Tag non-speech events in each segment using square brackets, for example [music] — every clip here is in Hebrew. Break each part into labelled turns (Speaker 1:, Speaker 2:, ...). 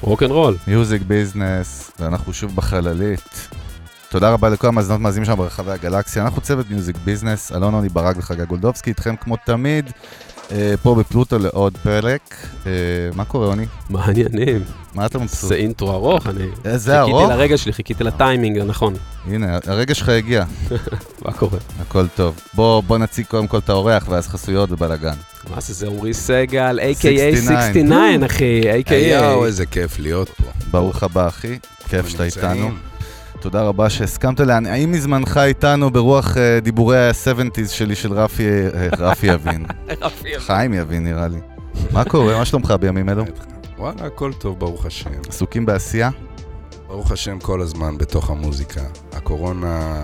Speaker 1: רוקנרול.
Speaker 2: מיוזיק ביזנס, ואנחנו שוב בחללית. תודה רבה לכל המאזינות מאזינים שם ברחבי הגלקסיה. אנחנו צוות מיוזיק ביזנס, אלון עוני ברק וחגג גולדובסקי, איתכם כמו תמיד, אה, פה בפלוטו לעוד פרק. אה, מה קורה, עוני?
Speaker 1: מה
Speaker 2: [laughs]
Speaker 1: העניינים?
Speaker 2: מה אתה מבסוט?
Speaker 1: זה אינטרו ארוך, אני...
Speaker 2: אה, זה ארוך?
Speaker 1: חיכיתי לרגע שלי, חיכיתי לטיימינג הנכון.
Speaker 2: הנה, הרגע שלך הגיע,
Speaker 1: מה קורה?
Speaker 2: הכל טוב. בוא בוא נציג קודם כל את האורח, ואז חסויות ובלאגן.
Speaker 1: מה זה, זה אורי סגל, a.k.a.
Speaker 2: 69.
Speaker 1: 69, אחי,
Speaker 3: יואו,
Speaker 1: a.k.a.
Speaker 3: איזה כיף להיות פה.
Speaker 2: ברוך הבא, אחי. כיף שאתה
Speaker 3: נמצאים.
Speaker 2: איתנו. תודה רבה שהסכמת להנעים מזמנך איתנו ברוח אה, דיבורי ה-70's שלי של רפי, אה, רפי יבין. חיים יבין נראה לי. מה קורה? מה שלומך בימים אלו?
Speaker 3: וואלה, הכל טוב, ברוך השם.
Speaker 2: עסוקים בעשייה?
Speaker 3: ברוך השם כל הזמן בתוך המוזיקה. הקורונה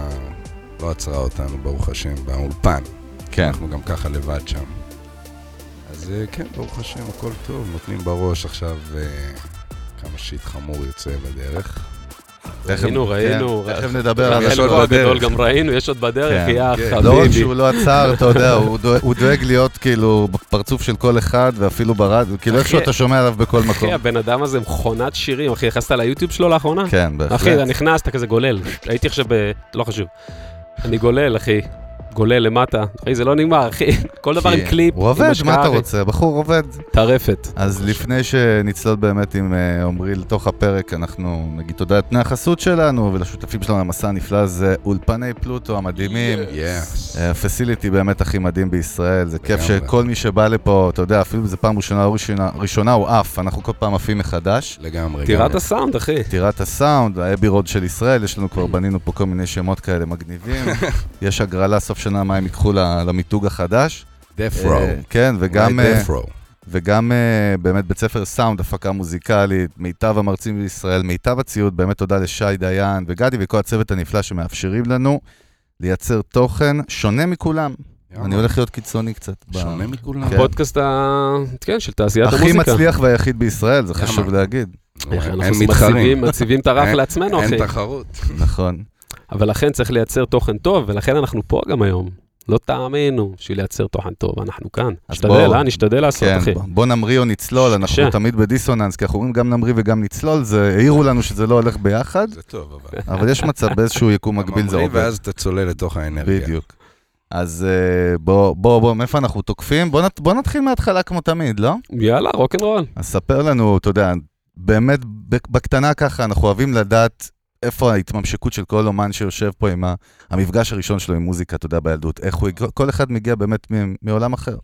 Speaker 3: לא עצרה אותנו, ברוך השם, והאולפן.
Speaker 2: כן.
Speaker 3: אנחנו גם ככה לבד שם. אז אה, כן, ברוך השם, הכל טוב. נותנים בראש עכשיו אה, כמה שיט חמור יוצא בדרך.
Speaker 1: ראינו, ראינו.
Speaker 2: כן, תכף נדבר על
Speaker 1: יש
Speaker 3: יש
Speaker 2: הכל
Speaker 3: עוד
Speaker 1: עוד בדרך.
Speaker 3: בדרך.
Speaker 1: גם ראינו, יש עוד בדרך,
Speaker 2: כן,
Speaker 1: יא
Speaker 3: כן.
Speaker 2: לא רק
Speaker 1: חביבי.
Speaker 2: שהוא לא עצר, אתה יודע, הוא דואג- הוא דואג להיות כאילו בפרצוף של כל אחד, ואפילו ברדיו, כאילו
Speaker 1: אחי-
Speaker 2: איכשהו אתה שומע עליו בכל מקום.
Speaker 1: אחי, הבן אדם הזה מכונת שירים, אחי, נכנסת ליוטיוב שלו לאחרונה?
Speaker 2: לא. כן, בהחלט.
Speaker 1: אחי, אתה נכנס, אתה כזה גולל. הייתי עכשיו ב... לא חשוב. אני גולל, אחי. גולל למטה. אחי, זה לא נגמר, אחי. כל דבר עם
Speaker 2: כי
Speaker 1: קליפ.
Speaker 2: הוא
Speaker 1: עם
Speaker 2: עובד, מה
Speaker 1: השקעה,
Speaker 2: אתה
Speaker 1: אחי.
Speaker 2: רוצה? בחור עובד.
Speaker 1: טרפת.
Speaker 2: אז לפני שנצלול באמת עם אה, עמרי לתוך הפרק, אנחנו נגיד תודה לתנאי החסות שלנו ולשותפים שלנו למסע הנפלא הזה, אולפני פלוטו המדהימים.
Speaker 3: יס.
Speaker 2: אה, הפסיליטי באמת הכי מדהים בישראל, זה כיף
Speaker 3: לגמרי.
Speaker 2: שכל מי שבא לפה, אתה יודע, אפילו אם זו פעם ראשונה או ראשונה- ראשונה, הוא עף, אנחנו כל פעם עפים מחדש.
Speaker 3: לגמרי.
Speaker 1: טירת
Speaker 3: לגמרי.
Speaker 1: הסאונד, אחי.
Speaker 2: טירת הסאונד, האבי רוד של ישראל, יש לנו כבר בנינו פה כל מיני שמות כאלה מגניבים. יש הגרלה סוף שנה, מה הם ייקחו ל- למיתוג החדש.
Speaker 3: death row.
Speaker 2: אה, כן, וגם...
Speaker 3: אולי
Speaker 2: אה,
Speaker 3: death row.
Speaker 2: וגם uh, באמת בית ספר סאונד, הפקה מוזיקלית, מיטב המרצים בישראל, מיטב הציוד, באמת תודה לשי דיין וגדי וכל הצוות הנפלא שמאפשרים לנו לייצר תוכן שונה מכולם. אני הולך להיות קיצוני קצת. ב-
Speaker 3: שונה מכולם.
Speaker 2: כן.
Speaker 1: פודקאסט ה... כן, של תעשיית
Speaker 2: הכי
Speaker 1: המוזיקה.
Speaker 2: מצליח והיחיד בישראל, זה חשוב
Speaker 3: למה?
Speaker 2: להגיד.
Speaker 1: איך אנחנו
Speaker 3: כן. אין
Speaker 1: מציבים- אוקיי.
Speaker 3: מתחרים.
Speaker 1: מציבים את הרף
Speaker 3: אין-
Speaker 1: לעצמנו, אחי.
Speaker 3: אין תחרות. [laughs]
Speaker 2: נכון.
Speaker 1: אבל לכן צריך לייצר תוכן טוב, ולכן אנחנו פה גם היום. לא תאמינו, בשביל לייצר תוכן טוב, אנחנו כאן.
Speaker 2: אז
Speaker 1: נשתדל,
Speaker 2: בואו.
Speaker 1: אה? נשתדל לעשות,
Speaker 2: כן,
Speaker 1: אחי.
Speaker 2: בוא- בוא נמריא או נצלול, אנחנו
Speaker 1: בבקשה.
Speaker 2: תמיד בדיסוננס, כי אנחנו אומרים גם נמריא וגם נצלול, זה העירו לנו שזה לא הולך ביחד,
Speaker 3: זה טוב, אבל.
Speaker 2: [laughs] אבל יש
Speaker 3: [laughs]
Speaker 2: מצב באיזשהו יקום
Speaker 3: אתה
Speaker 2: מקביל זה
Speaker 3: ממריא,
Speaker 2: עובד.
Speaker 3: ואז אתה צולל לתוך האנרגיה.
Speaker 2: בדיוק. אז אה, בוא, בוא, בוא, מאיפה אנחנו תוקפים? בוא, נת, בוא נתחיל מההתחלה כמו תמיד, לא?
Speaker 1: יאללה, רוקנרול.
Speaker 2: אז ספר לנו, אתה יודע, באמת, בק- בקטנה ככה, אנחנו אוהבים לדעת איפה ההתממשקות של כל אומן שיושב פה עם ה, המפגש הראשון שלו עם מוזיקה, אתה יודע, בילדות. איך הוא, הג- כל אחד מגיע באמת מ, מעולם אחר.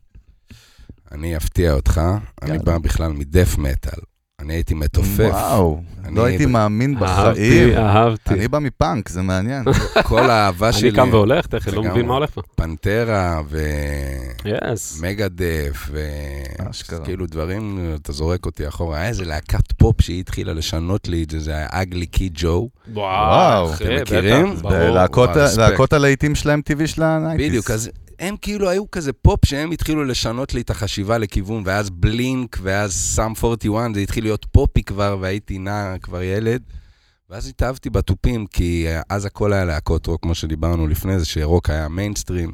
Speaker 3: אני אפתיע אותך, אני
Speaker 2: יאללה.
Speaker 3: בא בכלל מדף מטאל. אני הייתי מתופף.
Speaker 2: וואו,
Speaker 3: אני-
Speaker 2: לא הייתי מאמין בחיים.
Speaker 1: אהבתי, אהבתי.
Speaker 2: אני בא מפאנק, זה מעניין.
Speaker 3: [laughs] כל האהבה שלי,
Speaker 1: אני קם והולך, תכף, לא
Speaker 3: לגמרי.
Speaker 1: מבין מה הולך פה.
Speaker 3: פנטרה
Speaker 1: יס.
Speaker 3: ומגדף, ו...
Speaker 2: אשכרה.
Speaker 3: כאילו דברים, אתה זורק אותי אחורה. היה איזה להקת פופ שהיא התחילה לשנות לי את זה, זה היה אגלי קי ג'ו.
Speaker 2: וואו,
Speaker 1: אחי,
Speaker 3: אתם
Speaker 1: בטח,
Speaker 3: מכירים?
Speaker 1: ברור.
Speaker 2: להקות ה-
Speaker 3: וואו, רספקט.
Speaker 2: להקות הלהיטים שלהם טבעי של הנייטיז.
Speaker 3: בדיוק, אז הם כאילו היו כזה פופ שהם התחילו לשנות לי את החשיבה לכיוון, ואז בלינק, ואז סאם 41, זה התחיל להיות פופי כבר, והייתי נער כבר ילד. ואז התאהבתי בתופים, כי אה, אז הכל היה להקות רוק, כמו שדיברנו לפני זה, שרוק היה מיינסטרים.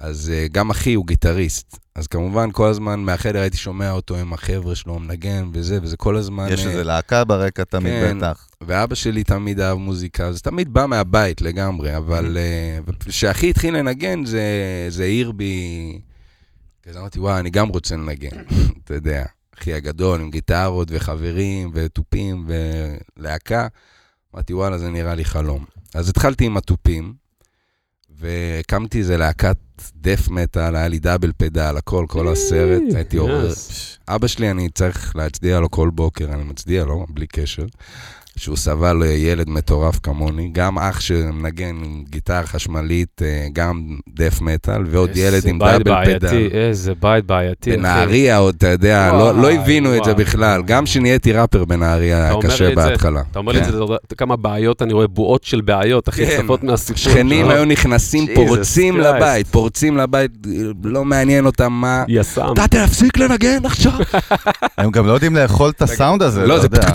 Speaker 3: אז אה, גם אחי הוא גיטריסט. אז כמובן, כל הזמן מהחדר הייתי שומע אותו עם החבר'ה שלו, מנגן וזה, וזה כל הזמן...
Speaker 2: יש
Speaker 3: אה,
Speaker 2: איזה להקה ברקע תמיד
Speaker 3: כן.
Speaker 2: בטח.
Speaker 3: ואבא שלי תמיד אהב מוזיקה, זה תמיד בא מהבית לגמרי, אבל אה, כשאחי התחיל לנגן, זה, זה העיר בי... כזה אמרתי, וואי, אני גם רוצה לנגן, [laughs] אתה יודע. אחי הגדול, עם גיטרות וחברים ותופים ולהקה. אמרתי, וואלה, זה נראה לי חלום. אז התחלתי עם התופים, והקמתי איזה להקת דף מטאל, היה לי דאבל פדל, הכל, כל הסרט, הייתי עורר
Speaker 1: יס.
Speaker 3: אבא שלי, אני צריך להצדיע לו כל בוקר, אני מצדיע לו, בלי קשר, שהוא סבל אה, ילד מטורף כמוני, גם אח שמנגן עם גיטרה חשמלית, אה, גם דף מטאל, ועוד ילד עם
Speaker 1: איזה בית
Speaker 3: דאבל פדל.
Speaker 1: בעייתי, איזה בית בעייתי, אחי.
Speaker 3: בנהריה עוד, אתה יודע,
Speaker 1: וואי,
Speaker 3: לא, לא הבינו את זה
Speaker 1: וואי.
Speaker 3: בכלל. גם כשנהייתי ראפר בנהריה היה
Speaker 1: אומר לי
Speaker 3: קשה
Speaker 1: את זה,
Speaker 3: בהתחלה.
Speaker 1: אתה אומר לי את
Speaker 3: כן.
Speaker 1: זה, אתה יודע, כמה בעיות אני רואה, בועות של בעיות, אחי,
Speaker 3: כן.
Speaker 1: צפות מהסיפור.
Speaker 3: שכנים
Speaker 1: שלו.
Speaker 3: היו נכנסים,
Speaker 1: Jesus
Speaker 3: פורצים
Speaker 1: Christ.
Speaker 3: לבית, פורצים לבית, לא מעניין אותם מה...
Speaker 1: יס"מ.
Speaker 3: אתה תפסיק לנגן עכשיו?
Speaker 2: הם גם לא יודעים לאכול את הסאונד הזה,
Speaker 3: לא,
Speaker 2: אתה
Speaker 3: זה
Speaker 2: יודע.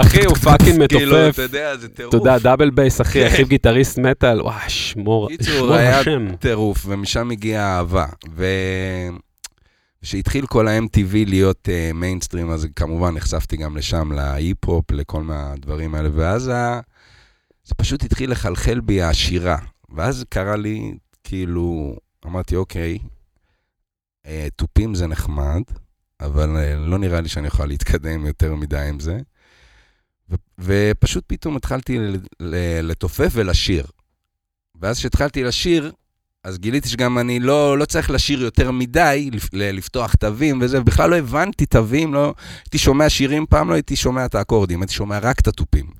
Speaker 1: אחי, הוא פאקינג
Speaker 3: כאילו, אתה
Speaker 1: מתופף.
Speaker 3: יודע, זה טירוף.
Speaker 1: אתה יודע, דאבל בייס, אחי, אחיו גיטריסט מטאל, וואי, שמור,
Speaker 3: קיצור,
Speaker 1: שמור
Speaker 3: היה
Speaker 1: השם.
Speaker 3: טירוף, ומשם הגיעה האהבה. ו... כשהתחיל כל ה-MTV להיות אה, מיינסטרים, אז כמובן נחשפתי גם לשם, להיפ-הופ, לכל מהדברים האלה, ואז ה... זה פשוט התחיל לחלחל בי השירה. ואז קרה לי, כאילו, אמרתי, אוקיי, אה, תופים זה נחמד, אבל אה, לא נראה לי שאני יכול להתקדם יותר מדי עם זה. ו- ופשוט פתאום התחלתי ל- ל- לתופף ולשיר. ואז כשהתחלתי לשיר, אז גיליתי שגם אני לא, לא צריך לשיר יותר מדי, לפ- ל- לפתוח תווים וזה, בכלל לא הבנתי תווים, לא... הייתי שומע שירים, פעם לא הייתי שומע את האקורדים, הייתי שומע רק את התופים.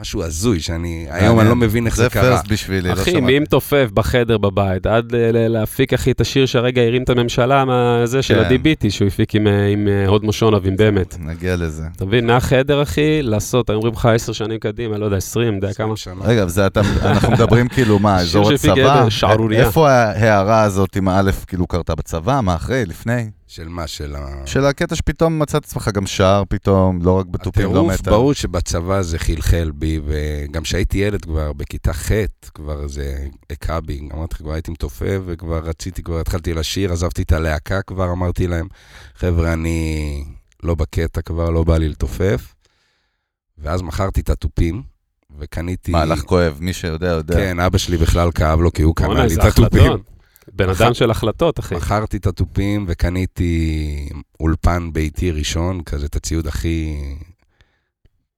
Speaker 3: משהו הזוי, שאני... היום אני לא מבין איך זה
Speaker 2: זה
Speaker 3: קרה.
Speaker 2: פרסט בשבילי, לא
Speaker 1: אחי,
Speaker 2: שמעתי.
Speaker 1: מי מתופף בחדר בבית, עד ל- ל- להפיק, אחי, את השיר שהרגע הרים את הממשלה, מה- זה של
Speaker 2: כן.
Speaker 1: הדיביטי, שהוא הפיק עם, אה, עם אה, הוד מושונוב, עם באמת.
Speaker 2: נגיע לזה.
Speaker 1: אתה מבין, מהחדר, אחי, לעשות, היו אומרים לך עשר שנים קדימה, לא יודע, עשרים, אתה יודע כמה.
Speaker 3: שנה.
Speaker 2: רגע, וזה אתה, אנחנו מדברים כאילו, מה,
Speaker 1: שיר
Speaker 2: אזור
Speaker 1: שהפיק
Speaker 2: הצבא? אה,
Speaker 1: עדר, שערורייה.
Speaker 2: איפה ההערה הזאת עם האלף כאילו קרתה בצבא? מה, אחרי, לפני?
Speaker 3: של מה? של ה...
Speaker 2: של הקטע שפתאום מצאת עצמך גם שער פתאום, לא רק בתופים, לא
Speaker 3: הטירוף,
Speaker 2: מטה.
Speaker 3: ברור שבצבא זה חלחל בי, וגם כשהייתי ילד כבר, בכיתה ח', כבר זה הכה בי, אמרתי לך, כבר הייתי מתופף, וכבר רציתי, כבר התחלתי לשיר, עזבתי את הלהקה כבר, אמרתי להם, חבר'ה, אני לא בקטע כבר, לא בא לי לתופף. ואז מכרתי את התופים, וקניתי...
Speaker 2: מהלך כואב, מי שיודע, יודע.
Speaker 3: כן, אבא שלי בכלל כאב לו, כי הוא
Speaker 1: בואנה,
Speaker 3: קנה לי
Speaker 1: איזה
Speaker 3: את התופים.
Speaker 1: החלטות. בן אדם
Speaker 3: אחת-
Speaker 1: של החלטות, אחי.
Speaker 2: אוקיי.
Speaker 3: מכרתי את התופים וקניתי אולפן ביתי ראשון, כזה את הציוד הכי...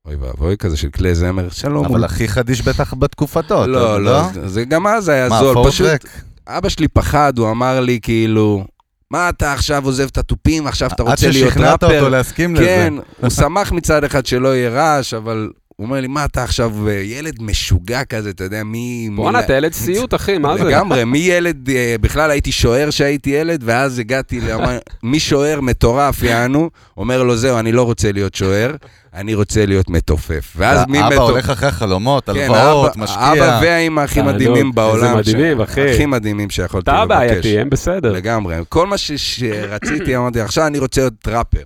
Speaker 3: אוי ואבוי, כזה של כלי זמר, שלום.
Speaker 2: אבל הכי חדיש בטח בתקופתו,
Speaker 3: לא, לא, זה גם אז היה
Speaker 2: מה,
Speaker 3: זול, פשוט
Speaker 2: פורטרק?
Speaker 3: אבא שלי פחד, הוא אמר לי כאילו, מה אתה עכשיו עוזב את התופים, עכשיו אתה
Speaker 2: עד
Speaker 3: רוצה להיות
Speaker 2: ששכנעת אותו
Speaker 3: ראפר?
Speaker 2: להסכים לזה.
Speaker 3: כן,
Speaker 2: [laughs]
Speaker 3: הוא שמח מצד אחד שלא יהיה רעש, אבל הוא אומר לי, מה אתה עכשיו אה, ילד משוגע כזה, אתה יודע, מי... מי
Speaker 1: בואנה,
Speaker 3: לה-
Speaker 1: אתה ילד סיוט, אחי, מה זה?
Speaker 3: לגמרי, מילד, אה, בכלל הייתי שוער שהייתי ילד, ואז הגעתי, לאמר- משוער מטורף, יענו, אומר לו, זהו, אני לא רוצה להיות שוער, אני רוצה להיות מתופף. ואז מי
Speaker 2: אבא
Speaker 3: מתופף?
Speaker 2: אה, הולך אחרי חלומות,
Speaker 3: כן,
Speaker 2: הלוואות,
Speaker 3: אבא-
Speaker 2: משקיע.
Speaker 3: אבא והאימא הכי
Speaker 1: תענוג,
Speaker 3: מדהימים
Speaker 1: אה, לא, איזה
Speaker 3: בעולם.
Speaker 1: מדהימים,
Speaker 3: ש-
Speaker 1: אחי.
Speaker 3: הכי מדהימים שיכולתי
Speaker 1: אתה
Speaker 3: לבקש.
Speaker 1: הבעייתי, הם בסדר.
Speaker 3: לגמרי. כל מה ש- שרציתי, אמרתי, עכשיו אני רוצה להיות ראפר.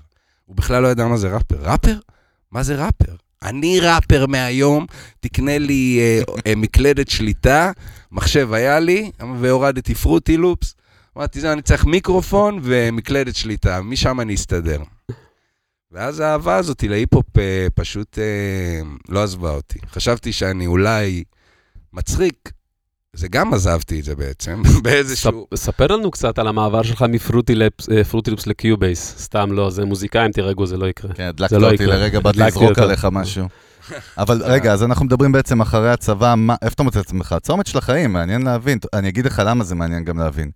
Speaker 3: הוא בכלל לא ידע מה זה ראפר. ראפר? מה זה ראפר? אני ראפר מהיום, תקנה לי אה, אה, מקלדת שליטה, מחשב היה לי, והורדתי פרוטי לופס. אמרתי, זה, אני צריך מיקרופון ומקלדת שליטה, משם אני אסתדר. ואז האהבה הזאת להיפ-הופ אה, פשוט אה, לא עזבה אותי. חשבתי שאני אולי מצחיק, זה גם עזבתי את זה בעצם, [laughs] באיזשהו...
Speaker 1: ספ- ספר לנו קצת על המעבר שלך מפרוטי לפס- אה, פרוטי לופס לקיובייס, סתם לא, זה מוזיקאים, תירגעו, זה לא יקרה.
Speaker 2: כן, הדלקת
Speaker 1: זה לא
Speaker 2: אותי
Speaker 1: יקרה.
Speaker 2: לרגע, באתי
Speaker 1: הדלקתי
Speaker 2: לזרוק
Speaker 1: אותו.
Speaker 2: עליך משהו. אבל רגע, אז אנחנו מדברים בעצם אחרי הצבא, מה- איפה אתה מוצא את עצמך? הצומת של החיים, מעניין להבין. אני אגיד לך למה זה מעניין גם להבין.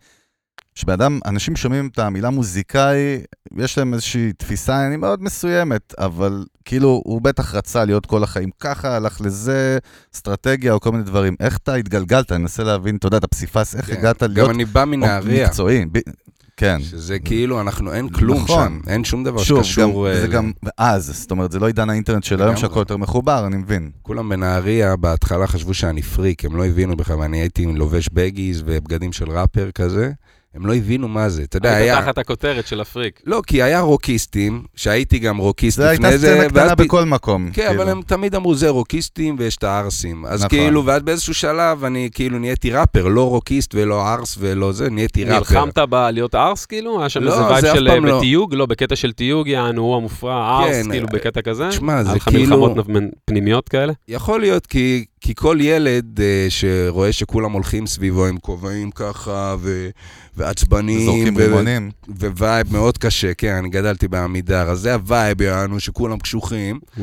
Speaker 2: שבאדם, אנשים שומעים את המילה מוזיקאי, יש להם איזושהי תפיסה, אני מאוד מסוימת, אבל כאילו, הוא בטח רצה להיות כל החיים ככה, הלך לזה, אסטרטגיה או כל מיני דברים. איך אתה התגלגלת? אני מנסה להבין, אתה יודע, את הפסיפס, איך
Speaker 3: כן,
Speaker 2: הגעת
Speaker 3: גם
Speaker 2: להיות
Speaker 3: אני בא מנהריה,
Speaker 2: מקצועי? ב- כן.
Speaker 3: שזה כאילו, אנחנו, אין כלום
Speaker 2: נכון.
Speaker 3: שם, אין שום דבר
Speaker 2: שוב, גם,
Speaker 3: שקשור... אה,
Speaker 2: זה
Speaker 3: ל-
Speaker 2: גם אז, זאת אומרת, זה לא עידן האינטרנט של היום
Speaker 3: לגמרי.
Speaker 2: שהכל יותר מחובר, אני מבין.
Speaker 3: כולם בנהריה בהתחלה חשבו שאני פריק, הם לא הבינו בכלל, ואני הייתי לובש בגיז ובגדים של ראפר כזה, הם לא הבינו מה זה. אתה יודע,
Speaker 1: היית
Speaker 3: היה...
Speaker 1: תחת הכותרת של הפריק.
Speaker 3: לא, כי היה רוקיסטים, שהייתי גם רוקיסט
Speaker 2: זה הייתה
Speaker 3: לפני זה,
Speaker 2: סצנה
Speaker 3: ואז
Speaker 2: קטנה
Speaker 3: פ-
Speaker 2: בכל מקום.
Speaker 3: כן,
Speaker 2: כאילו.
Speaker 3: אבל הם תמיד אמרו, זה רוקיסטים ויש את הערסים. אז
Speaker 2: נכון.
Speaker 3: כאילו, ואז באיזשהו שלב אני כאילו נהייתי ראפר, לא רוקיסט ולא ערס ולא זה, נהייתי ראפר.
Speaker 1: נלחמת בלהיות ארס, כאילו? היה שם
Speaker 3: לא,
Speaker 1: איזה
Speaker 3: זה
Speaker 1: וייב
Speaker 3: אף
Speaker 1: של
Speaker 3: פעם לא.
Speaker 1: תיוג? לא, בקטע של תיוג, יענו, הוא המופרע, ארס,
Speaker 3: כן,
Speaker 1: כאילו,
Speaker 3: אה,
Speaker 1: בקטע כזה?
Speaker 3: תשמע,
Speaker 1: היה
Speaker 3: זה
Speaker 1: לך
Speaker 3: כאילו...
Speaker 1: מלחמות נב- פנימיות כאלה?
Speaker 3: יכול להיות, כי, כי כל ילד אה, שרואה שכולם הולכים סביבו עם כובעים ככה, ו, ועצבנים,
Speaker 2: זורקים
Speaker 3: ו-
Speaker 2: רימונים.
Speaker 3: ווייב מאוד קשה, כן, אני גדלתי בעמידר, אז זה הווייב יענו, שכולם קשוחים.
Speaker 1: Mm.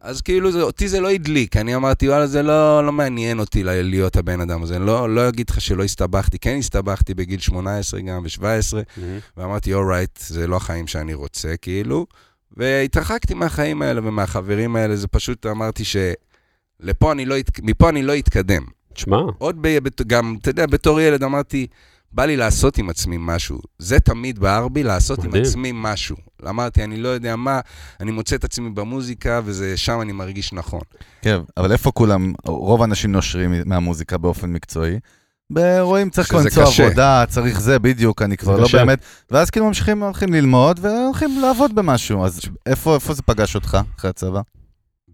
Speaker 3: אז כאילו, זה, אותי זה לא הדליק, אני אמרתי, וואלה, זה לא, לא מעניין אותי ל- להיות הבן אדם הזה. אני לא, לא אגיד לך שלא הסתבכתי, כן הסתבכתי בגיל 18 גם, ו-17,
Speaker 1: Mm,
Speaker 3: ואמרתי, אורייט, זה לא החיים שאני רוצה, כאילו. והתרחקתי מהחיים האלה ומהחברים האלה, זה פשוט אמרתי שלפה אני לא, ית- מפה אני לא אתקדם.
Speaker 1: תשמע,
Speaker 3: עוד ב... בת- גם, אתה יודע, בתור ילד אמרתי, בא לי לעשות עם עצמי משהו. זה תמיד בער בי, לעשות עם
Speaker 1: מדהים.
Speaker 3: עצמי משהו. אמרתי, אני לא יודע מה, אני מוצא את עצמי במוזיקה, וזה שם אני מרגיש נכון.
Speaker 2: כן, אבל איפה כולם, רוב האנשים נושרים מהמוזיקה באופן מקצועי? ב- רואים, צריך כבר
Speaker 3: שזה
Speaker 2: למצוא
Speaker 3: קשה.
Speaker 2: עבודה, צריך זה, בדיוק, אני כבר
Speaker 1: זה
Speaker 2: לא
Speaker 1: קשה.
Speaker 2: באמת. ואז כאילו ממשיכים, הולכים ללמוד והולכים לעבוד במשהו. אז איפה איפה זה פגש אותך, אחרי הצבא?
Speaker 3: אה,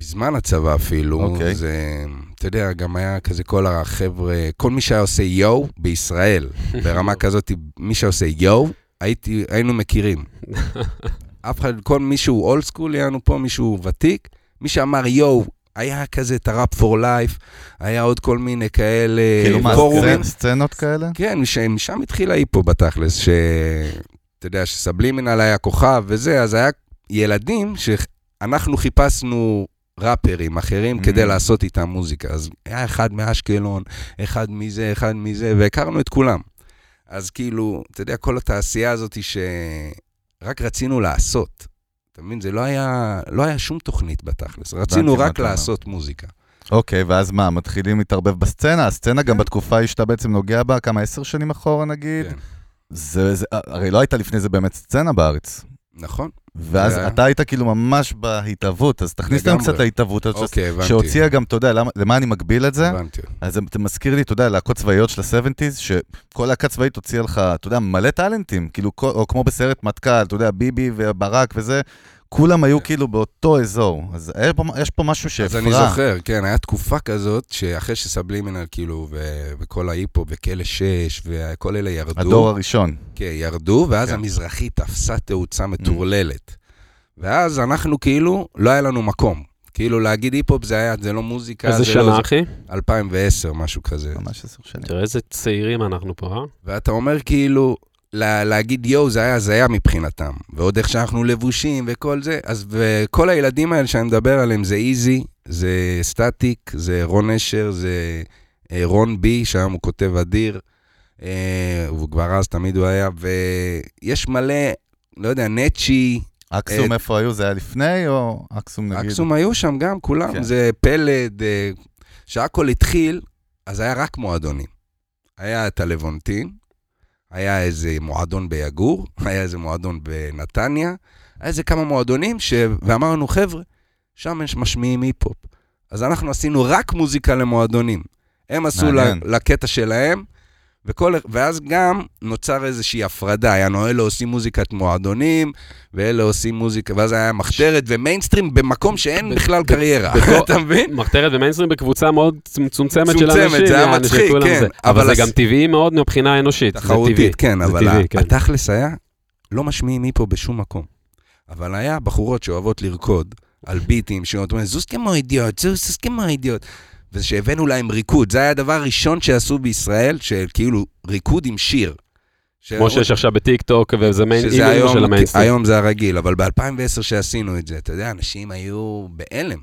Speaker 3: בזמן הצבא אפילו,
Speaker 2: אוקיי.
Speaker 3: okay. זה, אתה יודע, גם היה כזה כל
Speaker 2: [laughs]
Speaker 3: החבר'ה, כל מי שהיה עושה יואו בישראל, ברמה כזאת, מי שהיה עושה יואו, הייתי, היינו
Speaker 2: [laughs]
Speaker 3: מכירים. אף אחד, כל מישהו אולד סקול, יענו פה מישהו ותיק, מי שאמר יואו, היה כזה את הראפ פור לייף, היה עוד כל מיני כאלה
Speaker 2: כאילו מה,
Speaker 3: פורומים.
Speaker 2: סצנ- סצנות כאלה?
Speaker 3: כן, מש- משם התחיל ההיפו בתכלס, ש... אתה יודע, שסבלימינל היה כוכב וזה, אז היה ילדים שאנחנו חיפשנו ראפרים אחרים
Speaker 2: Mm.
Speaker 3: כדי לעשות איתם מוזיקה. אז היה אחד מאשקלון, אחד מזה, אחד מזה, והכרנו את כולם. אז כאילו, אתה יודע, כל התעשייה הזאת היא שרק רצינו לעשות. אתה מבין? זה לא היה, לא היה שום תוכנית בתכלס, רצינו
Speaker 2: הבנתי מה
Speaker 3: רק
Speaker 2: אתה אומר.
Speaker 3: לעשות מוזיקה.
Speaker 2: אוקיי, ואז מה, מתחילים להתערבב בסצנה? הסצנה גם בתקופה ההיא שאתה בעצם נוגע בה, כמה, עשר שנים אחורה נגיד?
Speaker 3: כן.
Speaker 2: זה, זה, הרי לא הייתה לפני זה באמת סצנה בארץ.
Speaker 3: נכון?
Speaker 2: ואז
Speaker 3: זה היה-
Speaker 2: אתה היית כאילו ממש בהתהוות, אז תכניס לנו
Speaker 3: לגמרי.
Speaker 2: קצת להתהוות הזאת,
Speaker 3: אוקיי, הבנתי.
Speaker 2: שהוציאה גם, אתה יודע, למה- למה אני מגביל את זה?
Speaker 3: הבנתי.
Speaker 2: אז זה זה מזכיר לי, אתה יודע, להקות צבאיות של ה-70's, שכל להקה צבאית הוציאה לך, אתה יודע, מלא טאלנטים, כאילו, כל- או כמו בסרט מטכ"ל, אתה יודע, ביבי וברק וזה, כולם היו כאילו באותו אזור. אז היה פה- יש פה משהו שהפרע.
Speaker 3: כן. אז אני זוכר, כן, היה תקופה כזאת, שאחרי שסבלימינל, כאילו, ו- וכל ההיפו, וכלא 6, וכל אלה ירדו.
Speaker 2: הדור הראשון.
Speaker 3: כן, ירדו, ואז
Speaker 2: כן. Mm.
Speaker 3: המזרחי תפסה תאוצה מטורללת. ואז אנחנו כאילו, לא היה לנו מקום. כאילו, להגיד היפ-הופ זה היה, זה לא מוזיקה,
Speaker 1: איזה
Speaker 3: זה לא...
Speaker 1: שנה,
Speaker 3: זה-
Speaker 1: אחי?
Speaker 3: 2010, משהו כזה.
Speaker 2: ממש עשר שנים.
Speaker 1: תראה איזה צעירים אנחנו פה, אה?
Speaker 3: ואתה אומר כאילו, לה, להגיד יואו, זה היה הזיה מבחינתם. ועוד איך שאנחנו לבושים וכל זה, אז וכל הילדים האלה שאני מדבר עליהם זה איזי, זה סטטיק, זה רון אשר, זה אה, רון בי, שהיום הוא כותב אדיר, אה, הוא כבר אז תמיד הוא היה, ויש מלא, לא יודע, נצ'י,
Speaker 2: אקסום,
Speaker 3: אה,
Speaker 2: איפה היו? זה היה לפני, או אקסום נגיד?
Speaker 3: אקסום היו שם גם, כולם,
Speaker 2: כן.
Speaker 3: כן. זה פלד, אה, כשהכל התחיל, אז היה רק מועדונים. היה את הלוונטין, היה איזה מועדון ביגור, [laughs] היה איזה מועדון בנתניה, היה איזה כמה מועדונים, ש... ואמרנו, חבר'ה, שם יש משמיעים היפ-הופ. אז אנחנו עשינו רק מוזיקה למועדונים. הם עשו ל-
Speaker 2: מעניין.
Speaker 3: לקטע שלהם, וכל, ואז גם נוצר איזושהי הפרדה, היינו אלה עושים מוזיקת מועדונים, ואלה עושים מוזיקה, ואז היה מחתרת ומיינסטרים במקום שאין
Speaker 1: ב-
Speaker 3: בכלל
Speaker 1: ב-
Speaker 3: קריירה,
Speaker 1: בכל-
Speaker 3: [laughs] אתה מבין?
Speaker 1: מחתרת ומיינסטרים בקבוצה מאוד מצומצמת של
Speaker 3: מצומצמת,
Speaker 1: אנשים.
Speaker 3: זה היה
Speaker 1: יעני,
Speaker 3: מצחיק,
Speaker 1: שכולם
Speaker 3: כן,
Speaker 1: זה.
Speaker 3: אבל
Speaker 1: אבל זה
Speaker 3: הס-
Speaker 1: גם טבעי מאוד מבחינה אנושית, זה טבעי.
Speaker 3: תחרותית, כן,
Speaker 1: זה
Speaker 3: אבל
Speaker 1: טבעי,
Speaker 3: ה-
Speaker 1: כן.
Speaker 3: התכלס היה, לא משמיעים היפו בשום מקום. אבל היה בחורות שאוהבות לרקוד על ביטים, שאומרות, זוז כמו אידיוט, זוז זוז כמו אידיוט. ושהבאנו להם ריקוד, זה היה הדבר הראשון שעשו בישראל, של כאילו ריקוד עם שיר.
Speaker 1: כמו שיש עכשיו בטיק טוק, וזה מיין
Speaker 3: שזה
Speaker 1: אימא
Speaker 3: היום,
Speaker 1: של המיינסטרים.
Speaker 3: היום זה הרגיל, אבל ב-2010 שעשינו את זה, אתה יודע, אנשים היו בהלם.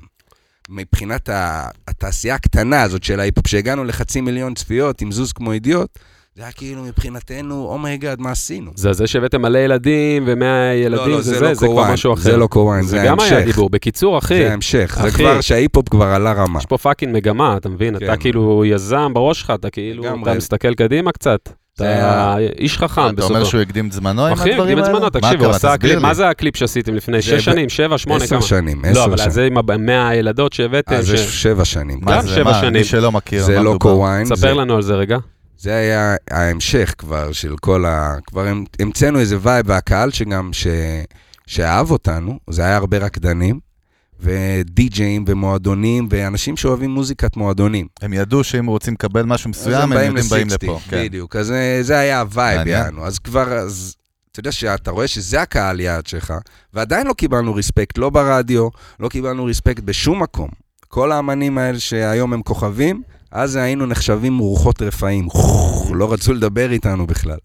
Speaker 3: מבחינת ה- התעשייה הקטנה הזאת של ההיפ-הופ, שהגענו לחצי מיליון צפיות עם זוז כמו אידיוט, זה היה כאילו מבחינתנו, אומייגאד, מה עשינו?
Speaker 1: זה זה שהבאתם מלא ילדים ומאה
Speaker 3: לא,
Speaker 1: ילדים,
Speaker 3: לא,
Speaker 1: זה
Speaker 3: זה
Speaker 1: זה,
Speaker 3: לא
Speaker 1: זה כבר
Speaker 3: קוואן,
Speaker 1: משהו אחר.
Speaker 3: זה לא קוואן, זה
Speaker 1: גם היה
Speaker 3: ההמשך.
Speaker 1: דיבור. בקיצור, אחי,
Speaker 3: זה ההמשך, זה
Speaker 1: אחי.
Speaker 3: כבר שההיפ-הופ כבר עלה רמה.
Speaker 1: יש פה פאקינג מגמה, אתה מבין? אתה
Speaker 3: כן.
Speaker 1: כאילו יזם בראש שלך, אתה כאילו,
Speaker 3: לגמרי.
Speaker 1: אתה מסתכל קדימה קצת.
Speaker 3: זה
Speaker 1: אתה
Speaker 3: היה-
Speaker 1: איש חכם
Speaker 2: אתה אומר
Speaker 1: בסופו.
Speaker 2: שהוא הקדים את זמנו עם
Speaker 1: אה, אחי,
Speaker 2: הדברים האלה?
Speaker 1: הקדים את זמנו,
Speaker 2: מה
Speaker 1: תקשיב, הוא
Speaker 2: קרה?
Speaker 1: עשה
Speaker 2: תסביר
Speaker 1: קליפ,
Speaker 2: לי.
Speaker 1: מה זה הקליפ שעשיתם לפני?
Speaker 3: זה
Speaker 1: שש
Speaker 3: ב-
Speaker 1: שנים, שבע, שמונה,
Speaker 3: עשר
Speaker 1: כמה?
Speaker 3: שנים,
Speaker 1: לא,
Speaker 3: עשר
Speaker 1: אבל
Speaker 3: שנים.
Speaker 1: זה עם המאה הילדות שהבאתם,
Speaker 3: אה, זה
Speaker 1: ש-
Speaker 3: שבע שנים.
Speaker 2: מה
Speaker 1: גם
Speaker 2: זה?
Speaker 1: שבע
Speaker 2: מה,
Speaker 1: שנים.
Speaker 2: מי שלא מכיר,
Speaker 3: זה
Speaker 2: מה
Speaker 3: לא
Speaker 2: מדובר?
Speaker 3: קוואן. זה-
Speaker 1: ספר לנו על זה רגע.
Speaker 3: זה היה ההמשך כבר של כל ה... כבר המ- המצאנו איזה וייב, והקהל שגם, ש... שאהב אותנו, זה היה הרבה רקדנים, ודי-ג'אים ומועדונים, ואנשים שאוהבים מוזיקת מועדונים.
Speaker 2: הם ידעו שאם רוצים לקבל משהו
Speaker 3: אז
Speaker 2: מסוים, הם יודעים באים לפה. כן.
Speaker 3: בדיוק. אז אה, זה היה הווייב,
Speaker 2: מעניין.
Speaker 3: יענו. אז כבר, אז... אתה יודע שאתה רואה שזה הקהל יעד שלך, ועדיין לא קיבלנו ריספקט, לא ברדיו, לא קיבלנו ריספקט בשום מקום. כל האמנים האלה שהיום הם כוכבים, אז היינו נחשבים רוחות רפאים. לא רצו לדבר איתנו בכלל.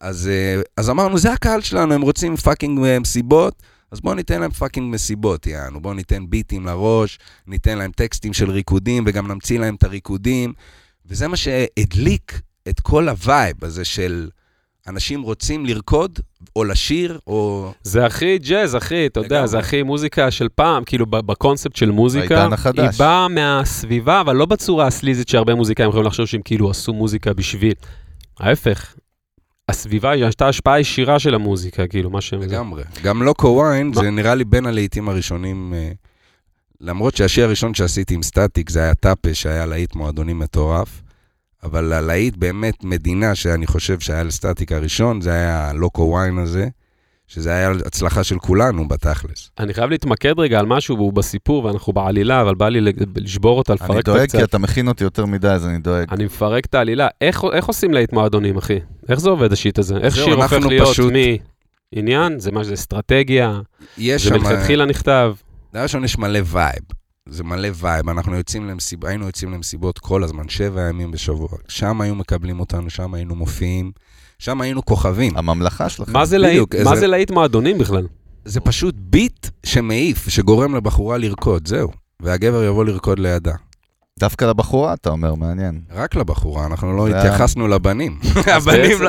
Speaker 3: אז, אה, אז אמרנו, זה הקהל שלנו, הם רוצים פאקינג אה, מסיבות, אז בואו ניתן להם פאקינג מסיבות, יענו. בואו ניתן ביטים לראש, ניתן להם טקסטים של ריקודים, וגם נמציא להם את הריקודים. וזה מה שהדליק את כל הווייב הזה של אנשים רוצים לרקוד, או לשיר, או...
Speaker 1: זה הכי ג'אז, אחי, אתה יודע,
Speaker 3: לגמרי.
Speaker 1: זה הכי מוזיקה של פעם, כאילו ב- בקונספט של מוזיקה.
Speaker 2: בעידן החדש.
Speaker 1: היא באה מהסביבה, אבל לא בצורה הסליזית שהרבה מוזיקאים יכולים לחשוב שהם כאילו עשו מוזיקה בשביל. ההפך, הסביבה היא- הייתה השפעה ישירה של המוזיקה, כאילו, מה שהם...
Speaker 3: לגמרי. גם לוקו וויין,
Speaker 1: מה?
Speaker 3: זה נראה לי בין הלהיטים הראשונים, אה, למרות שהשיר הראשון שעשיתי עם סטטיק זה היה טאפה, שהיה להיט מועדונים מטורף, אבל הלהיט באמת מדינה שאני חושב שהיה לסטטיק הראשון, זה היה הלוקו וויין הזה, שזה היה הצלחה של כולנו בתכלס.
Speaker 1: אני חייב להתמקד רגע על משהו, והוא בסיפור, ואנחנו בעלילה, אבל בא לי לג- לשבור אותה, לפרק
Speaker 2: אני
Speaker 1: אותה
Speaker 2: דואג
Speaker 1: קצת.
Speaker 2: כי אתה מכין אותי יותר מדי, אז אני דואג.
Speaker 1: אני מפרק את העלילה. איך, איך עושים להיט מועדונים, אחי? איך זה עובד, השיט הזה? איך
Speaker 3: זהו,
Speaker 1: שיר
Speaker 3: אנחנו
Speaker 1: הופך להיות
Speaker 3: פשוט-
Speaker 1: מעניין, זה מה שזה אסטרטגיה,
Speaker 3: יש
Speaker 1: זה
Speaker 3: שם... אה,
Speaker 1: מלכתחילה נכתב.
Speaker 3: דבר ראשון, יש מלא וייב. זה מלא וייב, אנחנו יוצאים למסיבות, היינו יוצאים למסיבות כל הזמן, שבע ימים בשבוע. שם היו מקבלים אותנו, שם היינו מופיעים, שם היינו כוכבים.
Speaker 2: הממלכה שלכם.
Speaker 1: מה זה
Speaker 3: בדיוק,
Speaker 1: להיט- מה
Speaker 3: איזה-
Speaker 1: זה להיט מועדונים בכלל?
Speaker 3: זה פשוט ביט שמעיף, שגורם לבחורה לרקוד, זהו. והגבר יבוא לרקוד לידה.
Speaker 2: דווקא לבחורה, אתה אומר, מעניין.
Speaker 3: רק לבחורה, אנחנו לא
Speaker 2: זה-
Speaker 3: התייחסנו לבנים. [laughs] הבנים,
Speaker 1: בעצם-
Speaker 3: לא-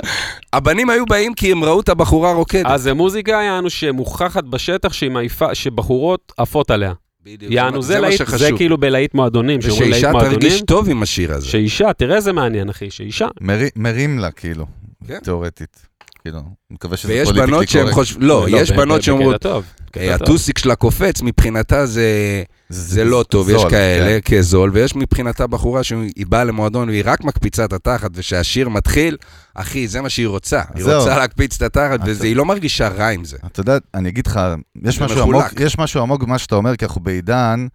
Speaker 3: הבנים היו באים כי הם ראו את הבחורה רוקדת.
Speaker 1: אז זה מוזיקה, יענו, שמוכחת בשטח, שהיא מעיפה, שבחורות עפות עליה.
Speaker 3: בדיוק,
Speaker 1: יענו,
Speaker 3: מה-
Speaker 1: זה
Speaker 3: מה
Speaker 1: להיט, זה
Speaker 3: שחשוב.
Speaker 1: כאילו בלהיט מועדונים, שאומרים להיט
Speaker 3: ושאישה
Speaker 1: מועדונים.
Speaker 3: תרגיש טוב עם השיר הזה.
Speaker 1: שאישה, תראה איזה מעניין, אחי, שאישה.
Speaker 2: מרי- מרים לה, כאילו,
Speaker 3: כן.
Speaker 2: תיאורטית. כאילו, אני מקווה שזה
Speaker 3: ויש
Speaker 2: פוליטיקלי
Speaker 3: בנות שהן
Speaker 2: קורקט.
Speaker 3: חושבות, לא, יש
Speaker 1: ב- ב-
Speaker 3: בנות שאומרות,
Speaker 1: בקטע טוב,
Speaker 3: "אה,
Speaker 1: בקטע טוב.
Speaker 3: הטוסיק שלה קופץ, מבחינתה זה זה לא טוב, יש
Speaker 2: זול, כן?
Speaker 3: כאלה כזול, ויש מבחינתה בחורה שהיא באה למועדון והיא רק מקפיצה את התחת, ושהשיר מתחיל, אחי, זה מה שהיא רוצה. היא
Speaker 2: זהו.
Speaker 3: רוצה להקפיץ את התחת,
Speaker 2: אתה-
Speaker 3: והיא לא מרגישה רע עם זה.
Speaker 2: כן. אתה יודע, אני אגיד לך, יש
Speaker 3: זה
Speaker 2: משהו עמוק-
Speaker 3: מחולק.
Speaker 2: יש משהו עמוק במה שאתה אומר, כי אנחנו בעידן,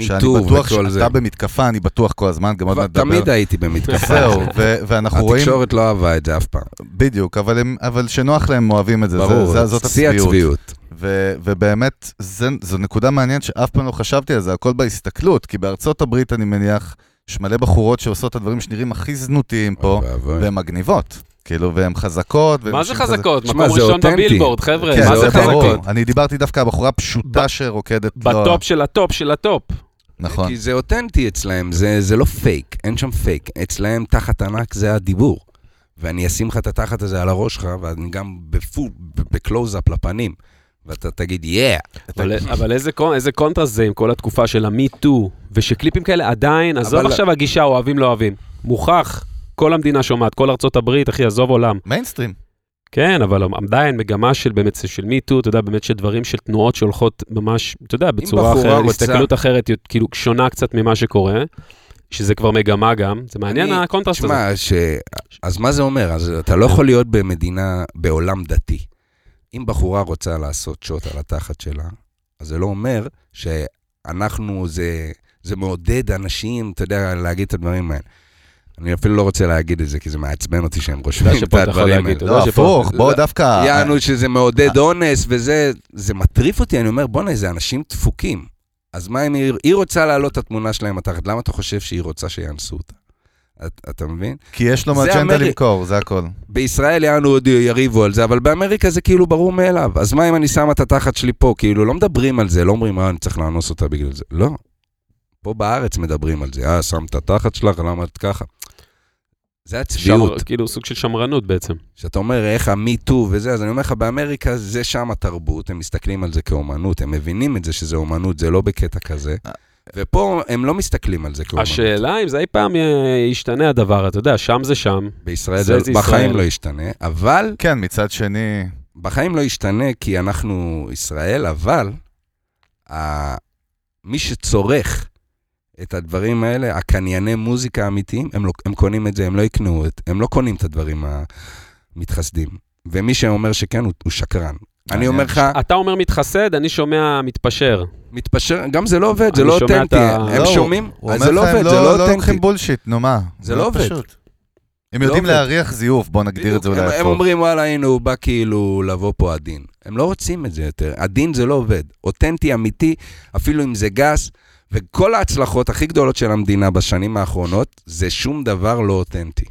Speaker 2: שאני
Speaker 3: מיטו
Speaker 2: בטוח
Speaker 3: וכל זה.
Speaker 2: שאתה במתקפה, אני בטוח כל הזמן, גם עוד
Speaker 3: כבר
Speaker 2: מעט נדבר.
Speaker 3: תמיד הייתי במתקפה.
Speaker 2: זהו, ו- ואנחנו רואים,
Speaker 3: התקשורת לא אהבה את זה אף פעם.
Speaker 2: בדיוק, אבל הם- אבל שנוח להם אוהבים את זה, זה- זה-
Speaker 3: ברור,
Speaker 2: זאת
Speaker 3: שיא
Speaker 2: הצביעות.
Speaker 3: הצביעות.
Speaker 2: ו- ובאמת, זה, זו נקודה מעניינת שאף פעם לא חשבתי על זה, הכל בהסתכלות, כי בארצות הברית, אני מניח, יש מלא בחורות שעושות את הדברים שנראים הכי זנותיים פה,
Speaker 3: אוי ואבוי.
Speaker 2: והן מגניבות. כאילו, והן חזקות. והן
Speaker 1: מה זה
Speaker 2: נשים חזק-
Speaker 1: חזקות?
Speaker 3: שמע,
Speaker 1: מקום
Speaker 3: זה
Speaker 1: ראשון
Speaker 3: אותנטי.
Speaker 1: בבילבורד, חבר'ה,
Speaker 2: כן,
Speaker 1: מה זה
Speaker 2: זה ברור.
Speaker 1: חזקות?
Speaker 2: אני דיברתי דווקא על בחורה פשוטה שרוקדת. לא-
Speaker 1: בטופ של הטופ של הטופ.
Speaker 2: נכון.
Speaker 3: כי זה אותנטי אצלהם, זה, זה לא פייק, אין שם פייק. אצלהם תחת ענק זה הדיבור. ואני אשים לך את התחת הזה על הראש שלך, ואני גם בפול, בקלוז-אפ לפנים. ואתה תגיד, יאה.
Speaker 1: אבל- אבל איזה קונ- איזה קונטרסט זה עם כל התקופה של המי-טו, ושקליפים כאלה עדיין, עזוב
Speaker 3: אבל-
Speaker 1: עכשיו הגישה אוהבים לא אוהבים. מוכח, כל המדינה שומעת, כל ארצות הברית, אחי, עזוב עולם.
Speaker 2: מיינסטרים.
Speaker 1: כן, אבל עדיין מגמה של באמת של מיטו, אתה יודע, באמת של דברים, של תנועות שהולכות ממש, אתה יודע, בצורה
Speaker 3: בחורה
Speaker 1: אחרת,
Speaker 3: רוצה-
Speaker 1: הסתכלות אחרת, כאילו שונה קצת ממה שקורה, שזה כבר מגמה גם, זה מעניין
Speaker 3: אני-
Speaker 1: הקונטרסט הזה.
Speaker 3: תשמע, ש... אז מה זה אומר? אז אתה לא יכול להיות במדינה, בעולם דתי. אם בחורה רוצה לעשות שוט על התחת שלה, אז זה לא אומר שאנחנו, זה, זה מעודד אנשים, אתה יודע, להגיד את הדברים האלה. אני אפילו לא רוצה להגיד את זה, כי זה מעצבן אותי שהם
Speaker 1: אתה
Speaker 3: רושמים
Speaker 1: יודע
Speaker 3: את
Speaker 1: שפה אתה יכול
Speaker 3: הדברים האלה.
Speaker 1: להגיד, אתה
Speaker 2: לא, אה,
Speaker 1: יודע שפה...
Speaker 2: הפוך, בואו
Speaker 3: לא.
Speaker 2: דווקא...
Speaker 3: יענו שזה מעודד אונס וזה, זה מטריף אותי, אני אומר, בואנה, זה אנשים דפוקים. אז מה אם היא, היא רוצה להעלות את התמונה שלהם מתחת, למה אתה חושב שהיא רוצה שיאנסו אותה? את- אתה מבין?
Speaker 2: כי יש לו
Speaker 3: זה
Speaker 2: אג'נדה
Speaker 3: אמרי-
Speaker 2: למכור, זה הכל.
Speaker 3: בישראל יענו עוד יריבו על זה, אבל באמריקה זה כאילו ברור מאליו. אז מה אם אני שם את התחת שלי פה? כאילו, לא מדברים על זה, לא אומרים, אה, אני צריך לאנוס אותה בגלל זה. לא. פה בארץ מדברים על זה, אה, שמת את התחת שלך, למה את ככה? זה הצביעות.
Speaker 1: שמר- כאילו סוג של שמרנות בעצם.
Speaker 3: שאתה אומר איך המיטו וזה, אז אני אומר לך, באמריקה זה שם התרבות, הם מסתכלים על זה כאומנות, הם מבינים את זה שזה אומנות, זה לא בקטע כזה. ופה הם לא מסתכלים על זה כאומנות.
Speaker 1: אה, השאלה אם זה אי פעם אה, ישתנה הדבר, אתה יודע, שם זה שם.
Speaker 3: בישראל
Speaker 1: זה-
Speaker 3: זה
Speaker 1: זה
Speaker 3: בחיים
Speaker 1: ישראל.
Speaker 3: לא ישתנה, אבל,
Speaker 2: כן, מצד שני...
Speaker 3: בחיים לא ישתנה כי אנחנו ישראל, אבל ה- מי שצורך את הדברים האלה, הקנייני מוזיקה האמיתיים, הם, לא, הם קונים את זה, הם לא יקנו את, הם לא קונים את הדברים המתחסדים. ומי שאומר שכן, הוא, הוא שקרן. אני אומר לך...
Speaker 1: אתה אומר מתחסד, אני שומע מתפשר.
Speaker 3: מתפשר, גם זה לא עובד, זה
Speaker 1: אני
Speaker 3: לא
Speaker 1: שומע
Speaker 3: אותנטי.
Speaker 1: את ה-
Speaker 3: הם
Speaker 2: לא,
Speaker 3: שומעים,
Speaker 2: הוא
Speaker 3: אז
Speaker 2: אומר
Speaker 3: זה לא
Speaker 2: לך,
Speaker 3: עובד,
Speaker 2: הם
Speaker 3: זה לא
Speaker 2: לא
Speaker 3: אותנטי.
Speaker 2: לוקחים בולשיט, נו מה?
Speaker 3: זה לא עובד. לא
Speaker 2: פשוט. הם יודעים
Speaker 3: עובד.
Speaker 2: להריח זיוף, בואו נגדיר את זה אולי
Speaker 3: הם- הם
Speaker 2: הפוך.
Speaker 3: אומרים, וואלה, הנה, הוא בא כאילו לבוא פה עדין. הם לא רוצים את זה יותר. עדין זה לא עובד. אותנטי, אמיתי, אפילו אם זה גס, וכל ההצלחות הכי גדולות של המדינה בשנים האחרונות, זה שום דבר לא אותנטי.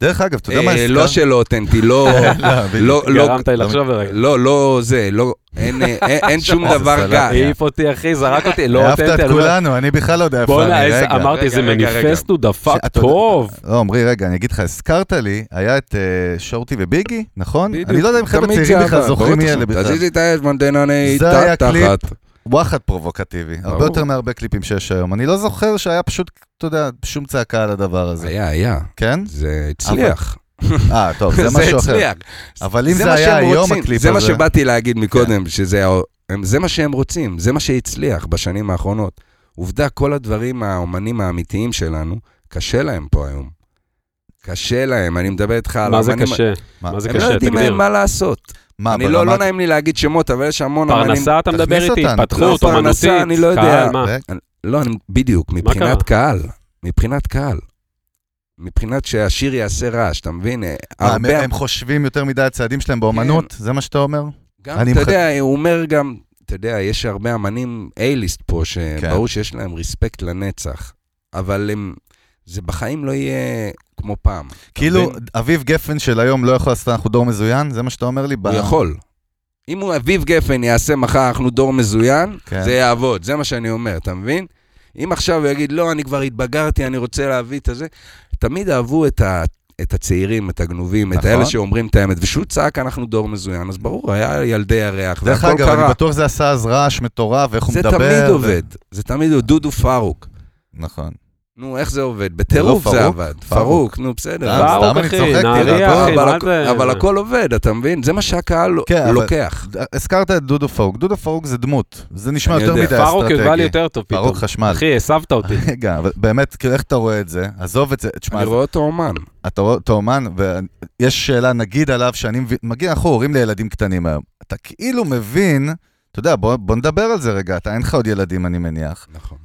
Speaker 2: דרך אגב, אתה יודע מה
Speaker 3: אה, לא
Speaker 2: הזכרת?
Speaker 3: שלא אותנטי, לא...
Speaker 2: [laughs] לא, בדיוק.
Speaker 3: לא, לא,
Speaker 1: גרמת לי לחשוב לרגע.
Speaker 3: לא, לא זה, לא, אין, אה, אין, אין שום
Speaker 2: איזה
Speaker 3: דבר
Speaker 2: סלט.
Speaker 3: גס.
Speaker 1: העיף אותי, אחי, זרק אותי, לא
Speaker 2: העפת
Speaker 1: אותנטי.
Speaker 2: את
Speaker 1: אני אומר,
Speaker 2: כולנו, אני בכלל לא יודע איפה
Speaker 1: בואנה,
Speaker 2: אני,
Speaker 1: איזה-
Speaker 2: רגע.
Speaker 1: אמרתי, איזה
Speaker 3: רגע, רגע,
Speaker 1: מניפסט הוא דפק
Speaker 2: שאתה-
Speaker 1: טוב.
Speaker 2: לא, עמרי, רגע, אני אגיד לך, הזכרת לי, היה את אה, שורטי וביגי, נכון?
Speaker 3: בדיוק.
Speaker 2: אני לא יודע אם חבר'ה
Speaker 3: תמיד זה
Speaker 2: צעירים בכלל
Speaker 3: עבר.
Speaker 2: זוכרים מי
Speaker 3: ברור,
Speaker 2: אלה בכלל.
Speaker 3: תזיזי את האש, מנדנני,
Speaker 2: זה היה
Speaker 3: תחת.
Speaker 2: קליפ. וואחד פרובוקטיבי, הרבה
Speaker 3: ברור.
Speaker 2: יותר מהרבה קליפים שיש היום. אני לא זוכר שהיה פשוט, אתה יודע, שום צעקה על הדבר הזה,
Speaker 3: היה, היה.
Speaker 2: כן?
Speaker 3: זה הצליח.
Speaker 2: אה, טוב,
Speaker 3: [laughs]
Speaker 2: זה משהו אחר.
Speaker 3: הצליח.
Speaker 2: אבל אם זה
Speaker 3: מה
Speaker 2: היה
Speaker 3: שהם
Speaker 2: היום,
Speaker 3: רוצים.
Speaker 2: הקליפ
Speaker 3: זה מה
Speaker 2: הזה... כן.
Speaker 3: שבאתי להגיד מקודם, שזה ה- הם- זה מה שהם רוצים, זה מה שהצליח בשנים האחרונות. עובדה, כל הדברים, האומנים האמיתיים שלנו, קשה להם פה היום. קשה להם, אני מדבר איתך על
Speaker 1: מה זה
Speaker 3: האומנים-
Speaker 1: קשה?
Speaker 2: מה-
Speaker 1: מה זה
Speaker 3: הם לא
Speaker 1: קשה?
Speaker 3: יודעים
Speaker 1: תגדיר.
Speaker 3: מה לעשות.
Speaker 2: מה,
Speaker 3: אני לא, לא
Speaker 2: ברמת-
Speaker 3: נעים לי להגיד שמות, אבל יש המון אמנים...
Speaker 1: פרנסה אתה מדבר
Speaker 2: תכניס
Speaker 1: איתי,
Speaker 2: אותנו.
Speaker 3: לא,
Speaker 1: התפתחות,
Speaker 3: פרנסה,
Speaker 1: אומנותית,
Speaker 3: אני לא יודע.
Speaker 1: קהל, אה, מה?
Speaker 2: ו-
Speaker 3: לא, אני, בדיוק,
Speaker 1: קרה?
Speaker 3: מבחינת קהל. מבחינת קהל. מבחינת שהשיר יעשה רעש, אתה מבין?
Speaker 2: מה, הם-
Speaker 3: הרבה...
Speaker 2: הם חושבים יותר מדי הצעדים שלהם באומנות? זה מה שאתה אומר?
Speaker 3: גם,
Speaker 2: אני
Speaker 3: אתה
Speaker 2: מח-
Speaker 3: יודע, הוא אומר גם, אתה יודע, יש הרבה אמנים A-ליסט פה,
Speaker 2: כן.
Speaker 3: שברור שיש להם רספקט לנצח, אבל הם... זה בחיים לא יהיה כמו פעם. אתה
Speaker 2: כאילו,
Speaker 3: מבין?
Speaker 2: אביב גפן של היום לא יכול לעשות אנחנו דור מזוין? זה מה שאתה אומר לי? ב-
Speaker 3: הוא יכול. אם הוא אביב גפן יעשה מחר, אנחנו דור מזוין,
Speaker 2: כן.
Speaker 3: זה יעבוד, זה מה שאני אומר, אתה מבין? אם עכשיו הוא יגיד, לא, אני כבר התבגרתי, אני רוצה להביא את הזה, תמיד אהבו את, ה, את הצעירים, את הגנובים, את
Speaker 2: נכון.
Speaker 3: האלה שאומרים את האמת. ושהוא צעק, אנחנו דור מזוין, אז ברור, היה ילדי ירח,
Speaker 2: דרך
Speaker 3: והכל
Speaker 2: אגב,
Speaker 3: קרה.
Speaker 2: אני בטוח זה עשה אז רעש מטורף, ואיך הוא
Speaker 3: זה
Speaker 2: מדבר.
Speaker 3: תמיד
Speaker 2: ו-
Speaker 3: עובד, זה תמיד עובד, דודו פארוק.
Speaker 2: נכון.
Speaker 3: נו, איך זה עובד? בטירוף
Speaker 2: לא
Speaker 3: זה
Speaker 2: פארוק,
Speaker 3: עבד.
Speaker 2: פארוק.
Speaker 3: פארוק, נו, בסדר.
Speaker 2: סתם,
Speaker 1: ברוך,
Speaker 2: אני
Speaker 1: אחי,
Speaker 2: צוחק, תראה,
Speaker 1: נהריה,
Speaker 2: בוא,
Speaker 1: אחי,
Speaker 3: אבל
Speaker 1: מה
Speaker 3: הכ-
Speaker 1: זה?
Speaker 3: אבל הכל עובד, אתה מבין? זה מה שהקהל
Speaker 2: כן, אבל-
Speaker 3: לוקח.
Speaker 2: הזכרת את דודו פארוק, דודו פארוק זה דמות, זה נשמע
Speaker 3: אני
Speaker 2: יותר מדי
Speaker 3: יודע.
Speaker 2: אסטרטגי.
Speaker 1: פארוק יובא לי יותר טוב פתאום.
Speaker 2: פארוק חשמל.
Speaker 1: אחי, הסבת אותי.
Speaker 2: [laughs] רגע, אבל באמת, כאילו, איך אתה רואה את זה? עזוב את זה, תשמע,
Speaker 3: אני רואה אותו אומן.
Speaker 2: אתה רואה אותו אומן, ויש שאלה, נגיד עליו, שאני מבין, מגיע, אנחנו הורים לילדים קטנים היום. אתה כאילו מבין, אתה יודע, בוא, בוא נדבר על זה רגע, אתה אין לך עוד ילדים, אני מניח.
Speaker 3: נכון.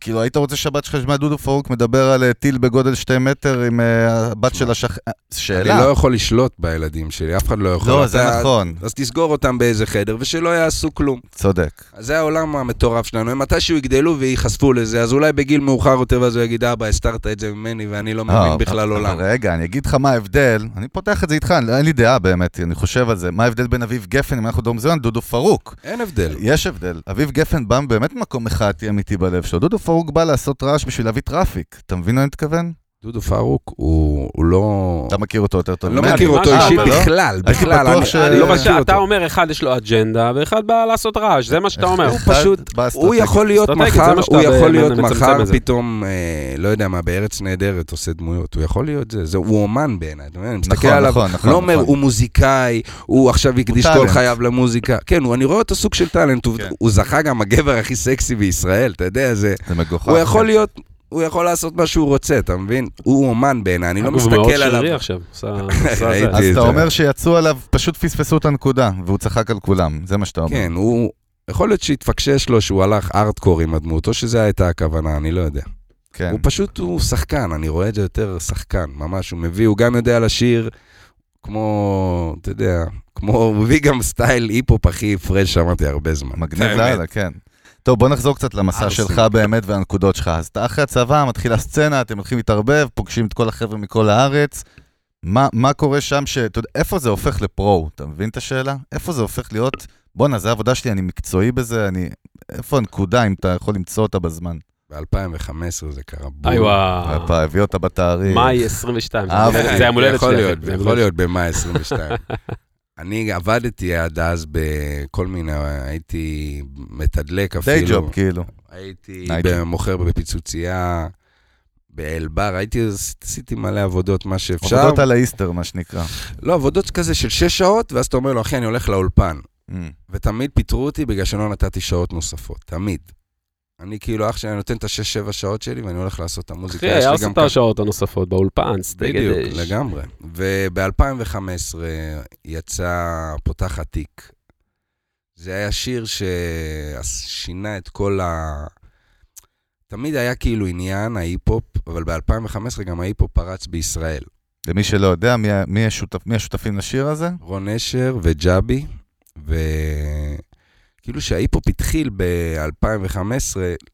Speaker 2: כאילו, היית רוצה שבת שלך תשמע דודו פורק מדבר על אה, טיל בגודל שתי מטר עם אה, הבת של השכ... אה,
Speaker 3: אני
Speaker 2: שאלה.
Speaker 3: לא יכול לשלוט בילדים שלי, אף אחד לא יכול.
Speaker 2: לא, זה
Speaker 3: אתה-
Speaker 2: נכון,
Speaker 3: אז תסגור אותם באיזה חדר, ושלא יעשו כלום.
Speaker 2: צודק.
Speaker 3: אז זה העולם המטורף שלנו. הם מתישהו יגדלו וייחשפו לזה, אז אולי בגיל מאוחר יותר, ואז הוא יגיד, אבא, הסתרת את זה ממני, ואני לא
Speaker 2: אה,
Speaker 3: מבין בכלל
Speaker 2: אבל
Speaker 3: עולם.
Speaker 2: רגע, אני אגיד לך מה ההבדל, אני פותח את זה איתך, אני- אין לי דעה באמת, אני חושב על זה. מה ההבדל בין אביב גפן, אם אנחנו דור מזוין, דודו פרוק.
Speaker 3: אין הבדל.
Speaker 2: יש הבדל. אביב גפן בא באמת ממקום מחאתי אמיתי בלב שלו. דודו פרוק בא לעשות רעש בשביל להביא טראפיק. אתה מבין מה אני מתכוון?
Speaker 3: דודו פארוק הוא הוא לא...
Speaker 2: אתה מכיר אותו יותר טוב.
Speaker 3: אני לא
Speaker 2: ממני.
Speaker 3: מכיר אותו
Speaker 1: אה,
Speaker 3: אישית
Speaker 2: אבל לא?
Speaker 3: בכלל,
Speaker 2: הייתי
Speaker 3: בכלל.
Speaker 2: בטוח
Speaker 3: אני-
Speaker 2: ש-
Speaker 3: אני לא
Speaker 2: אה,
Speaker 3: מכיר
Speaker 1: אתה
Speaker 3: אותו.
Speaker 1: אומר, אחד יש לו אג'נדה, ואחד בא לעשות רעש, זה מה שאתה אומר.
Speaker 2: אחד
Speaker 3: הוא פשוט-
Speaker 2: בא
Speaker 3: הוא
Speaker 2: אסטרטגית.
Speaker 3: יכול להיות
Speaker 1: אסטרטגית, זה
Speaker 3: מחר,
Speaker 1: מה שאתה
Speaker 3: הוא יכול
Speaker 1: באמת
Speaker 3: להיות
Speaker 1: מצמצם
Speaker 3: מחר
Speaker 1: את זה.
Speaker 3: פתאום, אה, לא יודע מה, בארץ נהדרת עושה דמויות, הוא יכול להיות זה, זה- הוא אומן בעיניי, אתה מבין? אני מסתכל
Speaker 2: נכון,
Speaker 3: עליו,
Speaker 2: נכון, נכון.
Speaker 3: לא אומר,
Speaker 2: נכון.
Speaker 3: הוא מוזיקאי, הוא עכשיו הקדיש כל
Speaker 2: טאלנט.
Speaker 3: חייו למוזיקה. כן, הוא- אני רואה אותו סוג של טאלנט, הוא-
Speaker 2: כן.
Speaker 3: הוא זכה גם הגבר הכי סקסי בישראל, אתה יודע, זה...
Speaker 2: זה מגוחך.
Speaker 3: הוא יכול להיות, הוא יכול לעשות מה שהוא רוצה, אתה מבין? הוא אומן בעיניי, אני לא
Speaker 1: הוא מאוד
Speaker 3: מסתכל
Speaker 1: שרירי
Speaker 3: עליו.
Speaker 1: עכשיו, עושה- עושה זה.
Speaker 3: ראיתי.
Speaker 2: אז אתה
Speaker 3: זה-
Speaker 2: אומר שיצאו עליו, פשוט פספסו את הנקודה, והוא צחק על כולם, זה מה שאתה אומר.
Speaker 3: כן, הוא... יכול להיות שהתפקשש לו שהוא הלך ארטקור עם הדמות, או שזו הייתה הכוונה, אני לא יודע.
Speaker 2: כן.
Speaker 3: הוא פשוט, הוא שחקן, אני רואה את זה יותר שחקן, ממש, הוא מביא, הוא גם יודע לשיר כמו, אתה יודע, כמו, הוא מביא גם סטייל היפ-הופ הכי פרש שמעתי הרבה זמן.
Speaker 2: מגניב
Speaker 3: האמת.
Speaker 2: לאללה, כן. טוב, בוא נחזור קצת למסע
Speaker 3: ארסים.
Speaker 2: שלך באמת והנקודות שלך. אז אתה אחרי הצבא, מתחילה הסצנה, אתם הולכים להתערבב, פוגשים את כל החבר'ה מכל הארץ. מה, מה קורה שם ש... אתה יודע, איפה זה הופך לפרו? אתה מבין את השאלה? איפה זה הופך להיות... בואנה, זו העבודה שלי, אני מקצועי בזה, אני... איפה הנקודה, אם אתה יכול למצוא אותה בזמן?
Speaker 3: ב-2015 זה קרה. בול.
Speaker 1: איי
Speaker 3: אה.
Speaker 1: וואו.
Speaker 2: אתה הביא אותה בתאריך.
Speaker 1: מאי 22.
Speaker 2: אה,
Speaker 1: זה-
Speaker 2: אוקיי.
Speaker 1: זה היום הולדת
Speaker 3: כן, יכול
Speaker 1: שלי.
Speaker 3: להיות,
Speaker 1: אחי, זה
Speaker 3: יכול
Speaker 1: היום
Speaker 3: להיות
Speaker 1: [laughs]
Speaker 3: במאי 22. אני עבדתי עד אז בכל מיני, הייתי מתדלק אפילו.
Speaker 2: די ג'וב, כאילו.
Speaker 3: הייתי
Speaker 2: נייק.
Speaker 3: מוכר בפיצוצייה, באלבר, הייתי, עשיתי מלא עבודות, מה שאפשר.
Speaker 2: עבודות על האיסטר, מה שנקרא.
Speaker 3: לא, עבודות כזה של שש שעות, ואז אתה אומר לו, אחי, אני הולך לאולפן.
Speaker 2: אמ,
Speaker 3: ותמיד פיטרו אותי בגלל שלא נתתי שעות נוספות, תמיד. אני כאילו, אח שלי, אני נותן את השש-שבע שעות שלי, ואני הולך לעשות את
Speaker 1: אחי,
Speaker 3: המוזיקה. יש לי
Speaker 1: היה
Speaker 3: גם
Speaker 1: עושה את
Speaker 3: ככה-
Speaker 1: השעות הנוספות באולפן,
Speaker 3: בדיוק,
Speaker 1: סטייגדש.
Speaker 3: לגמרי. וב-2015 יצא פותחת תיק. זה היה שיר ששינה את כל ה... תמיד היה כאילו עניין ההיפ-הופ, אבל ב-2015 גם ההיפ-הופ פרץ בישראל.
Speaker 2: למי שלא יודע, מי, ה- מי, השותפ, מי השותפים לשיר הזה?
Speaker 3: רון נשר וג'אבי, וכאילו שההיפ-הופ התחיל ב-2015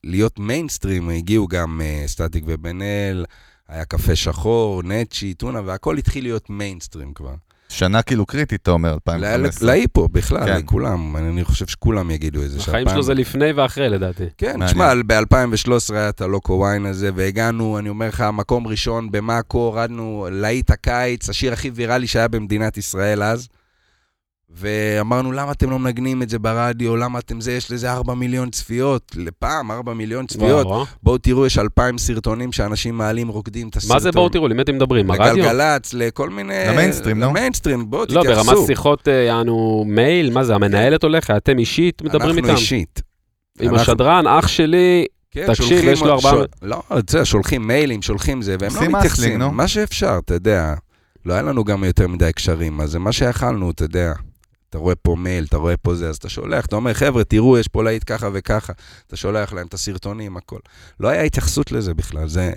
Speaker 3: להיות מיינסטרים, הגיעו גם uh, סטטיק ובן אל, היה קפה שחור, נצ'י, טונה, והכל התחיל להיות מיינסטרים כבר.
Speaker 2: שנה כאילו קריטית, אתה אומר, 2015.
Speaker 3: ל- להיפ-הופ בכלל,
Speaker 2: כן.
Speaker 3: לכולם, אני אני חושב שכולם יגידו את זה.
Speaker 1: החיים
Speaker 3: שהפעם-
Speaker 1: שלו זה לפני ואחרי, לדעתי.
Speaker 3: כן,
Speaker 2: מעניין.
Speaker 3: תשמע, ב-2013 היה את הלוקו ווין הזה, והגענו, אני אומר לך, מקום ראשון במאקו, הורדנו להיט הקיץ, השיר הכי ויראלי שהיה במדינת ישראל אז. ואמרנו, למה אתם לא מנגנים את זה ברדיו? למה אתם זה? יש לזה 4 מיליון צפיות. לפעם 4 מיליון צפיות.
Speaker 1: וואו, אה?
Speaker 3: בואו תראו, יש 2,000 סרטונים שאנשים מעלים, רוקדים את הסרטון.
Speaker 1: מה זה בואו תראו, למי אתם מדברים? הרדיו?
Speaker 3: לגלגלצ, לכל מיני...
Speaker 2: למיינסטרים, לא?
Speaker 3: למיינסטרים, בואו
Speaker 1: לא,
Speaker 3: תתייחסו.
Speaker 1: ברמת שיחות, אה, יענו מייל, מה זה, המנהלת הולכת, אתם אישית מדברים איתם.
Speaker 3: אנחנו אישית.
Speaker 1: עם
Speaker 3: אנחנו-
Speaker 1: השדרן, אח שלי,
Speaker 3: כן,
Speaker 1: תקשיב,
Speaker 3: שולחים-
Speaker 1: יש לו ארבעה-
Speaker 3: שול- לא, אתה יודע, שולחים מיילים, שולחים זה, והם
Speaker 2: עושים
Speaker 3: לא מתייחסים.
Speaker 2: אסלינג, נו.
Speaker 3: מה שאפשר, אתה יודע. לא היה לנו גם יותר מדי קשרים, אז זה מה שיכלנו, אתה יודע. אתה רואה פה מייל, אתה רואה פה זה, אז אתה שולח, אתה אומר, חבר'ה, תראו, יש פה להיט ככה וככה. אתה שולח להם את הסרטונים, הכל. לא היה התייחסות לזה בכלל, זה...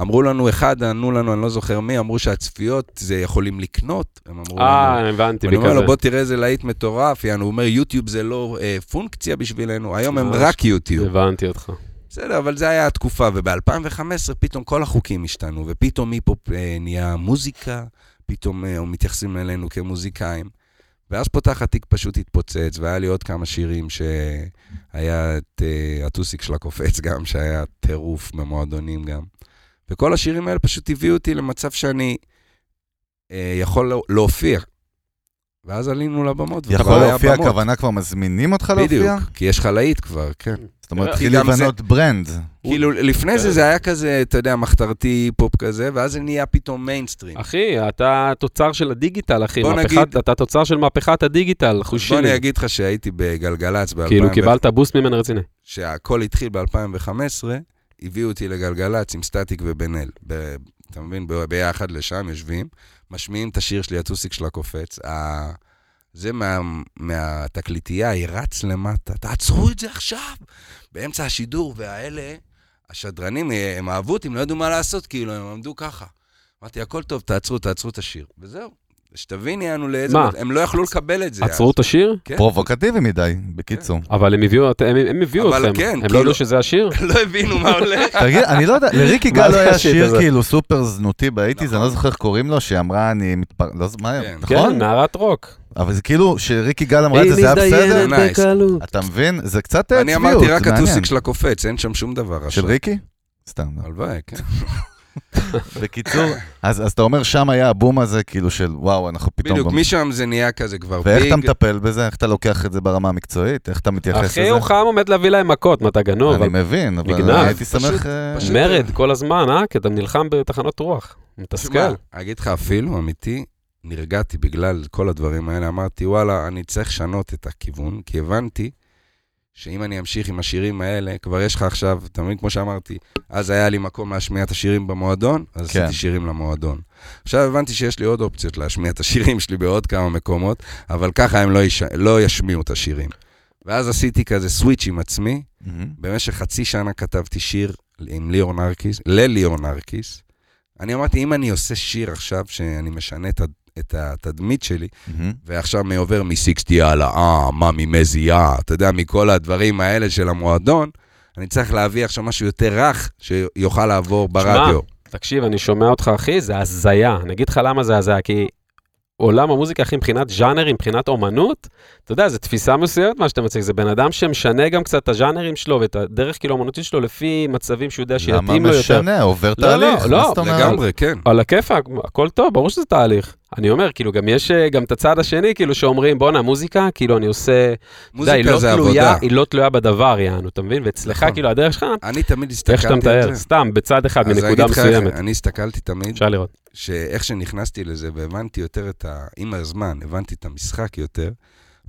Speaker 3: אמרו לנו, אחד ענו לנו, אני לא זוכר מי, אמרו שהצפיות זה יכולים לקנות, הם אמרו לנו...
Speaker 1: אה, הבנתי,
Speaker 3: אני אומר
Speaker 1: בכזה.
Speaker 3: לו, בוא תראה איזה להיט מטורף, יענו, הוא אומר, יוטיוב זה לא אה, פונקציה בשבילנו, היום הם
Speaker 1: ממש.
Speaker 3: רק יוטיוב.
Speaker 1: הבנתי אותך.
Speaker 3: בסדר, אבל זה היה התקופה, וב-2015 פתאום כל החוקים השתנו, ופתאום היפ-הופ אה, נהיה מוזיקה, פתאום אה, מתייחסים אלינו כמוזיקאים. ואז פותח התיק פשוט התפוצץ, והיה לי עוד כמה שירים שהיה את אה, הטוסיק של הקופץ [laughs] גם, שהיה טירוף במועדונים גם. וכל השירים האלה פשוט הביאו אותי למצב שאני אה, יכול לה- להופיע. ואז עלינו לבמות, וכבר
Speaker 2: יכול
Speaker 3: היה
Speaker 2: להופיע,
Speaker 3: במות.
Speaker 2: הכוונה כבר מזמינים אותך להופיע?
Speaker 3: בדיוק, כי יש לך להיט כבר, כן.
Speaker 2: זאת אומרת,
Speaker 1: כי
Speaker 2: התחיל
Speaker 3: גם זה-
Speaker 2: לבנות ברנד.
Speaker 3: כאילו, לפני
Speaker 1: אה,
Speaker 3: זה זה היה כזה, אתה יודע, מחתרתי פופ כזה, ואז זה נהיה פתאום מיינסטרים.
Speaker 1: אחי, אתה תוצר של הדיגיטל, אחי.
Speaker 3: בוא
Speaker 1: מהפכת-
Speaker 3: נגיד-
Speaker 1: אתה תוצר של מהפכת הדיגיטל, חושי.
Speaker 3: בוא אני אגיד לך שהייתי בגלגלצ ב-2000,
Speaker 1: כאילו, קיבלת בוסט ממנה רציני.
Speaker 3: שהכל התחיל ב-2015, הביאו אותי לגלגלצ עם סטטיק ובן אל. ב- אתה מבין? ב- ביחד לשם יושבים, משמיעים את השיר שלי, הטוסיק של הקופץ. ה- זה מה, מהתקליטייה, היא רץ למטה, תעצרו את זה עכשיו! באמצע השידור, והאלה, השדרנים, הם אהבו אותי, הם לא ידעו מה לעשות, כאילו, הם עמדו ככה. אמרתי, הכל טוב, תעצרו, תעצרו את השיר. וזהו. שתביני, אנו לאיזה...
Speaker 1: מה?
Speaker 3: הם לא יכלו לקבל את זה. [laughs]
Speaker 1: עצרו את השיר,
Speaker 3: כן.
Speaker 2: פרובוקטיבי מדי, בקיצור.
Speaker 1: אבל הם הביאו אות- הם- הם הביאו
Speaker 3: אבל
Speaker 1: אתכם.
Speaker 3: כן,
Speaker 1: הם לא
Speaker 3: כאילו-
Speaker 1: ידעו שזה השיר?
Speaker 3: לא הבינו מה
Speaker 1: [laughs]
Speaker 3: הולך.
Speaker 2: [laughs] תגיד, אני לא יודע, לריקי
Speaker 1: מה
Speaker 2: גל לא
Speaker 1: זה
Speaker 2: היה
Speaker 1: השיט הזה?
Speaker 2: שיר כאילו סופר זנותי באייטיז, אני לא
Speaker 3: נכון.
Speaker 2: זוכר איך קוראים לו, שהיא אמרה, אני מתפר... לא זוכר, מה,
Speaker 3: כן.
Speaker 2: נכון?
Speaker 1: כן, נערת רוק.
Speaker 2: אבל זה כאילו, שריקי גל אמרה את זה, זה היה בסדר?
Speaker 3: מתדיינת נייס.
Speaker 1: בקלות.
Speaker 2: אתה מבין? זה קצת אה, צביעות,
Speaker 3: אני אמרתי רק
Speaker 2: מעניין.
Speaker 3: הטוסיק של הקופץ, אין שם שום דבר.
Speaker 2: של
Speaker 3: עכשיו.
Speaker 2: ריקי? סתם.
Speaker 3: [laughs]
Speaker 2: לא.
Speaker 3: הלוואי,
Speaker 2: [laughs]
Speaker 3: כן.
Speaker 2: בקיצור, אז אז אתה אומר, שם היה הבום הזה, כאילו של וואו, אנחנו פתאום...
Speaker 3: בדיוק,
Speaker 2: במ-
Speaker 3: משם זה נהיה כזה כבר
Speaker 2: ואיך אתה
Speaker 3: ביג.
Speaker 2: מטפל בזה? איך אתה לוקח את זה ברמה המקצועית? איך אתה מתייחס לזה?
Speaker 1: אחי, הוא חם עומד להביא להם מכות, מה אתה גנוב?
Speaker 2: אני
Speaker 1: אבל
Speaker 2: מבין, אבל
Speaker 1: נגנב.
Speaker 2: אני הייתי
Speaker 3: פשוט-
Speaker 2: שמח... אה,
Speaker 3: פשוט-
Speaker 1: מרד כל הזמן, אה? כי אתה נלחם בתחנות רוח. מתסכל.
Speaker 3: תשמע, אגיד לך אפילו, אמיתי, נרגעתי בגלל כל הדברים האלה, אמרתי, וואלה, אני צריך לשנות את הכיוון, כי הבנתי שאם אני אמשיך עם השירים האלה, כבר יש לך עכשיו, אתה מבין, כמו שאמרתי, אז היה לי מקום להשמיע את השירים במועדון, אז
Speaker 2: כן.
Speaker 3: עשיתי שירים למועדון. עכשיו הבנתי שיש לי עוד אופציות להשמיע את השירים שלי בעוד כמה מקומות, אבל ככה הם לא, יש... לא ישמיעו את השירים. ואז עשיתי כזה סוויץ' עם עצמי,
Speaker 2: מהמם.
Speaker 3: במשך חצי שנה כתבתי שיר עם ליאור נרקיס, לליאור נרקיס. אני אמרתי, אם אני עושה שיר עכשיו, שאני משנה את, הד- את התדמית שלי,
Speaker 2: מהמם.
Speaker 3: ועכשיו אני עובר מ-60 יאללה, אה, מה, ממזיעה, אתה יודע, מכל הדברים האלה של המועדון, אני צריך להביא עכשיו משהו יותר רך, שיוכל לעבור ברדיו.
Speaker 1: תקשיב, אני שומע אותך, אחי, זה הזיה. אני אגיד לך למה זה הזיה, כי עולם המוזיקה, אחי, מבחינת ז'אנרים, מבחינת אומנות, אתה יודע, זו תפיסה מסוימת מה שאתה מציג. זה בן אדם שמשנה גם קצת את הז'אנרים שלו ואת הדרך כאילו האומנותית שלו לפי מצבים שהוא יודע
Speaker 2: למה
Speaker 1: שיתאים לו יותר.
Speaker 2: משנה? עובר
Speaker 1: לא, לא,
Speaker 2: תהליך, מה
Speaker 1: לא,
Speaker 2: זאת אומרת?
Speaker 3: לגמרי, כן.
Speaker 1: על הכיפאק, הכל טוב, ברור שזה תהליך. אני אומר, כאילו, גם יש אה, גם את הצד השני, כאילו, שאומרים, בואנה, מוזיקה, כאילו, אני עושה... אתה יודע,
Speaker 3: מוזיקה
Speaker 1: היא
Speaker 3: זה
Speaker 1: לא תלויה,
Speaker 3: עבודה.
Speaker 1: היא לא תלויה בדבר, יענו, אתה מבין? ואצלך,
Speaker 3: נכון.
Speaker 1: כאילו, הדרך שלך,
Speaker 3: אני תמיד
Speaker 1: איך שאתה
Speaker 3: הסתכלתי
Speaker 1: מתאר,
Speaker 3: על זה.
Speaker 1: סתם, בצד אחד,
Speaker 3: אז
Speaker 1: מנקודה
Speaker 3: אגיד לך איך-
Speaker 1: מסוימת.
Speaker 3: אני הסתכלתי תמיד
Speaker 1: אפשר לראות.
Speaker 3: שאיך שנכנסתי לזה והבנתי יותר את ה... עם הזמן, הבנתי את המשחק יותר,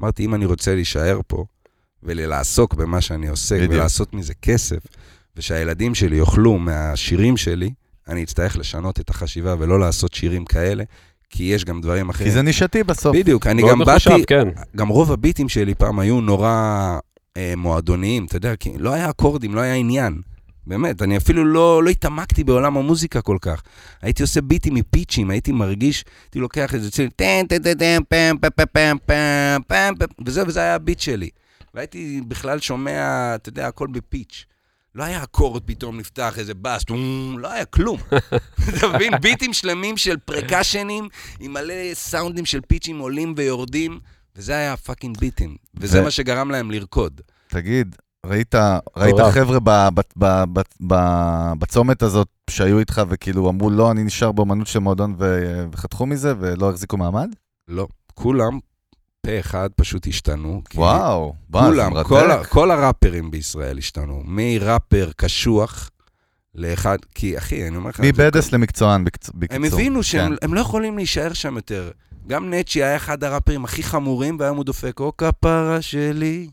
Speaker 3: אמרתי, אם אני רוצה להישאר פה ולעסוק במה שאני עושה,
Speaker 2: בדיוק.
Speaker 3: ולעשות מזה כסף, ושהילדים שלי יאכלו מהשירים שלי, אני אצטרך לשנות את החשיבה ולא לעשות שירים כאלה, כי יש גם דברים אחרים.
Speaker 2: כי זה לא נישתי בסוף.
Speaker 3: בדיוק, אני
Speaker 1: מאוד
Speaker 3: גם
Speaker 1: מחושב,
Speaker 3: באתי,
Speaker 1: כן.
Speaker 3: גם רוב הביטים שלי פעם היו נורא אה, מועדוניים, אתה יודע, כי לא היה אקורדים, לא היה עניין. באמת, אני אפילו לא, לא התעמקתי בעולם המוזיקה כל כך. הייתי עושה ביטים מפיצ'ים, הייתי מרגיש, הייתי לוקח את זה, צליל, טן, טן, טן, טן, פם, פם, פם, פם, פם, פם, פם, וזה, וזה היה הביט שלי. והייתי בכלל שומע, אתה יודע, הכל בפיץ'. לא היה אקורד פתאום נפתח, איזה בס, טום, לא היה כלום. [laughs] אתה מבין? ביטים שלמים של פרקשנים, עם מלא סאונדים של פיצ'ים עולים ויורדים, וזה היה הפאקינג ביטים. וזה
Speaker 2: ו-
Speaker 3: מה שגרם להם לרקוד.
Speaker 2: תגיד, ראית, ראית
Speaker 1: מטורף.
Speaker 2: חבר'ה ב, ב, ב, ב, ב, בצומת הזאת שהיו איתך וכאילו אמרו לא, אני נשאר באמנות של מועדון ו, וחתכו מזה ולא החזיקו מעמד?
Speaker 3: לא. כולם, פה אחד, פשוט השתנו. כי
Speaker 2: וואו, בא, זה
Speaker 3: כולם,
Speaker 2: מרתק.
Speaker 3: כל, ה- כל הראפרים בישראל השתנו. מראפר קשוח לאחד, כי אחי, אני אומר לך... זה-
Speaker 2: מבדס למקצוען, בקצ... בקיצור.
Speaker 3: הם הבינו שהם
Speaker 2: כן.
Speaker 3: הם לא יכולים להישאר שם יותר. גם נצ'י היה אחד הראפרים הכי חמורים, והיום הוא דופק, או כפרה שלי.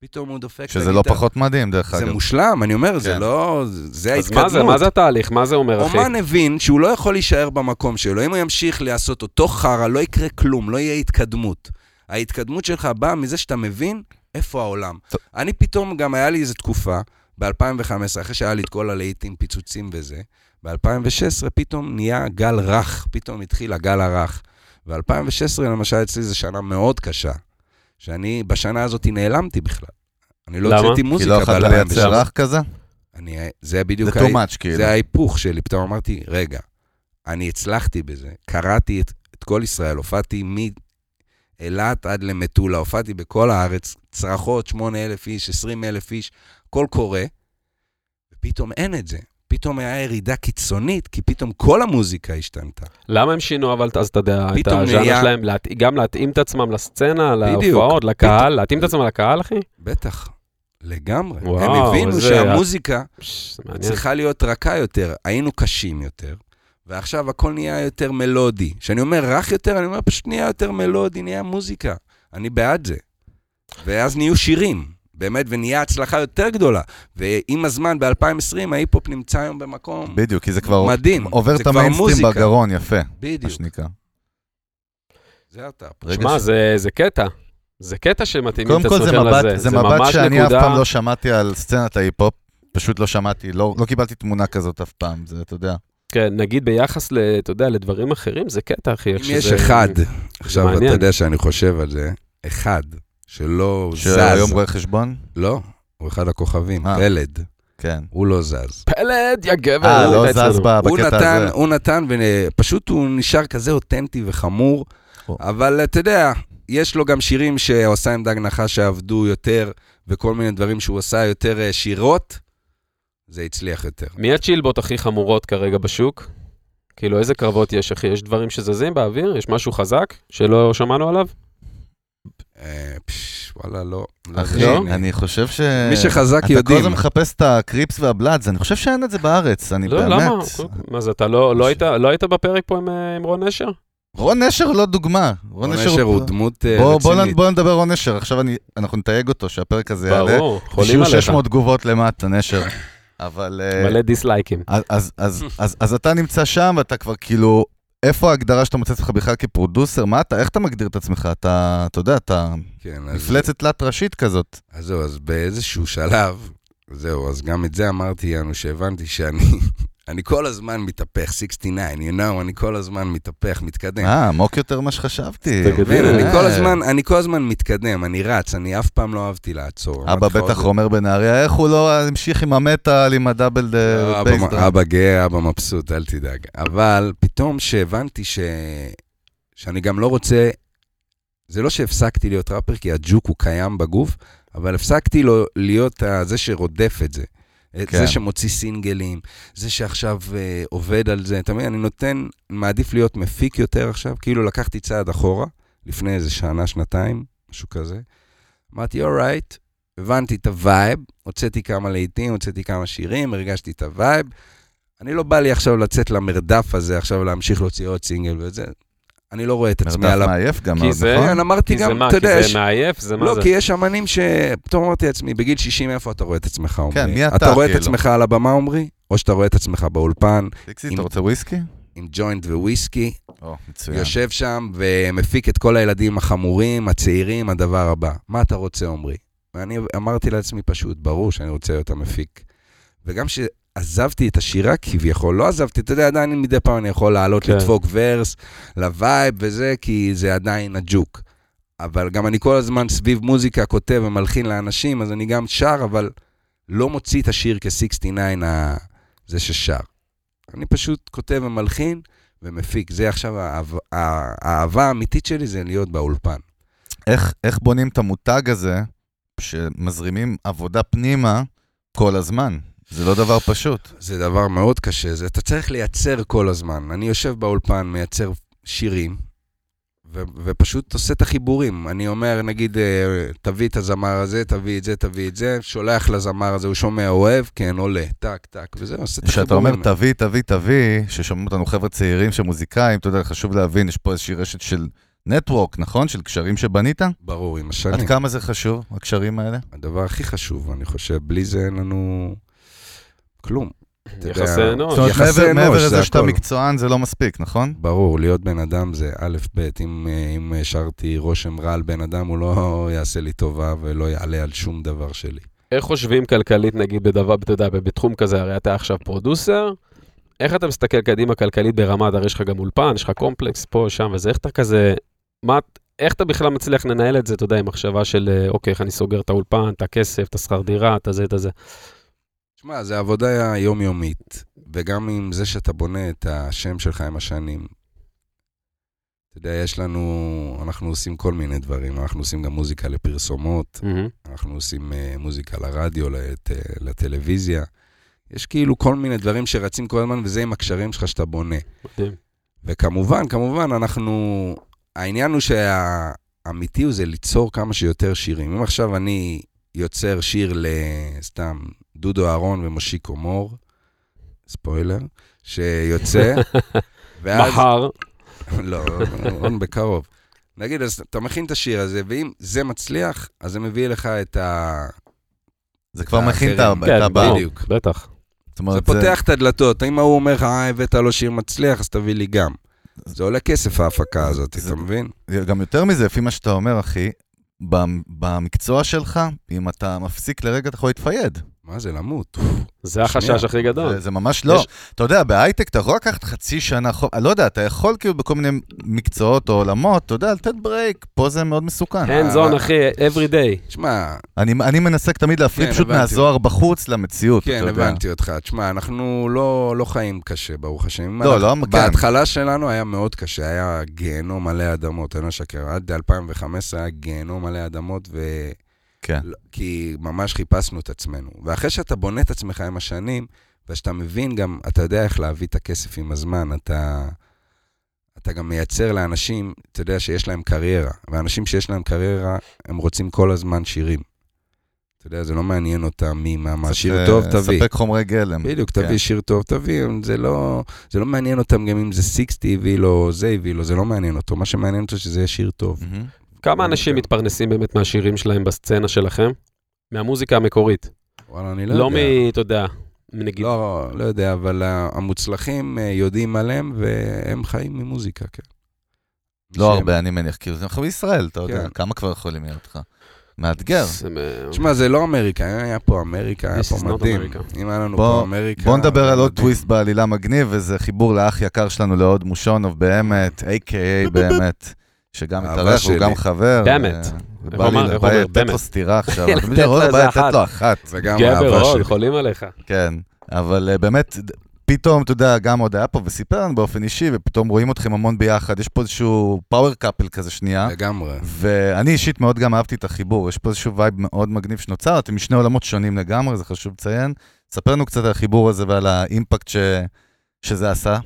Speaker 3: פתאום הוא דופק את
Speaker 2: שזה לא
Speaker 3: הגיטרה.
Speaker 2: פחות מדהים, דרך
Speaker 3: אה, זה
Speaker 2: אגב.
Speaker 3: מושלם, אני אומר, זה
Speaker 2: כן.
Speaker 3: לא... זה
Speaker 1: אז
Speaker 3: ההתקדמות.
Speaker 1: מה זה, מה זה התהליך? מה זה אומר,
Speaker 2: אוקיי.
Speaker 1: אחי?
Speaker 3: אומן הבין שהוא לא יכול להישאר במקום שלו. אם הוא ימשיך לעשות אותו חרא, לא יקרה כלום, לא יהיה התקדמות. ההתקדמות שלך באה מזה שאתה מבין איפה העולם.
Speaker 2: טוב.
Speaker 3: אני פתאום, גם היה לי איזו תקופה, ב-2015, אחרי שהיה לי את כל הלהיטים, פיצוצים וזה, ב-2016 פתאום נהיה גל רך, פתאום התחיל הגל הרך. ו-2016, למשל, אצלי זו שנה מאוד קשה, שאני בשנה הזאת נעלמתי בכלל. אני לא
Speaker 1: למה?
Speaker 3: הוצאתי
Speaker 2: כי
Speaker 3: מוזיקה
Speaker 2: לא
Speaker 3: ב-2016.
Speaker 2: יכולת לייצר רך כזה?
Speaker 3: אני, זה בדיוק...
Speaker 2: זה
Speaker 3: ה-
Speaker 2: too much, כאילו.
Speaker 3: זה ההיפוך שלי, פתאום אמרתי, רגע, אני הצלחתי בזה, קראתי את, את כל ישראל, הופעתי מאילת עד למטולה, הופעתי בכל הארץ, צרחות, 8,000 איש, 20,000 איש, הכל קורה, ופתאום אין את זה. פתאום היה ירידה קיצונית, כי פתאום כל המוזיקה השתנתה.
Speaker 1: למה הם שינו אבל אז אתה יודע, את
Speaker 3: פתאום
Speaker 1: הז'אנר
Speaker 3: נהיה-
Speaker 1: שלהם, להת- גם להתאים את עצמם לסצנה,
Speaker 3: בדיוק.
Speaker 1: להופעות, לקהל,
Speaker 3: פתאום-
Speaker 1: להתאים את עצמם לקהל, אחי?
Speaker 3: בטח, לגמרי. הם
Speaker 1: וואו,
Speaker 3: הבינו
Speaker 1: זה-
Speaker 3: שהמוזיקה
Speaker 1: פש, זה מעניין.
Speaker 3: כן. צריכה להיות רכה יותר, היינו קשים יותר, ועכשיו הכל נהיה יותר מלודי. כשאני אומר רך יותר, אני אומר פשוט נהיה יותר מלודי, נהיה מוזיקה. אני בעד זה. ואז נהיו שירים, באמת, ונהיה הצלחה יותר גדולה. ועם הזמן, ב-2020, ההיפ-הופ נמצא היום במקום
Speaker 2: בדיוק, כי זה כבר
Speaker 3: מדהים.
Speaker 2: עובר
Speaker 3: זה
Speaker 2: את
Speaker 3: כבר
Speaker 2: המיינסטרים
Speaker 3: מוזיקה.
Speaker 2: בגרון, יפה, מה
Speaker 3: בדיוק,
Speaker 2: שנקרא.
Speaker 3: זה הטאפ.
Speaker 2: רגע,
Speaker 1: שמע, זה- זה קטע. זה קטע שמתאימים את
Speaker 2: קודם כל זה
Speaker 1: עצמכם
Speaker 2: מבט,
Speaker 1: לזה.
Speaker 2: זה מבט
Speaker 1: ממש
Speaker 2: שאני אף
Speaker 1: נקודה-
Speaker 2: פעם לא שמעתי על סצנת ההיפ-הופ, פשוט לא שמעתי, לא לא קיבלתי תמונה כזאת אף פעם, זה, אתה יודע.
Speaker 1: כן, נגיד ביחס, ל- אתה יודע, לדברים אחרים, זה קטע, אחי.
Speaker 3: אם
Speaker 1: איך
Speaker 3: יש
Speaker 1: שזה-
Speaker 3: אחד, עכשיו אתה
Speaker 1: מעניין.
Speaker 3: יודע שאני חושב על זה, אחד שלא
Speaker 2: שהיום
Speaker 3: זז,
Speaker 2: רואה חשבון?
Speaker 3: לא, הוא אחד הכוכבים,
Speaker 2: אה.
Speaker 3: פלד,
Speaker 2: כן.
Speaker 3: הוא לא זז.
Speaker 1: פלד, יא גבר.
Speaker 2: אה,
Speaker 1: הוא
Speaker 2: לא
Speaker 1: הייתה
Speaker 2: זז
Speaker 1: אצלנו.
Speaker 2: ב-
Speaker 3: הוא
Speaker 2: בקטע
Speaker 3: נתן,
Speaker 2: הזה.
Speaker 3: הוא נתן, ופשוט הוא נשאר כזה אותנטי וחמור,
Speaker 2: או.
Speaker 3: אבל אתה יודע, יש לו גם שירים שהוא עשה עם דג נחש שעבדו יותר, וכל מיני דברים שהוא עשה יותר אה, שירות, זה הצליח יותר.
Speaker 1: מי הצ'ילבות הכי חמורות כרגע בשוק? כאילו, איזה קרבות יש, אחי? יש דברים שזזים באוויר? יש משהו חזק שלא שמענו עליו?
Speaker 3: אה, פש, וואלה, לא. לא
Speaker 2: אחי,
Speaker 3: יודע.
Speaker 2: אני חושב ש...
Speaker 3: מי שחזק
Speaker 2: אתה כל
Speaker 3: יודעים.
Speaker 2: הזמן מחפש את הקריפס והבלאדס, אני חושב שאין את זה בארץ, אני
Speaker 1: לא,
Speaker 2: באמת...
Speaker 1: למה? מה זה, אתה לא לא היית- לא היית בפרק פה עם, אה, עם רון נשר?
Speaker 2: רון נשר לא דוגמה.
Speaker 3: רון אשר הוא דמות אה,
Speaker 2: בוא- בוא נ-
Speaker 3: רצינית.
Speaker 2: בוא נדבר רון נשר, עכשיו אני- אנחנו נתייג אותו, שהפרק הזה יעלה.
Speaker 1: ברור, חולים
Speaker 2: שיהיו
Speaker 1: עליך.
Speaker 2: 600 תגובות למטה, נשר. אבל... אה,
Speaker 1: מלא דיסלייקים.
Speaker 2: אז, אז, אז, אז, אז אתה נמצא שם ואתה כבר כאילו, איפה ההגדרה שאתה מוצא עצמך בכלל כפרודוסר? מה אתה, איך אתה מגדיר את עצמך? אתה, אתה יודע, אתה
Speaker 3: כן, אז-
Speaker 2: מפלצת תלת ראשית כזאת.
Speaker 3: אז זהו, אז באיזשהו שלב, זהו, אז גם את זה אמרתי לנו, שהבנתי שאני [laughs] אני כל הזמן מתהפך, 69, you know, אני כל הזמן מתהפך, מתקדם.
Speaker 2: אה, עמוק יותר ממה שחשבתי.
Speaker 1: אתה גדול.
Speaker 3: מבין,
Speaker 1: אה.
Speaker 3: אני כל הזמן, אני כל הזמן מתקדם, אני רץ, אני אף פעם לא אהבתי לעצור. אמרתי
Speaker 2: אבא
Speaker 3: לך עוד-
Speaker 2: בטח אומר בנהריה, איך הוא לא המשיך עם המטאל, עם הדאבל
Speaker 3: לא,
Speaker 2: דה-
Speaker 3: אבא-
Speaker 2: בייסדרם?
Speaker 3: אבא גאה, אבא מבסוט, אל תדאג. אבל פתאום שהבנתי ש... שאני גם לא רוצה... זה לא שהפסקתי להיות ראפר, כי הג'וק הוא קיים בגוף, אבל הפסקתי לו להיות ה- זה שרודף את זה. את
Speaker 2: כן.
Speaker 3: זה שמוציא סינגלים, זה שעכשיו אה, עובד על זה. אתה מבין, אני נותן, מעדיף להיות מפיק יותר עכשיו, כאילו לקחתי צעד אחורה, לפני איזה שנה, שנתיים, משהו כזה. אמרתי, אורייט, הבנתי את הווייב, הוצאתי כמה להיטים, הוצאתי כמה שירים, הרגשתי את הווייב. אני לא בא לי עכשיו לצאת למרדף הזה, עכשיו להמשיך להוציא עוד סינגל וזה. אני לא רואה את עצמי על
Speaker 2: מרדף
Speaker 3: ה...
Speaker 2: מעייף גם
Speaker 1: כי
Speaker 2: מאוד,
Speaker 1: זה-
Speaker 2: נכון?
Speaker 3: כן, אמרתי
Speaker 1: כי זה
Speaker 3: גם,
Speaker 1: מה?
Speaker 3: אתה
Speaker 1: כי
Speaker 3: יודע, יש...
Speaker 1: זה מעייף? זה מה
Speaker 3: לא,
Speaker 1: זה?
Speaker 3: כי יש אמנים ש... פתאום אמרתי לעצמי, בגיל 60, איפה אתה רואה את עצמך, עומרי?
Speaker 2: כן, מי אתה,
Speaker 3: אתה רואה את
Speaker 2: כאילו?
Speaker 3: עצמך על הבמה, עומרי? או שאתה רואה את עצמך באולפן,
Speaker 2: טיקסי,
Speaker 3: אם-
Speaker 2: אתה רוצה וויסקי?
Speaker 3: עם ג'וינט וויסקי,
Speaker 2: או, מצוין.
Speaker 3: יושב שם ומפיק את כל הילדים החמורים, הצעירים, הדבר הבא. מה אתה רוצה, עמרי? ואני אמרתי לעצמי פשוט, ברור שאני רוצה להיות המפיק. וגם שעזבתי את השירה כביכול, לא עזבתי, אתה יודע, עדיין מדי פעם אני יכול לעלות,
Speaker 1: כן.
Speaker 3: כן. לדפוק ורס, לווייב וזה, כי זה עדיין הג'וק. אבל גם אני כל הזמן סביב מוזיקה כותב ומלחין לאנשים, אז אני גם שר, אבל לא מוציא את השיר כ-69 ה... זה ששר. אני פשוט כותב ומלחין ומפיק. זה עכשיו האהבה- האהבה האמיתית שלי, זה להיות באולפן.
Speaker 2: איך, איך בונים את המותג הזה, שמזרימים עבודה פנימה כל הזמן? זה לא דבר פשוט.
Speaker 3: זה דבר מאוד קשה, זה, אתה צריך לייצר כל הזמן. אני יושב באולפן, מייצר שירים, ו- ופשוט עושה את החיבורים. אני אומר, נגיד, אה, תביא את הזמר הזה, תביא את זה, תביא את זה, שולח לזמר הזה, הוא שומע, אוהב, כן, עולה, טק, טק, וזה, עושה את
Speaker 2: כשאתה
Speaker 3: החיבורים.
Speaker 2: אומר תביא, תביא, תביא, ששומעים אותנו חבר'ה צעירים שמוזיקאים, אתה יודע, חשוב להבין, יש פה איזושהי רשת של נטוורק, נכון? של קשרים שבנית?
Speaker 3: ברור, עם
Speaker 2: עד
Speaker 3: השנים.
Speaker 2: כמה זה חשוב, הקשרים האלה?
Speaker 3: הדבר הכי חשוב, אני חושב, בלי זה אין לנו כלום. אתה יודע,
Speaker 1: יחסי אנוש.
Speaker 2: זאת אומרת,
Speaker 3: יחסי
Speaker 2: מעבר-
Speaker 3: אנוש,
Speaker 2: מעבר
Speaker 3: זה
Speaker 2: לזה שאתה
Speaker 3: הכל.
Speaker 2: מקצוען זה לא מספיק, נכון?
Speaker 3: ברור, להיות בן אדם זה א', ב', אם, אה, אם השארתי רושם רע על בן אדם, הוא לא יעשה לי טובה ולא יעלה על שום דבר שלי.
Speaker 1: איך חושבים כלכלית, נגיד, בדבר, אתה יודע, בתחום כזה, הרי אתה עכשיו פרודוסר, איך אתה מסתכל קדימה כלכלית ברמת, הרי יש לך גם אולפן, יש לך קומפלקס פה, שם וזה, איך אתה כזה, מה, איך אתה בכלל מצליח לנהל את זה, אתה יודע, עם מחשבה של, אה, אוקיי, איך אני סוגר את האולפן, את הכסף, את השכר דירה, את הזה, את הזה.
Speaker 3: תשמע, זו עבודה יומיומית, וגם עם זה שאתה בונה את השם שלך עם השנים. אתה יודע, יש לנו, אנחנו עושים כל מיני דברים, אנחנו עושים גם מוזיקה לפרסומות, אנחנו עושים uh, מוזיקה לרדיו, לת, אה, לטלוויזיה. יש כאילו כל מיני דברים שרצים כל הזמן, וזה עם הקשרים שלך שאתה בונה.
Speaker 1: מדהים.
Speaker 3: וכמובן, כמובן, אנחנו... העניין הוא שהאמיתי הוא זה ליצור כמה שיותר שירים. אם עכשיו אני יוצר שיר לסתם דודו אהרון ומושיקו מור, ספוילר,
Speaker 1: [laughs]
Speaker 3: שיוצא, ואז...
Speaker 1: מחר,
Speaker 3: לא, עוד בקרוב. נגיד, אז אתה מכין את השיר הזה, ואם זה מצליח, אז זה מביא לך את ה...
Speaker 2: זה כבר מכין את
Speaker 3: האחרים.
Speaker 2: ה- את
Speaker 1: כן,
Speaker 2: הבא.
Speaker 1: ברור,
Speaker 3: אה, בדיוק.
Speaker 1: בטח.
Speaker 2: זאת אומרת,
Speaker 3: זה פותח את הדלתות. אם ההוא אומר לך, אה, הבאת לו שיר מצליח, אז תביא לי גם. זה עולה כסף ההפקה הזאת,
Speaker 2: זה-
Speaker 3: אתה מבין?
Speaker 2: גם יותר מזה, לפי מה שאתה אומר, אחי, במ- במקצוע שלך, אם אתה מפסיק לרגע, אתה יכול להתפייד.
Speaker 3: מה זה, למות.
Speaker 1: זה החשש
Speaker 3: שנייה,
Speaker 1: הכי גדול.
Speaker 2: זה- זה ממש לא.
Speaker 1: יש-
Speaker 2: אתה יודע, בהייטק אתה יכול לקחת חצי שנה, חוב- אני לא יודע, אתה יכול כאילו בכל מיני מקצועות או עולמות, אתה יודע, לתת ברייק, פה זה מאוד
Speaker 3: כן.
Speaker 2: מסוכן.
Speaker 1: hands
Speaker 3: אה,
Speaker 1: on, אחי, every day.
Speaker 3: תשמע,
Speaker 2: אני אני מנסה תמיד להפריד
Speaker 3: כן,
Speaker 2: פשוט
Speaker 3: הבנתי.
Speaker 2: מהזוהר בחוץ למציאות, אתה
Speaker 3: כן,
Speaker 2: יודע.
Speaker 3: הבנתי אותך. תשמע, אנחנו לא, לא חיים קשה, ברוך השם.
Speaker 2: לא,
Speaker 3: אנחנו-
Speaker 2: לא, כן.
Speaker 3: בהתחלה שלנו היה מאוד קשה, היה גיהנום מלא אדמות, אני לא אשקר. עד 2015 היה גיהנום מלא אדמות, ו...
Speaker 2: כן.
Speaker 3: לא- כי ממש חיפשנו את עצמנו. ואחרי שאתה בונה את עצמך עם השנים, ושאתה מבין גם, אתה יודע איך להביא את הכסף עם הזמן, אתה, אתה גם מייצר לאנשים, אתה יודע שיש להם קריירה, ואנשים שיש להם קריירה, הם רוצים כל הזמן שירים. אתה יודע, זה לא מעניין אותם מי, מה, מה, שיר
Speaker 2: צריך,
Speaker 3: טוב,
Speaker 2: אה,
Speaker 3: תביא.
Speaker 2: ספק חומרי גלם.
Speaker 3: בדיוק,
Speaker 2: כן.
Speaker 3: תביא שיר טוב, תביא, זה לא, זה לא מעניין אותם גם אם זה 60 הביא לו, או זה הביא לו, זה לא מעניין אותו, מה שמעניין אותו שזה יהיה שיר טוב.
Speaker 2: מהמם.
Speaker 1: כמה
Speaker 3: אה,
Speaker 1: אנשים
Speaker 3: כן.
Speaker 1: מתפרנסים באמת מהשירים שלהם בסצנה שלכם? מהמוזיקה המקורית.
Speaker 3: וואלה, אני לא,
Speaker 1: לא מ...
Speaker 3: יודע.
Speaker 1: אתה יודע, נגיד,
Speaker 3: לא, לא יודע, אבל ה- המוצלחים אה, יודעים עליהם והם חיים ממוזיקה, כן.
Speaker 2: לא
Speaker 3: שהם-
Speaker 2: הרבה, אני מניח, כאילו, זה אנחנו בישראל, אתה יודע,
Speaker 3: כן.
Speaker 2: כמה כבר יכולים להיות לך? מאתגר.
Speaker 1: זה מ-
Speaker 3: תשמע, זה לא אמריקה, אם היה פה אמריקה, היה
Speaker 1: This
Speaker 3: פה
Speaker 1: is not
Speaker 3: מדהים.
Speaker 1: America.
Speaker 3: אם היה לנו
Speaker 2: בוא-
Speaker 3: פה אמריקה...
Speaker 2: בוא נדבר
Speaker 3: היה
Speaker 2: על עוד
Speaker 3: מדהים.
Speaker 2: טוויסט בעלילה מגניב, וזה חיבור לאח יקר שלנו, להוד מושונוב, באמת, a.k.a. באמת, שגם
Speaker 3: אהבה
Speaker 2: מתארח, הוא
Speaker 3: שלי.
Speaker 2: גם חבר.
Speaker 1: באמת.
Speaker 2: אה,
Speaker 1: איך
Speaker 2: בא
Speaker 1: אמר-
Speaker 2: לי-
Speaker 1: איך
Speaker 2: בא לי
Speaker 1: אומר?
Speaker 2: לתת לו
Speaker 1: באמת.
Speaker 2: סטירה
Speaker 1: [laughs]
Speaker 2: עכשיו,
Speaker 1: לתת
Speaker 2: אבל מישהו
Speaker 1: לו
Speaker 2: עוד
Speaker 1: איזה
Speaker 2: בא לתת
Speaker 1: אחת.
Speaker 2: לו אחת,
Speaker 3: זה גם
Speaker 1: גבר
Speaker 3: אהבה
Speaker 1: עוד, נכון?
Speaker 3: שלי. לא,
Speaker 1: חולים עליך.
Speaker 2: כן. אבל אה, באמת, ד- פתאום, אתה יודע, גם עוד היה פה וסיפר לנו באופן אישי, ופתאום רואים אתכם המון ביחד, יש פה איזשהו פאוור קאפל כזה שנייה.
Speaker 3: לגמרי.
Speaker 2: ואני אישית מאוד גם אהבתי את החיבור, יש פה איזשהו וייב מאוד מגניב שנוצר, אתם משני עולמות שונים לגמרי, זה חשוב לציין. ספר לנו קצת על החיבור הזה ועל האימפקט ש... שזה עשה.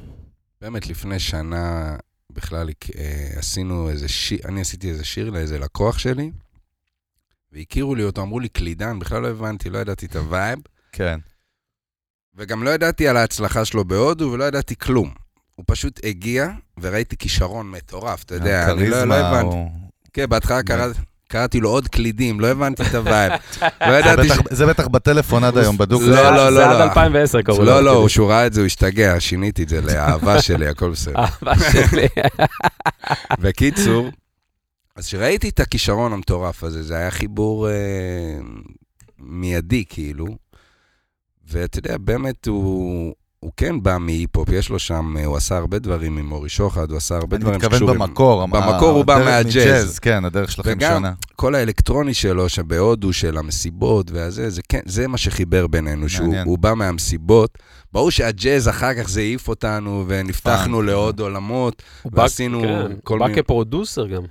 Speaker 3: באמת, לפני שנה בכלל אה, עשינו איזה שיר, אני עשיתי איזה שיר לאיזה לקוח שלי, והכירו לי אותו, אמרו לי קלידן, בכלל לא הבנתי, לא ידעתי את הווייב.
Speaker 2: כן.
Speaker 3: וגם לא ידעתי על ההצלחה שלו בהודו, ולא ידעתי כלום. הוא פשוט הגיע, וראיתי כישרון מטורף, אתה יודע, אני לא, לא הבנתי.
Speaker 2: הוא...
Speaker 3: כן, בהתחלה קרא, קראתי לו עוד קלידים, לא הבנתי
Speaker 2: [laughs]
Speaker 3: את הווייב. לא ידעתי ש...
Speaker 2: בטח, זה בטח בטלפון עד היום, בדוק.
Speaker 3: לא, לא,
Speaker 1: זה
Speaker 3: לא.
Speaker 1: עד 2010 קראו
Speaker 3: לא, לא, הוא- שהוא ראה את זה, הוא השתגע, שיניתי את זה לאהבה שלי, הכל בסדר.
Speaker 1: [laughs] אהבה שלי.
Speaker 3: בקיצור, אז כשראיתי את הכישרון המטורף הזה, זה היה חיבור אה, מיידי, כאילו. ואתה יודע, באמת הוא, הוא כן בא מהיפ-הופ, יש לו שם, אה, הוא עשה הרבה דברים עם אורי שוחד, הוא עשה הרבה
Speaker 2: אני
Speaker 3: דברים
Speaker 2: מתכוון במקור.
Speaker 3: במקור הוא בא
Speaker 2: הדרך
Speaker 3: מהג'אז.
Speaker 2: מג'אז, כן, הדרך שלכם
Speaker 3: וגם-
Speaker 2: שונה.
Speaker 3: כל האלקטרוני שלו, שבהודו, של המסיבות והזה, זה כן, זה מה שחיבר בינינו, שהוא
Speaker 2: מעניין.
Speaker 3: הוא בא מהמסיבות. ברור שהג'אז אחר כך זה העיף אותנו, ונפתחנו
Speaker 2: פאנק.
Speaker 3: לעוד עולמות,
Speaker 1: הוא [laughs] בא-
Speaker 3: ועשינו
Speaker 1: כן,
Speaker 3: כל
Speaker 1: הוא בא
Speaker 3: מיני...
Speaker 1: כפרודוסר גם.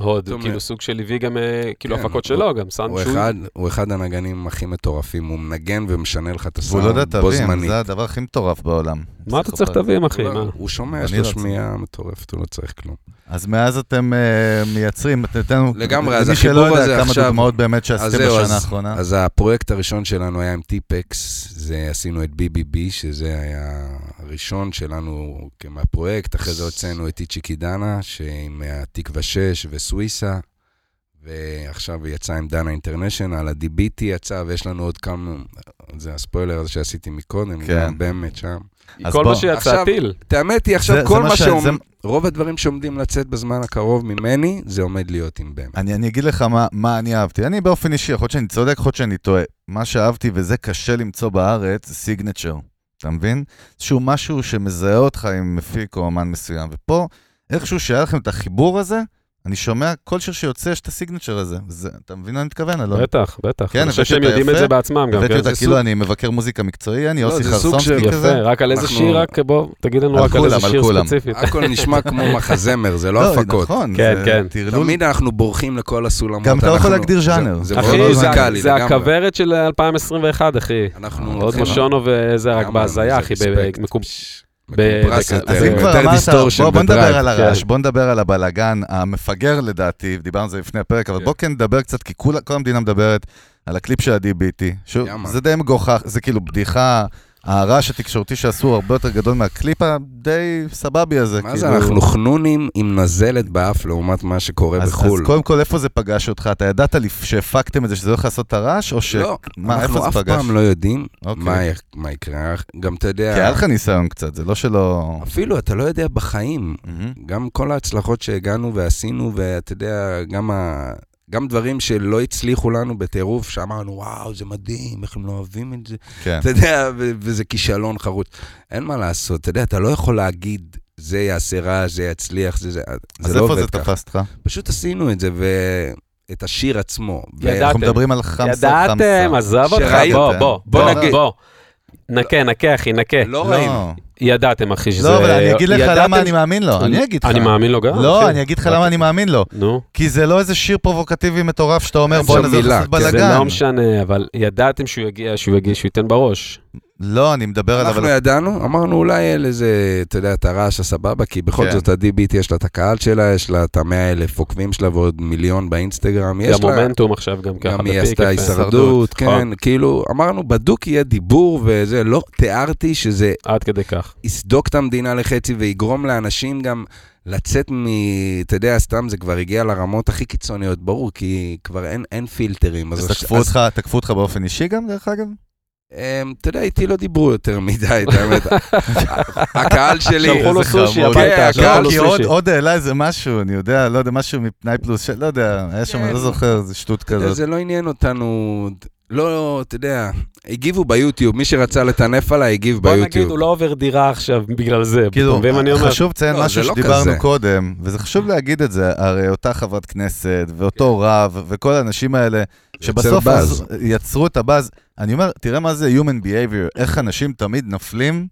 Speaker 1: הוד,
Speaker 3: פתאום-
Speaker 1: כאילו סוג של הביא גם, אה, כאילו
Speaker 3: כן,
Speaker 1: הפקות
Speaker 3: הוא-
Speaker 1: שלו, גם סאונד
Speaker 3: הוא
Speaker 1: שהוא-
Speaker 3: אחד, הוא אחד הנגנים הכי מטורפים, הוא מנגן ומשנה לך את
Speaker 2: והוא לא יודע
Speaker 3: הסאונד בו
Speaker 2: תווים,
Speaker 3: זמנית.
Speaker 2: זה הדבר הכי מטורף בעולם.
Speaker 1: מה אתה צריך תווים, אחי?
Speaker 3: הוא לא-
Speaker 1: מה?
Speaker 3: הוא שומע,
Speaker 2: אני
Speaker 3: יש לו
Speaker 2: לא
Speaker 3: שמיעה מטורפת, הוא לא צריך כלום.
Speaker 2: אז מאז אתם אה, מייצרים, תתן לנו,
Speaker 3: לגמרי, אז
Speaker 2: למי שלא
Speaker 3: החיבור
Speaker 2: יודע,
Speaker 3: הזה
Speaker 2: כמה
Speaker 3: עכשיו-
Speaker 2: דוגמאות באמת שעשיתם
Speaker 3: אז זהו,
Speaker 2: בשנה
Speaker 3: אז-
Speaker 2: האחרונה.
Speaker 3: אז הפרויקט הראשון שלנו היה עם טיפקס, זה עשינו את BBB, שזה היה הראשון שלנו מהפרויקט, אחרי זה הוצאנו את איצ'י קידנה, שעם התקווה 6 וסוויסה, ועכשיו היא יצאה עם דנה אינטרנשיונל, ה-DBT יצא, ויש לנו עוד כמה, זה הספוילר הזה שעשיתי מקודם,
Speaker 2: כן.
Speaker 3: זה היה באמת שם.
Speaker 2: אז
Speaker 1: כל
Speaker 2: בוא.
Speaker 1: מה שיצא
Speaker 3: עכשיו-
Speaker 1: טיל.
Speaker 3: את האמת היא, עכשיו
Speaker 2: זה- זה
Speaker 3: כל
Speaker 2: מה
Speaker 3: מה
Speaker 2: ש- זה-
Speaker 3: שאומרים, רוב הדברים שעומדים לצאת בזמן הקרוב ממני, זה עומד להיות עם בן.
Speaker 2: אני, אני אגיד לך מה, מה אני אהבתי. אני באופן אישי, יכול להיות שאני צודק, יכול להיות שאני טועה. מה שאהבתי, וזה קשה למצוא בארץ, זה סיגנצ'ר. אתה מבין? שהוא משהו שמזהה אותך עם מפיק או אמן מסוים. ופה, איכשהו שהיה לכם את החיבור הזה, אני שומע כל שיר שיוצא, יש את הסיגנצ'ר הזה. זה, אתה מבין מה אני מתכוון, אלון?
Speaker 1: בטח, בטח.
Speaker 2: כן,
Speaker 1: אני חושב
Speaker 2: הבאתי
Speaker 1: שהם
Speaker 2: אותה
Speaker 1: יודעים את
Speaker 2: יפה.
Speaker 1: זה בעצמם גם.
Speaker 2: הבאתי
Speaker 1: כן?
Speaker 2: אותה
Speaker 1: זה
Speaker 2: כאילו
Speaker 1: סוג-
Speaker 2: אני מבקר מוזיקה מקצועי, אני
Speaker 3: לא,
Speaker 2: יוסי
Speaker 3: זה סוג
Speaker 2: חרסומסקי
Speaker 3: של-
Speaker 2: כזה.
Speaker 1: יפה, רק על איזה
Speaker 3: אנחנו- אה,
Speaker 1: שיר, רק בוא, תגיד לנו
Speaker 2: על
Speaker 1: רק על איזה
Speaker 2: כולם, על
Speaker 1: שיר
Speaker 2: כולם.
Speaker 1: ספציפית.
Speaker 3: הכל נשמע כמו מחזמר, זה לא הפקות.
Speaker 2: נכון,
Speaker 1: כן,
Speaker 2: זה
Speaker 1: כן.
Speaker 2: טרלול.
Speaker 3: תמיד אנחנו בורחים לכל הסולמות.
Speaker 2: גם אתה לא יכול
Speaker 3: אנחנו-
Speaker 2: להגדיר
Speaker 3: זה-
Speaker 2: ז'אנר.
Speaker 3: זה
Speaker 2: אחי,
Speaker 3: מאוד
Speaker 2: זה-
Speaker 1: אחי,
Speaker 3: מוזיקלי
Speaker 1: זה
Speaker 3: לגמרי.
Speaker 1: הכוורת של 2021, אחי.
Speaker 3: אנחנו...
Speaker 1: עוד
Speaker 3: לוקחים-
Speaker 1: משונו וזה רק
Speaker 3: לגמרי,
Speaker 1: בהזיה,
Speaker 3: זה
Speaker 1: אחי,
Speaker 3: respect.
Speaker 1: במקום...
Speaker 3: פש,
Speaker 1: ב-
Speaker 3: מקומפרס
Speaker 1: דקה.
Speaker 3: יותר,
Speaker 2: אז אם כבר
Speaker 3: יותר
Speaker 2: אמרת,
Speaker 3: distortion
Speaker 2: בוא, בוא נדבר
Speaker 3: בדרייב.
Speaker 2: על הרעש,
Speaker 1: כן.
Speaker 2: בוא נדבר על הבלגן המפגר לדעתי, דיברנו על זה לפני הפרק, אבל
Speaker 3: כן.
Speaker 2: בוא כן נדבר קצת, כי כולה- כל המדינה מדברת על הקליפ של ה-DBT, שהוא-
Speaker 3: יאמן.
Speaker 2: זה די מגוחך, זה כאילו בדיחה, הרעש התקשורתי שעשו הוא הרבה יותר גדול מהקליפ הדי סבבי הזה.
Speaker 3: מה זה,
Speaker 2: כאילו.
Speaker 3: אנחנו חנונים עם נזלת באף לעומת מה שקורה
Speaker 2: אז, אז
Speaker 3: בחו"ל.
Speaker 2: קודם כל, איפה זה פגש אותך? אתה ידעת לפ- שהפקתם את זה, שזה הולך לעשות את הרעש, או ש...
Speaker 3: לא,
Speaker 2: מה, איפה
Speaker 3: אנחנו
Speaker 2: זה
Speaker 3: אף
Speaker 2: פגש?
Speaker 3: פעם לא יודעים
Speaker 2: אוקיי.
Speaker 3: מה י- מה יקרה. גם אתה
Speaker 2: כי היה
Speaker 3: יודע,
Speaker 2: לך ניסיון קצת, זה לא שלא...
Speaker 3: אפילו אתה לא יודע בחיים.
Speaker 2: מהמם.
Speaker 3: גם כל ההצלחות שהגענו ועשינו, ואתה יודע, גם, ה... גם דברים שלא הצליחו לנו בטירוף, שאמרנו, וואו, זה מדהים, איך הם לא אוהבים את זה.
Speaker 2: כן.
Speaker 3: אתה יודע, ו- וזה כישלון חרוץ. אין מה לעשות, אתה יודע, אתה לא יכול להגיד, זה יעשה רע, זה יצליח, זה, זה,
Speaker 2: אז
Speaker 3: זה לא
Speaker 2: איפה זה
Speaker 3: עובד ככה.
Speaker 2: תפס אותך?
Speaker 3: פשוט עשינו את זה, ואת השיר עצמו.
Speaker 1: ידעתי.
Speaker 2: אנחנו
Speaker 1: ידעתם.
Speaker 2: מדברים על חמסה, חמסה.
Speaker 1: ידעתם, עזב אותך,
Speaker 3: שראיתם.
Speaker 1: בוא, בוא,
Speaker 2: לא,
Speaker 1: בוא,
Speaker 3: נגיד.
Speaker 1: בוא. נקה, נקה, אחי, נקה.
Speaker 3: לא ראינו.
Speaker 1: ידעתם, אחי, שזה...
Speaker 2: לא, אבל אני אגיד לך
Speaker 1: ידעתם
Speaker 2: למה
Speaker 1: ש-
Speaker 2: אני מאמין לו, אני אגיד לך.
Speaker 1: אני מאמין לו אוקיי. גם,
Speaker 2: לא,
Speaker 1: אחי.
Speaker 2: אני אגיד לך למה אני מאמין לו.
Speaker 1: נו.
Speaker 2: כי זה לא איזה שיר פרובוקטיבי מטורף שאתה אומר,
Speaker 3: אין
Speaker 2: בוא
Speaker 3: שם
Speaker 2: נעזור
Speaker 3: מילה,
Speaker 2: לעשות
Speaker 3: כן. זה
Speaker 1: זה
Speaker 2: בלאגן.
Speaker 1: לא משנה, אבל ידעתם שהוא יגיע, שהוא יגיע, שהוא ייתן בראש.
Speaker 2: לא, אני מדבר עליו,
Speaker 3: אנחנו
Speaker 2: אבל...
Speaker 3: ידענו, אמרנו אולי אין לזה, אתה יודע, את הרעש הסבבה, כי בכל
Speaker 2: כן.
Speaker 3: זאת ה-DBT יש לה את הקהל שלה, יש לה את המאה אלף עוקבים שלה ועוד מיליון באינסטגרם, יש
Speaker 1: גם
Speaker 3: לה...
Speaker 1: מומנטום עכשיו, גם ככה.
Speaker 3: גם היא
Speaker 1: בפיק,
Speaker 3: עשתה
Speaker 1: יפה.
Speaker 3: הישרדות, כן,
Speaker 1: נכון.
Speaker 3: כאילו, אמרנו, בדוק יהיה דיבור וזה, לא תיארתי שזה
Speaker 1: עד כדי כך.
Speaker 3: יסדוק את המדינה לחצי ויגרום לאנשים גם לצאת מ... אתה יודע, סתם זה כבר הגיע לרמות הכי קיצוניות, ברור, כי כבר אין, אין פילטרים.
Speaker 2: אז
Speaker 3: הש-
Speaker 2: תקפו אותך, תקפו אותך באופן אישי גם, דרך אגב?
Speaker 3: אמ, אתה יודע, איתי לא דיברו יותר מדי,
Speaker 2: [laughs]
Speaker 3: את האמת. הקהל שלי...
Speaker 1: שלחו לו
Speaker 2: איזה
Speaker 1: סושי
Speaker 2: חמוד.
Speaker 1: הביתה,
Speaker 3: כן,
Speaker 1: שלחו
Speaker 3: הקהל
Speaker 1: לו
Speaker 2: לא, כי עוד-
Speaker 1: סושי.
Speaker 2: עוד העלה איזה משהו, אני יודע, לא יודע, משהו מפנאי פלוס, ש- לא יודע, היה שם, אני לא זוכר, איזה שטות
Speaker 3: אתה יודע,
Speaker 2: כזאת.
Speaker 3: זה לא עניין אותנו, לא, אתה יודע, הגיבו ביוטיוב, מי שרצה לטנף עליי הגיב
Speaker 1: בוא נגיד,
Speaker 3: ביוטיוב.
Speaker 1: הוא לא עובר דירה עכשיו בגלל זה.
Speaker 2: כאילו,
Speaker 1: אתה מבין מה אני אומר?
Speaker 2: חשוב לציין
Speaker 3: לא,
Speaker 2: משהו
Speaker 3: זה לא
Speaker 2: שדיברנו
Speaker 3: כזה.
Speaker 2: קודם, וזה חשוב להגיד את זה, הרי אותה חברת כנסת, ואותו רב, וכל האנשים האלה, שבסוף
Speaker 3: כן. באז.
Speaker 2: אז- יצרו את הבאז. אני אומר, תראה מה זה Human Behavior, איך אנשים תמיד נופלים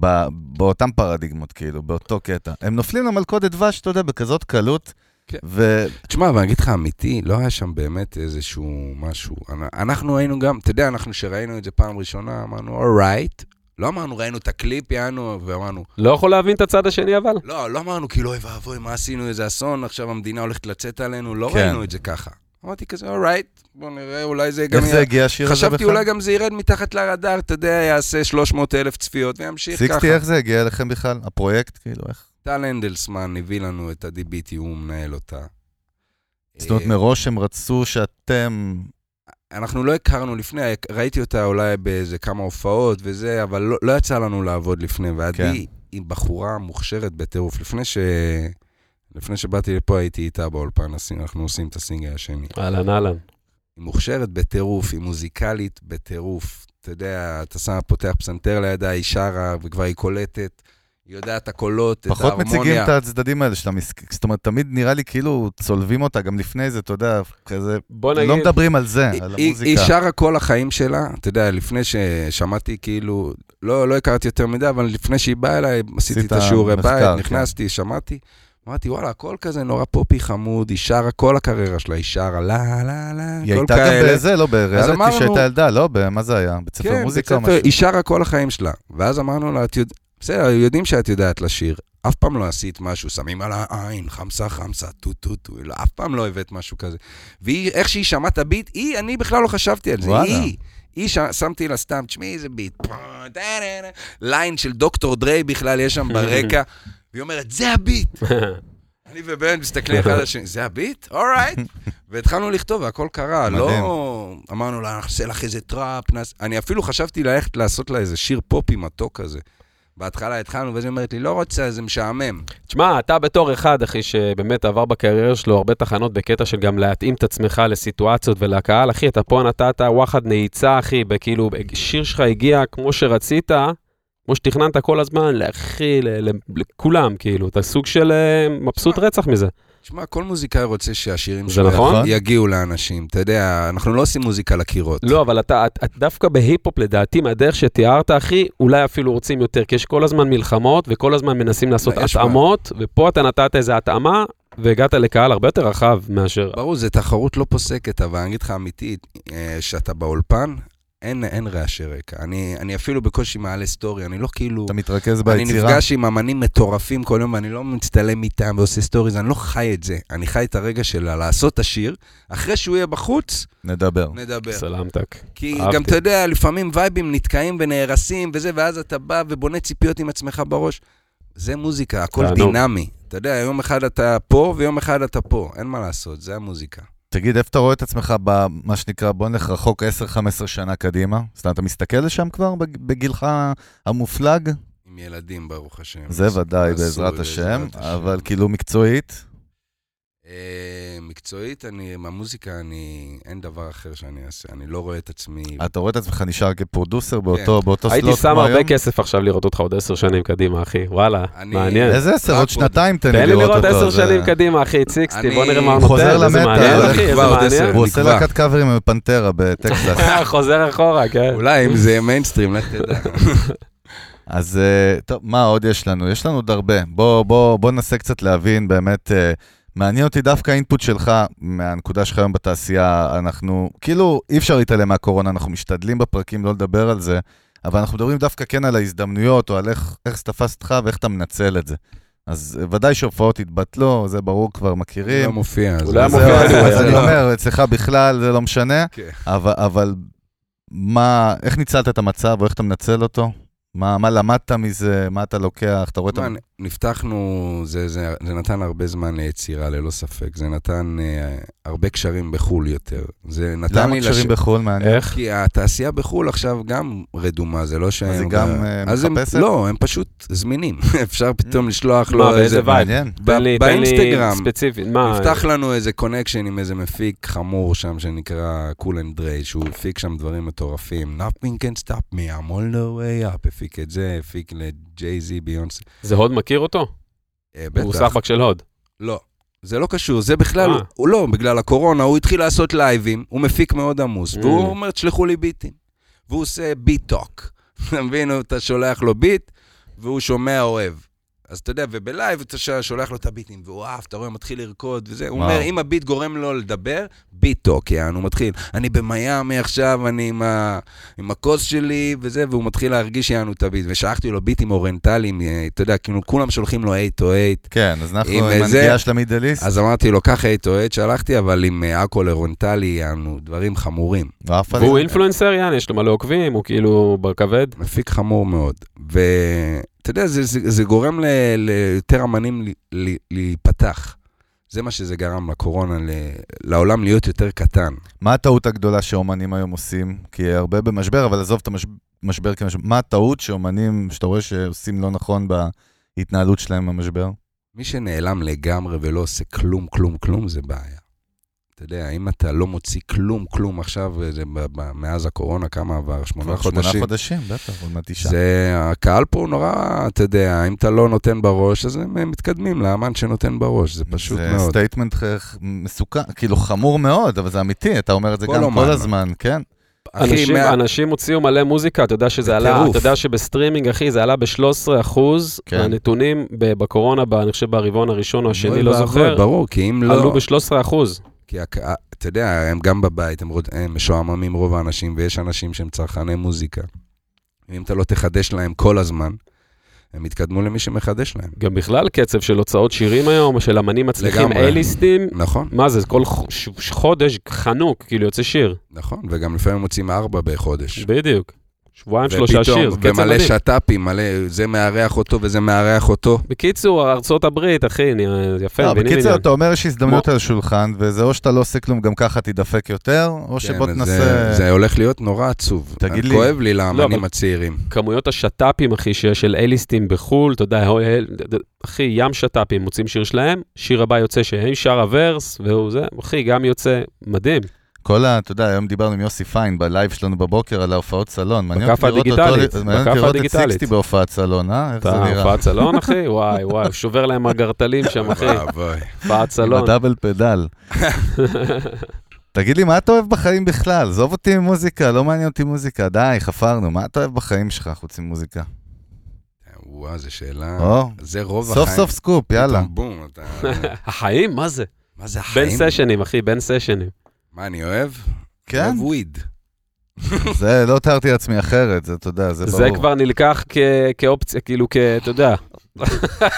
Speaker 2: ב- באותן פרדיגמות, כאילו, באותו קטע. הם נופלים למלכודת דבש, אתה יודע, בכזאת קלות,
Speaker 3: כן.
Speaker 2: ו...
Speaker 3: תשמע, אבל אני אגיד לך, אמיתי, לא היה שם באמת איזשהו משהו. אנ- אנחנו היינו גם, אתה יודע, אנחנו שראינו את זה פעם ראשונה, אמרנו, אורייט. לא אמרנו, ראינו את הקליפ, יענו, ואמרנו,
Speaker 1: לא יכול להבין את הצד השני, אבל.
Speaker 3: לא, לא אמרנו, כאילו, אוי ואבוי, מה עשינו, איזה אסון, עכשיו המדינה הולכת לצאת עלינו, לא
Speaker 2: כן.
Speaker 3: ראינו את זה ככה. אמרתי כזה, אורייט, בוא נראה, אולי זה גם...
Speaker 2: איך זה
Speaker 3: יהיה-
Speaker 2: הגיע השיר הזה בכלל?
Speaker 3: חשבתי אולי גם זה ירד מתחת לרדאר, אתה יודע, יעשה 300 אלף צפיות וימשיך ככה.
Speaker 2: סיקסטי, איך זה הגיע אליכם בכלל? הפרויקט, כאילו, איך?
Speaker 3: טל הנדלסמן הביא לנו את ה-DBT, הוא מנהל אותה.
Speaker 2: זאת אומרת,
Speaker 3: אה,
Speaker 2: מראש הם רצו שאתם...
Speaker 3: אנחנו לא הכרנו לפני, ראיתי אותה אולי באיזה כמה הופעות וזה, אבל לא, לא יצא לנו לעבוד לפני, ועדי
Speaker 2: כן.
Speaker 3: כן. היא בחורה מוכשרת בטירוף. לפני, ש... לפני שבאתי לפה הייתי איתה באולפן, עשינו- אנחנו עושים את הסינגל השני.
Speaker 1: אהלן, אהלן.
Speaker 3: היא מוכשרת בטירוף, היא מוזיקלית בטירוף. אתה יודע, אתה שם, פותח פסנתר לידה, היא שרה, וכבר היא קולטת, היא יודעת את הקולות, את
Speaker 2: פחות
Speaker 3: ההרמוניה.
Speaker 2: מציגים את הצדדים האלה של המשחק, זאת אומרת, תמיד נראה לי כאילו צולבים אותה, גם לפני זה, אתה יודע, כזה,
Speaker 1: בוא
Speaker 2: לא
Speaker 1: נגיד,
Speaker 2: מדברים על זה, על
Speaker 3: היא, היא
Speaker 2: המוזיקה.
Speaker 3: שרה כל החיים שלה, אתה יודע, לפני ששמעתי, כאילו, לא, לא הכרתי יותר מדי, אבל לפני שהיא באה אליי, עשיתי
Speaker 2: עשית
Speaker 3: את השיעורי
Speaker 2: מחקר,
Speaker 3: בית,
Speaker 2: כן.
Speaker 3: נכנסתי, שמעתי, אמרתי, וואלה, הכל כזה נורא פופי חמוד, היא שרה כל הקריירה שלה, היא שרה לה, לה,
Speaker 2: היא
Speaker 3: לה, כל
Speaker 2: הייתה גם
Speaker 3: כאלה.
Speaker 2: בזה, לא, בריאליטי
Speaker 3: אמרנו-
Speaker 2: שהייתה ילדה, לא, במה זה היה? בית ספר
Speaker 3: כן, בית
Speaker 2: מוזיקה או
Speaker 3: ספר,
Speaker 2: משהו?
Speaker 3: היא שרה כל החיים שלה. ואז אמרנו לה, את יודע... בסדר, יודעים שאת יודעת לשיר. אף פעם לא עשית משהו, שמים על העין, חמסה חמסה, טו טו טו, לא, אף פעם לא הבאת משהו כזה. והיא, איך שהיא שמעה את הביט, היא, אני בכלל לא חשבתי על זה,
Speaker 2: וואלה.
Speaker 3: היא. היא, ש... שמתי לה סתם, תשמעי איזה ביט, פה, טה, נה, נה. ליין של דוקטור דריי בכלל, יש שם ברקע,
Speaker 2: [laughs]
Speaker 1: [laughs] [laughs]
Speaker 3: והיא אומרת, זה הביט. אני ובן מסתכלים אחד על השני, זה הביט? אורייט. והתחלנו לכתוב, והכל קרה.
Speaker 2: מדהים.
Speaker 3: לא אמרנו לה, נעשה לך איזה טראפ, נעש... אני אפילו חשבתי ללכת לעשות לה איזה שיר פופי מתוק כזה. בהתחלה התחלנו, ואז היא אומרת לי, לא רוצה, זה משעמם.
Speaker 1: תשמע, אתה בתור אחד, אחי, שבאמת עבר בקריירה שלו הרבה תחנות בקטע של גם להתאים את עצמך לסיטואציות ולקהל, אחי, אתה פה נתת וואחד נעיצה, אחי, בכאילו, שיר שלך הגיע כמו שרצית, כמו שתכננת כל הזמן, לאחי, ל- ל- לכולם, כאילו, אתה סוג של אה, מבסוט רצח מזה.
Speaker 3: תשמע, כל מוזיקאי רוצה שהשירים
Speaker 1: זה
Speaker 3: שלו
Speaker 1: נכון?
Speaker 3: יגיעו לאנשים. אתה יודע, אנחנו לא עושים מוזיקה לקירות.
Speaker 1: לא, אבל אתה, את, את דווקא בהיפ-הופ, לדעתי, מהדרך שתיארת, אחי, אולי אפילו רוצים יותר, כי יש כל הזמן מלחמות, וכל הזמן מנסים לעשות
Speaker 3: יש מה.
Speaker 1: התאמות, ופה אתה נתת איזו התאמה, והגעת לקהל הרבה יותר רחב מאשר...
Speaker 3: ברור, זו תחרות לא פוסקת, אבל אני אגיד לך אמיתית, אה, שאתה באולפן, אין, אין רעשי רקע. אני, אני אפילו בקושי מעלה סטורי, אני לא כאילו...
Speaker 2: אתה מתרכז
Speaker 3: אני
Speaker 2: ביצירה.
Speaker 3: נפגש עם אמנים מטורפים כל יום, ואני לא מצטלם איתם ועושה סטוריז, אני לא חי את זה. אני חי את הרגע שלה לעשות את השיר, אחרי שהוא יהיה בחוץ,
Speaker 2: נדבר.
Speaker 3: נדבר.
Speaker 1: סלמתק.
Speaker 3: כי
Speaker 1: אהבתי.
Speaker 3: גם, אתה יודע, לפעמים וייבים נתקעים ונהרסים וזה, ואז אתה בא ובונה ציפיות עם עצמך בראש. זה מוזיקה, הכל
Speaker 1: תענוג.
Speaker 3: דינמי. אתה יודע, יום אחד אתה פה ויום אחד אתה פה, אין מה לעשות, זה המוזיקה.
Speaker 2: תגיד, איפה אתה רואה את עצמך במה שנקרא, בוא נלך רחוק 10-15 שנה קדימה? זאת אומרת, אתה מסתכל לשם כבר בג- בגילך המופלג?
Speaker 3: עם ילדים, ברוך השם.
Speaker 2: זה ודאי,
Speaker 3: עשוי,
Speaker 2: בעזרת
Speaker 3: בעזרת
Speaker 2: השם,
Speaker 3: השם.
Speaker 2: אבל כאילו מקצועית,
Speaker 3: אה, מקצועית, אני, במוזיקה, אני, אין דבר אחר שאני אעשה. אני לא רואה את עצמי...
Speaker 2: אתה רואה את עצמך נשאר כפרודוסר
Speaker 3: כן.
Speaker 2: באותו באותו סלוט כמו היום?
Speaker 1: הייתי שם הרבה כסף עכשיו לראות אותך עוד עשר שנים קדימה, אחי. וואלה,
Speaker 3: אני-
Speaker 1: מעניין.
Speaker 2: איזה עשר?
Speaker 3: רק
Speaker 2: עוד
Speaker 3: פרודוסר.
Speaker 2: שנתיים תן
Speaker 1: תן לי
Speaker 2: לי לראות
Speaker 1: לראות
Speaker 2: אותו.
Speaker 1: עשר
Speaker 2: זה-
Speaker 1: שנים קדימה, אחי, ציקסטי,
Speaker 3: אני
Speaker 1: בוא נראה מה הוא
Speaker 2: חוזר
Speaker 1: נותן. איזה
Speaker 2: למטה,
Speaker 1: מעניין,
Speaker 2: הולך
Speaker 1: אחי, איזה
Speaker 3: כבר עוד
Speaker 1: [laughs] מעניין. אה,
Speaker 2: הוא עושה
Speaker 3: נקבע.
Speaker 2: להקת קאברים עם פנטרה בטקסס.
Speaker 1: חוזר אחורה, כן.
Speaker 3: אולי אם זה מיינסטרים, לך [laughs] תדע.
Speaker 2: אז אה, טוב, מה עוד יש לנו? יש לנו עוד הרבה. בוא, בוא, בוא ננסה קצת להבין באמת, אה, מעניין אותי דווקא האינפוט שלך מהנקודה שלך היום בתעשייה. אנחנו, כאילו, אי אפשר להתעלם מהקורונה, אנחנו משתדלים בפרקים לא לדבר על זה, אבל אנחנו מדברים דווקא כן על ההזדמנויות, או על איך, איך זה תפס אותך ואיך אתה מנצל את זה. אז אה, ודאי שהופעות התבטלו, זה ברור, כבר
Speaker 3: לא
Speaker 2: מכירים.
Speaker 3: מופיע. אז-
Speaker 1: אולי היה
Speaker 2: אז
Speaker 1: מופיע,
Speaker 2: זהו,
Speaker 1: אני רואה,
Speaker 2: אז אני
Speaker 1: לא.
Speaker 2: אומר, אצלך בכלל זה לא משנה,
Speaker 3: כן.
Speaker 2: אבל, אבל מה, איך ניצלת את המצב, או איך אתה מנצל אותו? מה, מה למדת מזה, מה אתה לוקח, אתה רואה את ה...
Speaker 3: זמן, נפתחנו, זה, זה, זה נתן הרבה זמן ליצירה, ללא ספק. זה נתן אה, הרבה קשרים בחו"ל יותר. זה נתן
Speaker 2: למה
Speaker 3: לי...
Speaker 2: קשרים בחו"ל מעניין?
Speaker 1: איך?
Speaker 3: כי התעשייה בחו"ל עכשיו גם רדומה, זה לא שהם...
Speaker 2: היא גם, אה,
Speaker 3: אז הם-
Speaker 2: מחפשת? Mm.
Speaker 3: לא, הם פשוט זמינים. [laughs] אפשר פתאום לשלוח לו
Speaker 1: מה,
Speaker 3: איזה...
Speaker 1: באיזה וייב?
Speaker 2: מעניין.
Speaker 3: ב-
Speaker 1: תן לי, תן לי
Speaker 3: באינסטגרם.
Speaker 1: ספציפית, מה?
Speaker 3: נפתח לנו איזה קונקשן עם איזה מפיק חמור שם שנקרא קול אנד דריי, שהוא הפיק שם דברים מטורפים. Nothing can stop me, I'm all the way up. הפיק את זה, הפיק לג'יי-זי ביונס.
Speaker 1: זה הוד מכיר אותו?
Speaker 3: אה,
Speaker 1: הוא
Speaker 3: בטח.
Speaker 1: סחבק של הוד.
Speaker 3: לא, זה לא קשור, זה בכלל,
Speaker 1: אה.
Speaker 3: הוא לא, בגלל הקורונה, הוא התחיל לעשות לייבים, הוא מפיק מאוד עמוס,
Speaker 1: Mm.
Speaker 3: והוא אומר, תשלחו לי ביטים. והוא עושה ביט-טוק. [laughs] אתה מבין, אתה שולח לו ביט, והוא שומע אוהב. אז אתה יודע, ובלייב אתה ש- שולח לו את הביטים, והוא עף, אתה רואה, מתחיל לרקוד וזה. הוא
Speaker 2: וואו.
Speaker 3: אומר, אם הביט גורם לו לדבר, ביט-טוק, יענו, הוא מתחיל. אני במיאמי עכשיו, אני עם, ה... עם הכוס שלי וזה, והוא מתחיל להרגיש יענו את הביט. ושלחתי לו ביטים אוריינטליים, אה, אתה יודע, כאילו, כולם שולחים לו 8 או 8.
Speaker 2: כן, אז אנחנו
Speaker 3: עם
Speaker 2: עם
Speaker 3: זה-
Speaker 2: הנגיעה של המידל איסט,
Speaker 3: אז אמרתי לו, ככה איתו עד שהלכתי, אבל עם אה, הכל אורנטלי, יענו, דברים חמורים.
Speaker 2: לא עף עליהם.
Speaker 1: והוא אינפלואנסר, יאן, יש לו מלא עוקבים, הוא כאילו בכבד.
Speaker 3: מפיק חמור מאוד. ואתה יודע, זה, זה, זה גורם ל- ליותר אמנים ל- ל- להיפתח. זה מה שזה גרם לקורונה, ל- לעולם להיות יותר קטן.
Speaker 2: מה הטעות הגדולה שאומנים היום עושים? כי הרבה במשבר, אבל עזוב את המשבר כמשבר. מה הטעות שאומנים, שאתה רואה שעושים לא נכון בהתנהלות שלהם במשבר?
Speaker 3: מי שנעלם לגמרי ולא עושה כלום, כלום, כלום, זה בעיה. אתה יודע, אם אתה לא מוציא כלום, כלום עכשיו, זה ב- ב- מאז הקורונה, כמה עבר?
Speaker 2: שמונה
Speaker 3: שמונה חודשים.
Speaker 2: חודשים, בטח, עוד מעט תשעה.
Speaker 3: זה, הקהל פה הוא נורא, אתה יודע, אם אתה לא נותן בראש, אז הם מתקדמים לאמן שנותן בראש, זה פשוט
Speaker 2: זה
Speaker 3: מאוד.
Speaker 2: סטייטמנט מסוכן, כאילו חמור מאוד, אבל זה אמיתי, אתה אומר את זה
Speaker 3: כל
Speaker 1: לא
Speaker 2: גם
Speaker 3: אומן.
Speaker 2: כל הזמן, כן?
Speaker 1: אנשים,
Speaker 3: מה-
Speaker 1: אנשים הוציאו מלא מוזיקה, אתה יודע שזה עלה,
Speaker 3: בטירוף.
Speaker 1: אתה יודע שבסטרימינג, אחי, זה עלה ב-13 אחוז,
Speaker 2: כן.
Speaker 1: הנתונים ב- בקורונה, ב- אני חושב ברבעון הראשון או השני,
Speaker 3: אוי
Speaker 1: לא
Speaker 3: ואבוי,
Speaker 1: זוכר,
Speaker 3: ברור, כי אם
Speaker 1: עלו
Speaker 3: לא...
Speaker 1: ב-13 אחוז.
Speaker 3: כי הקה- אתה יודע, הם גם בבית, הם רוצ- הם משועממים רוב האנשים, ויש אנשים שהם צרכני מוזיקה. אם אתה לא תחדש להם כל הזמן, הם יתקדמו למי שמחדש להם.
Speaker 1: גם בכלל קצב של הוצאות שירים היום, של אמנים מצליחים,
Speaker 3: לגמרי.
Speaker 1: אייליסטים,
Speaker 3: נכון,
Speaker 1: מה זה, כל ח- ש- ש- חודש חנוק, כאילו יוצא שיר,
Speaker 3: נכון, וגם לפעמים מוצאים ארבע בחודש.
Speaker 1: בדיוק. שבועיים, שלושה שיר, זה קצב
Speaker 3: ומלא
Speaker 1: מדהים.
Speaker 3: שת"פים, מלא, זה מארח אותו וזה מארח אותו.
Speaker 1: בקיצור, ארצות הברית, אחי, נראה- יפה,
Speaker 2: לא,
Speaker 1: מבינים
Speaker 2: בקיצור,
Speaker 1: עניין.
Speaker 2: אתה אומר יש הזדמנויות על השולחן, וזה או שאתה לא עושה כלום, גם ככה תידפק יותר, או שבוא
Speaker 3: כן,
Speaker 2: תנסה...
Speaker 3: זה, זה הולך להיות נורא עצוב. אה,
Speaker 2: תגיד לי-
Speaker 3: כואב לי
Speaker 1: לא,
Speaker 3: לאמנים
Speaker 1: אבל-
Speaker 2: [laughs]
Speaker 3: הצעירים.
Speaker 1: כמויות השת"פים, אחי, שיש של אליסטים בחו"ל, אתה יודע, הול- הל- ד- ד- אחי, ים שת"פים, מוצאים שיר שלהם, שיר הבא יוצא שהם שר הוורס, והוא זה, אחי, גם יוצא, מדהים.
Speaker 2: כל ה... אתה יודע, היום דיברנו עם יוסי פיין בלייב שלנו בבוקר על ההופעות סלון. מעניין אותי
Speaker 1: בכאפה
Speaker 2: לראות אותו-
Speaker 1: הדיגיטלית,
Speaker 2: מעניין
Speaker 1: בכאפה
Speaker 2: אותי לראות את
Speaker 1: הדיגיטלית.
Speaker 2: סיקסטי בהופעת סלון, אה? איך זה
Speaker 1: אתה
Speaker 2: נראה?
Speaker 1: הופעת סלון, אחי? וואי, וואי, הוא שובר להם הגרטלים שם,
Speaker 2: [laughs]
Speaker 1: אחי,
Speaker 3: ואבוי.
Speaker 1: הופעת
Speaker 2: עם
Speaker 1: סלון.
Speaker 2: הדאבל פדל. תגיד לי, מה אתה אוהב בחיים בכלל? עזוב אותי עם מוזיקה, לא מעניין אותי מוזיקה. די, חפרנו. מה אתה אוהב בחיים שלך חוץ ממוזיקה?
Speaker 3: וואו, זו שאלה.
Speaker 2: או,
Speaker 3: זה רוב החיים.
Speaker 2: אה, סוף סוף סקופ, יאללה.
Speaker 3: אה, פתאום בום, אתה...
Speaker 1: [laughs]
Speaker 2: [laughs]
Speaker 1: החיים? מה זה?
Speaker 3: מה זה
Speaker 1: בין
Speaker 3: החיים?
Speaker 1: סשנים, אחי, בין סשנים.
Speaker 3: מה, אני אוהב?
Speaker 2: כן,
Speaker 3: אוהב וויד.
Speaker 2: זה, לא תיארתי לעצמי אחרת, זה, אתה יודע, זה ברור.
Speaker 1: זה כבר נלקח כ- כאופציה, כאילו, כ... אתה יודע.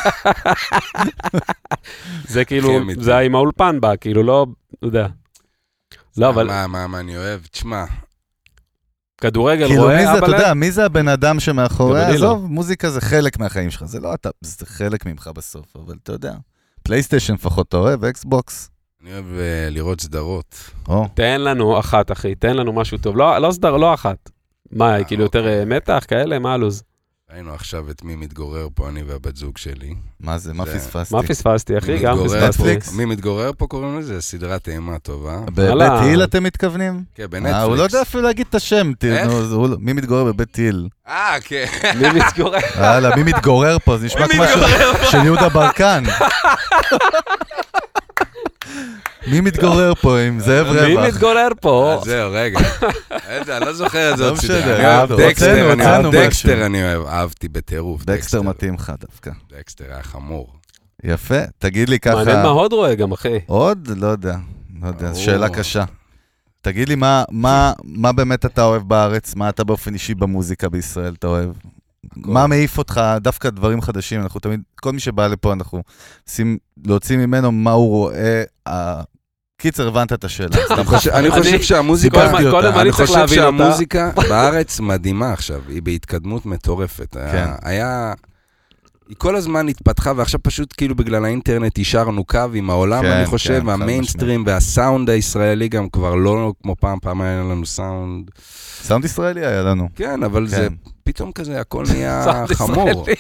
Speaker 2: כן,
Speaker 1: זה כאילו,
Speaker 3: הכי אמיתי.
Speaker 1: זה היה עם האולפן בא, כאילו, לא, אתה יודע. לא, אבל
Speaker 3: מה, מה, מה אני אוהב? תשמע,
Speaker 1: כדורגל
Speaker 2: כאילו, מי
Speaker 1: רואה,
Speaker 2: זה, אתה
Speaker 1: אבל...
Speaker 2: יודע, מי זה הבן אדם שמאחורי?
Speaker 1: גם אני לא.
Speaker 2: עזוב, מוזיקה זה חלק מהחיים שלך, זה לא אתה, זה חלק ממך בסוף, אבל אתה יודע. פלייסטיישן לפחות אתה אוהב, אקסבוקס.
Speaker 3: אני אוהב אה, לראות סדרות.
Speaker 2: או,
Speaker 1: תן לנו אחת, אחי, תן לנו משהו טוב. לא לא סדר, לא אחת. מה, כאילו, יותר אה, מתח, כאלה? מה הלו"ז?
Speaker 3: ראינו עכשיו את מי מתגורר פה, אני והבת זוג שלי.
Speaker 2: מה זה, מה
Speaker 3: זה-
Speaker 2: פספסתי?
Speaker 1: מה פספסתי,
Speaker 3: מי
Speaker 1: אחי? גם
Speaker 3: מתגורר
Speaker 2: פספסתי.
Speaker 3: פה-
Speaker 1: פספסתי.
Speaker 2: נטפליקס?
Speaker 3: מי מתגורר פה קוראים לזה? סדרת אימה טובה.
Speaker 2: בבית
Speaker 1: וואלה.
Speaker 2: היל אתם מתכוונים?
Speaker 3: כן,
Speaker 2: אה, הוא לא יודע
Speaker 3: בנטפליקס.
Speaker 2: אפילו להגיד את השם, תראו,
Speaker 3: איך?
Speaker 2: נו, זה הוא לא- מי מתגורר בבית היל?
Speaker 3: אה, כן.
Speaker 1: מי מתגורר?
Speaker 2: הלאה, מי מתגורר פה? זה נשמע
Speaker 3: מי
Speaker 2: כמו של- של יהודה ברקן. מי מתגורר פה עם זאב
Speaker 1: מי
Speaker 2: רווח?
Speaker 1: מתגורר פה?
Speaker 3: אז אה, זהו,
Speaker 1: [laughs]
Speaker 3: רגע. איזה, אני לא זוכר את זה
Speaker 2: לא
Speaker 3: עוד סדרה.
Speaker 2: משנה,
Speaker 3: אני אוהב
Speaker 2: הוצאנו,
Speaker 3: דקסטר, אני
Speaker 2: הוצאנו
Speaker 3: אוהב
Speaker 2: משהו.
Speaker 3: דקסטר, אני אוהב. אהבתי בטירוף.
Speaker 2: דקסטר מתאים לך דווקא.
Speaker 3: דקסטר היה חמור.
Speaker 2: יפה, תגיד לי
Speaker 1: מעניין מה
Speaker 2: ככה,
Speaker 1: הוד רואה גם, אחי.
Speaker 2: עוד? לא יודע, לא יודע, זו
Speaker 3: ברור.
Speaker 2: שאלה קשה. תגיד לי, מה- מה- מה באמת אתה אוהב בארץ? מה אתה באופן אישי במוזיקה בישראל אתה אוהב? מה מעיף אותך? דווקא דברים חדשים, אנחנו תמיד, כל מי שבא לפה, אנחנו עושים, להוציא ממנו מה הוא רואה. ה- קיצר, הבנת את
Speaker 3: [laughs]
Speaker 2: השאלה.
Speaker 3: אני חושב- אני חושב שהמוזיקה...
Speaker 2: סיפרתי
Speaker 1: קודם-
Speaker 2: אותה.
Speaker 1: קודם אני
Speaker 3: אני
Speaker 1: צריך
Speaker 3: חושב
Speaker 1: להבין אותה.
Speaker 3: שהמוזיקה בארץ מדהימה עכשיו, היא בהתקדמות מטורפת.
Speaker 2: כן.
Speaker 3: היה- היה... היא כל הזמן התפתחה, ועכשיו פשוט כאילו בגלל האינטרנט יישרנו קו עם העולם,
Speaker 2: כן,
Speaker 3: אני
Speaker 2: כן,
Speaker 3: חושב,
Speaker 2: חד
Speaker 3: והמיינסטרים והסאונד הישראלי גם כבר לא כמו פעם, פעם היה לנו סאונד.
Speaker 2: סאונד ישראלי היה לנו.
Speaker 3: כן, אבל זה
Speaker 2: כן.
Speaker 3: פתאום
Speaker 1: [laughs]
Speaker 3: כזה, הכל נהיה
Speaker 1: סאונד
Speaker 3: חמור.
Speaker 1: ישראלי.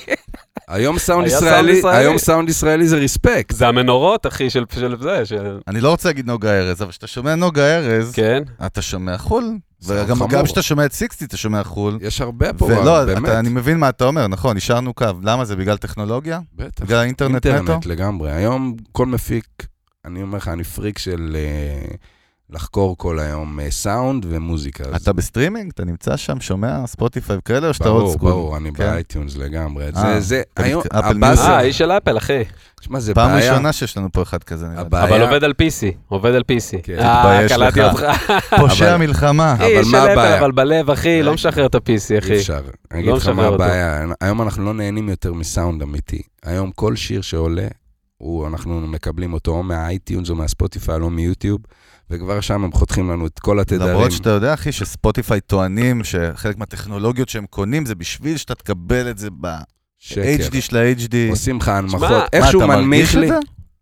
Speaker 3: היום סאונד
Speaker 1: היה סאונד
Speaker 3: ישראלי,
Speaker 1: ישראלי.
Speaker 3: היום סאונד ישראלי זה ריספקט.
Speaker 1: זה המנורות, אחי, של של זה, של...
Speaker 2: אני לא רוצה להגיד נוגה ארז, אבל כשאתה שומע נוגה ארז,
Speaker 1: כן.
Speaker 2: אתה שומע חול.
Speaker 3: סאונד
Speaker 2: וגם
Speaker 3: חמור.
Speaker 2: גם כשאתה שומע את סיקסטי, אתה שומע חול.
Speaker 3: יש הרבה פה,
Speaker 2: ולא,
Speaker 3: באמת.
Speaker 2: לא, אתה- אני מבין מה אתה אומר, נכון, השארנו קו. למה זה? בגלל טכנולוגיה?
Speaker 3: בטח.
Speaker 2: בגלל האינטרנט נטו?
Speaker 3: אינטרנט לגמרי. היום כל מפיק, אני אומר לך, אני פריק של אה, לחקור כל היום אה, סאונד ומוזיקה. אז
Speaker 2: אתה בסטרימינג? אתה נמצא שם, שומע ספוטיפיי וכאלה, או שאתה עוד
Speaker 3: ברור,
Speaker 2: סקול?
Speaker 3: ברור, אני
Speaker 2: כן.
Speaker 3: באייטיונס לגמרי.
Speaker 2: אה,
Speaker 3: זה, זה,
Speaker 2: אתה
Speaker 3: היום,
Speaker 2: מת- אפל
Speaker 1: אה,
Speaker 3: הבאסה,
Speaker 1: האיש של אפל, אחי.
Speaker 3: שמע, זה
Speaker 2: פעם
Speaker 3: בעיה.
Speaker 2: ראשונה שיש לנו פה אחד כזה, נראה לי.
Speaker 3: הבעיה-
Speaker 1: אבל עובד על PC, עובד על PC.
Speaker 3: כן.
Speaker 1: אה,
Speaker 2: תתבייש
Speaker 1: קלטתי
Speaker 2: לך.
Speaker 1: אותך.
Speaker 2: פושע
Speaker 3: אבל- אה,
Speaker 2: מלחמה.
Speaker 3: אבל
Speaker 1: איש של
Speaker 3: מה
Speaker 1: אפל,
Speaker 3: הבעיה?
Speaker 1: אבל בלב, אחי,
Speaker 3: רגע.
Speaker 1: לא משחרר את ה-PC,
Speaker 3: אי
Speaker 1: אחי.
Speaker 3: אפשר. אני אגיד לך
Speaker 1: לא משחרר
Speaker 3: מה
Speaker 1: אותו.
Speaker 3: הבעיה, היום אנחנו לא נהנים יותר מסאונד אמיתי. היום כל שיר שעולה, הוא, אנחנו מקבלים אותו או מהאייטיונס או מהספוטיפיי או מיוטיוב, וכבר שם הם חותכים לנו את כל התדרים.
Speaker 2: למרות שאתה יודע, אחי, שספוטיפיי טוענים שחלק מהטכנולוגיות שהם קונים זה בשביל שאתה תקבל את זה ב-HD
Speaker 3: שקר.
Speaker 2: של ה-HD.
Speaker 3: עושים לך
Speaker 1: שמע,
Speaker 3: הנמכות,
Speaker 1: מה,
Speaker 2: מה,
Speaker 3: איכשהו
Speaker 2: אתה
Speaker 3: מנמיך
Speaker 2: מרגיש את
Speaker 3: לי.
Speaker 2: זה?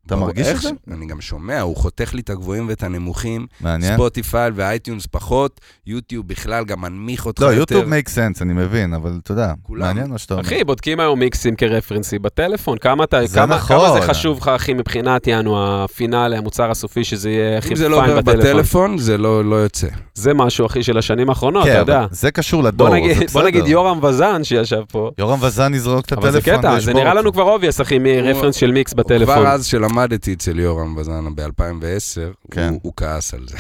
Speaker 2: אתה
Speaker 3: ברור,
Speaker 2: מרגיש את
Speaker 3: איך
Speaker 2: זה?
Speaker 3: ש- אני גם שומע, הוא חותך לי את הגבוהים ואת הנמוכים,
Speaker 2: מעניין.
Speaker 3: ספוטיפיי ואייטיונס פחות, יוטיוב בכלל גם מנמיך אותך
Speaker 2: לא,
Speaker 3: יותר.
Speaker 2: יוטיוב מייק סנס, אני מבין, אבל אתה יודע,
Speaker 3: כולם.
Speaker 2: מעניין מה שאתה אומר. כן,
Speaker 1: אחי, בודקים היום מיקסים כרפרנסי בטלפון, כמה אתה-
Speaker 2: זה
Speaker 1: כמה-
Speaker 2: נכון.
Speaker 1: כמה זה חשוב לך, אחי, מבחינת יענו הפינאלי, המוצר הסופי, שזה יהיה הכי
Speaker 3: אם זה לא
Speaker 1: פיין
Speaker 3: עובר
Speaker 1: בטלפון.
Speaker 3: בטלפון, זה לא לא יוצא.
Speaker 1: זה משהו, אחי, של השנים האחרונות,
Speaker 2: כן,
Speaker 1: אתה יודע.
Speaker 2: אבל זה קשור לדור,
Speaker 1: בוא
Speaker 2: זה
Speaker 1: נגיד-
Speaker 2: בסדר.
Speaker 1: בוא נגיד יורם וזן שישב פה.
Speaker 2: יורם וזן יזרוק את
Speaker 1: אבל זה
Speaker 2: הטלפון
Speaker 1: קטע, זה
Speaker 2: וישבור
Speaker 1: נראה לנו
Speaker 2: אותו.
Speaker 1: כבר אובייס, אחי, מרפרנס של מיקס בטלפון.
Speaker 3: כבר אז שלמדתי אצל יורם בזנה ב-2010,
Speaker 2: כן.
Speaker 3: הוא
Speaker 2: [laughs]
Speaker 3: כעס על זה.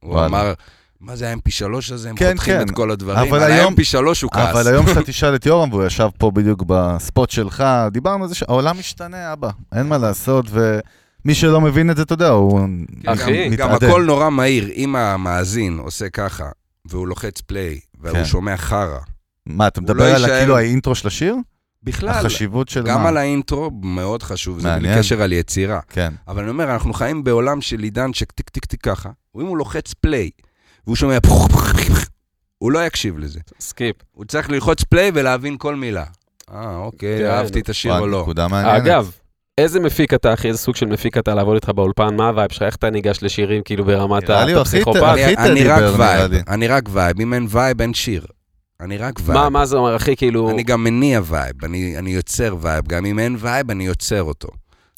Speaker 3: הוא
Speaker 2: וואלה.
Speaker 3: אמר, מה זה ה-MP3 הזה? הם
Speaker 2: כן,
Speaker 3: חותכים
Speaker 2: כן.
Speaker 3: את כל הדברים.
Speaker 2: אבל
Speaker 3: על
Speaker 2: היום-
Speaker 3: ה-MP3 הוא כעס.
Speaker 2: אבל
Speaker 1: [laughs]
Speaker 2: היום כשאתה תשאל את יורם, והוא ישב פה בדיוק בספוט שלך, דיברנו על זה שהעולם משתנה, אבא, אין מה לעשות, ומי שלא מבין את זה, אתה יודע, הוא
Speaker 3: כן,
Speaker 1: אחי,
Speaker 3: גם- גם
Speaker 2: מתעדן.
Speaker 3: הכל נורא מהיר. אם המאזין עושה ככה, והוא לוחץ פליי,
Speaker 2: כן.
Speaker 3: והוא שומע חרא,
Speaker 2: מה, אתה
Speaker 3: הוא
Speaker 2: מדבר
Speaker 3: לא
Speaker 2: על
Speaker 3: יישאר-
Speaker 2: כאילו האינטרו של השיר?
Speaker 3: בכלל,
Speaker 2: החשיבות של
Speaker 3: גם
Speaker 2: מה?
Speaker 3: על האינטרו מאוד חשוב, זה
Speaker 2: מעניין.
Speaker 3: בלי קשר על יצירה.
Speaker 2: כן.
Speaker 3: אבל אני אומר, אנחנו חיים בעולם של עידן שטיק טיק טיק ככה, ואם הוא לוחץ פליי, והוא שומע פח פח פח, הוא לא יקשיב לזה.
Speaker 1: סקיפ.
Speaker 3: הוא צריך ללחוץ פליי ולהבין כל מילה. אה,
Speaker 1: כן.
Speaker 3: אוקיי, אהבתי את השיר או
Speaker 2: וואי,
Speaker 3: לא.
Speaker 2: נקודה מעניינת.
Speaker 1: אגב, איזה מפיק אתה, אחי? איזה סוג של מפיק אתה לעבוד איתך באולפן? מה הווייב שלך? איך אתה ניגש לשירים כאילו ברמת
Speaker 2: נראה לי הוא הכי-
Speaker 1: הפסיכופת?
Speaker 3: אני-
Speaker 2: הכי
Speaker 3: אני
Speaker 2: טדי
Speaker 3: רק
Speaker 2: בר, נראה
Speaker 3: וייב,
Speaker 2: לי.
Speaker 3: אני רק וייב, אם אין וייב אין שיר. אני רק וייב.
Speaker 1: מה, מה זה אומר, אחי? כאילו...
Speaker 3: אני גם מניע וייב, אני, אני יוצר וייב, גם אם אין וייב אני יוצר אותו.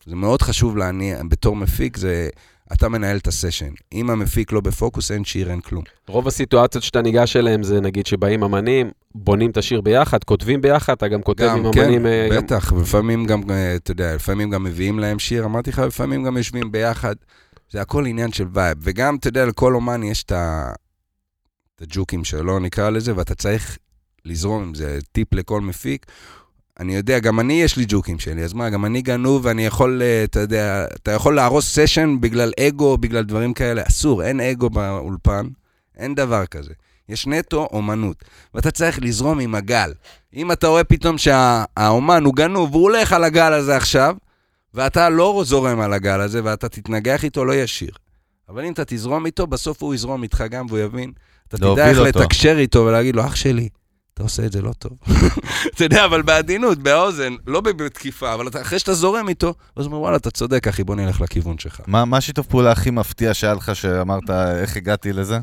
Speaker 3: זה מאוד חשוב להניע, בתור מפיק זה, אתה מנהל את הסשן. אם המפיק לא בפוקוס, אין שיר, אין כלום.
Speaker 1: רוב הסיטואציות שאתה ניגש אליהם זה נגיד שבאים אמנים, בונים את השיר ביחד, כותבים ביחד, אתה גם כותב עם
Speaker 3: גם,
Speaker 1: אמנים...
Speaker 3: כן,
Speaker 1: אה, גם-
Speaker 3: בטח, לפעמים גם, אה, אתה יודע, לפעמים גם מביאים להם שיר, אמרתי לך, לפעמים גם יושבים ביחד. זה הכל עניין של וייב. וגם, אתה יודע, לכל אומן יש את ה- את הג'וקים שלו, נקרא לזה, ואתה צריך לזרום עם זה, טיפ לכל מפיק. אני יודע, גם אני יש לי ג'וקים שלי, אז מה, גם אני גנוב ואני יכול, אה, אתה יודע, אתה יכול להרוס סשן בגלל אגו, בגלל דברים כאלה. אסור, אין אגו באולפן, אין דבר כזה. יש נטו אומנות, ואתה צריך לזרום עם הגל. אם אתה רואה פתאום שהאומן הוא גנוב, הוא הולך על הגל הזה עכשיו, ואתה לא זורם על הגל הזה, ואתה תתנגח איתו, לא ישיר. אבל אם אתה תזרום איתו, בסוף הוא יזרום איתך גם, והוא יבין. אתה תדע
Speaker 2: להוביל
Speaker 3: איך
Speaker 2: אותו.
Speaker 3: לתקשר איתו ולהגיד לו, אח שלי, אתה עושה את זה לא טוב. [laughs] אתה יודע, אבל בעדינות, באוזן, לא בתקיפה, אבל אתה- אחרי שאתה זורם איתו, אז הוא אומר, וואלה, אתה צודק, אחי, בוא נלך לכיוון שלך.
Speaker 2: מה מה השיתוף פעולה הכי מפתיע שהיה לך, שאמרת, איך הגעתי לזה?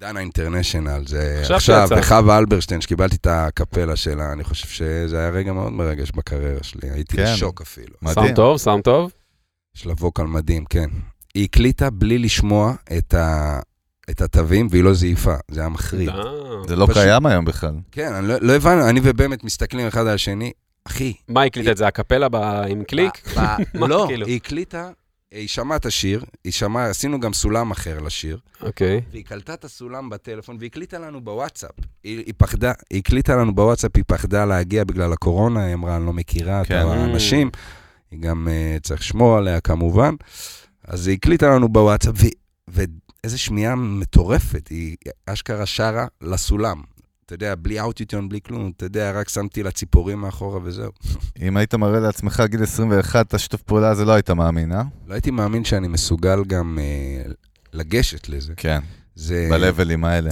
Speaker 3: דנה אינטרנשיונל, זה
Speaker 1: עכשיו
Speaker 3: עכשיו,
Speaker 1: שיצא.
Speaker 3: וחווה אלברשטיין, שקיבלתי את הקפלה שלה, אני חושב שזה היה רגע מאוד מרגש בקריירה שלי, הייתי
Speaker 2: כן.
Speaker 3: בשוק אפילו.
Speaker 2: מדהים.
Speaker 1: סאונד טוב, סאונד טוב.
Speaker 3: יש לה ווקל מדהים, כן. היא הקליטה בלי לשמוע את, ה... את התווים, והיא לא זייפה, זה היה מחריד.
Speaker 1: אה,
Speaker 2: זה לא
Speaker 3: פשוט-
Speaker 2: קיים היום בכלל.
Speaker 3: כן, אני לא, לא הבנו, אני ובאמת מסתכלים אחד על השני, אחי,
Speaker 1: מה, הקליט את זה? הקפלה ב- עם קליק?
Speaker 3: ב-
Speaker 1: [laughs]
Speaker 3: ב- לא,
Speaker 1: כאילו?
Speaker 3: היא הקליטה, היא שמעה את השיר, היא שמעה, עשינו גם סולם אחר לשיר,
Speaker 1: אוקיי.
Speaker 3: והיא קלטה את הסולם בטלפון והקליטה לנו בוואטסאפ. היא, היא פחדה, היא הקליטה לנו בוואטסאפ, היא פחדה להגיע בגלל הקורונה, היא אמרה, אני לא מכירה
Speaker 2: כן.
Speaker 3: את האנשים, היא גם uh, צריך לשמור עליה כמובן. אז היא הקליטה לנו בוואטסאפ, ו- ואיזה שמיעה מטורפת, היא אשכרה שרה לסולם. אתה יודע, בלי אאוטיטיון, בלי כלום, אתה יודע, רק שמתי לה ציפורים מאחורה וזהו.
Speaker 2: אם היית מראה לעצמך גיל 21, את השיתוף פעולה הזה לא היית מאמין, אה?
Speaker 3: לא הייתי מאמין שאני מסוגל גם אה, לגשת לזה.
Speaker 2: כן.
Speaker 3: זה...
Speaker 2: בלבלים האלה.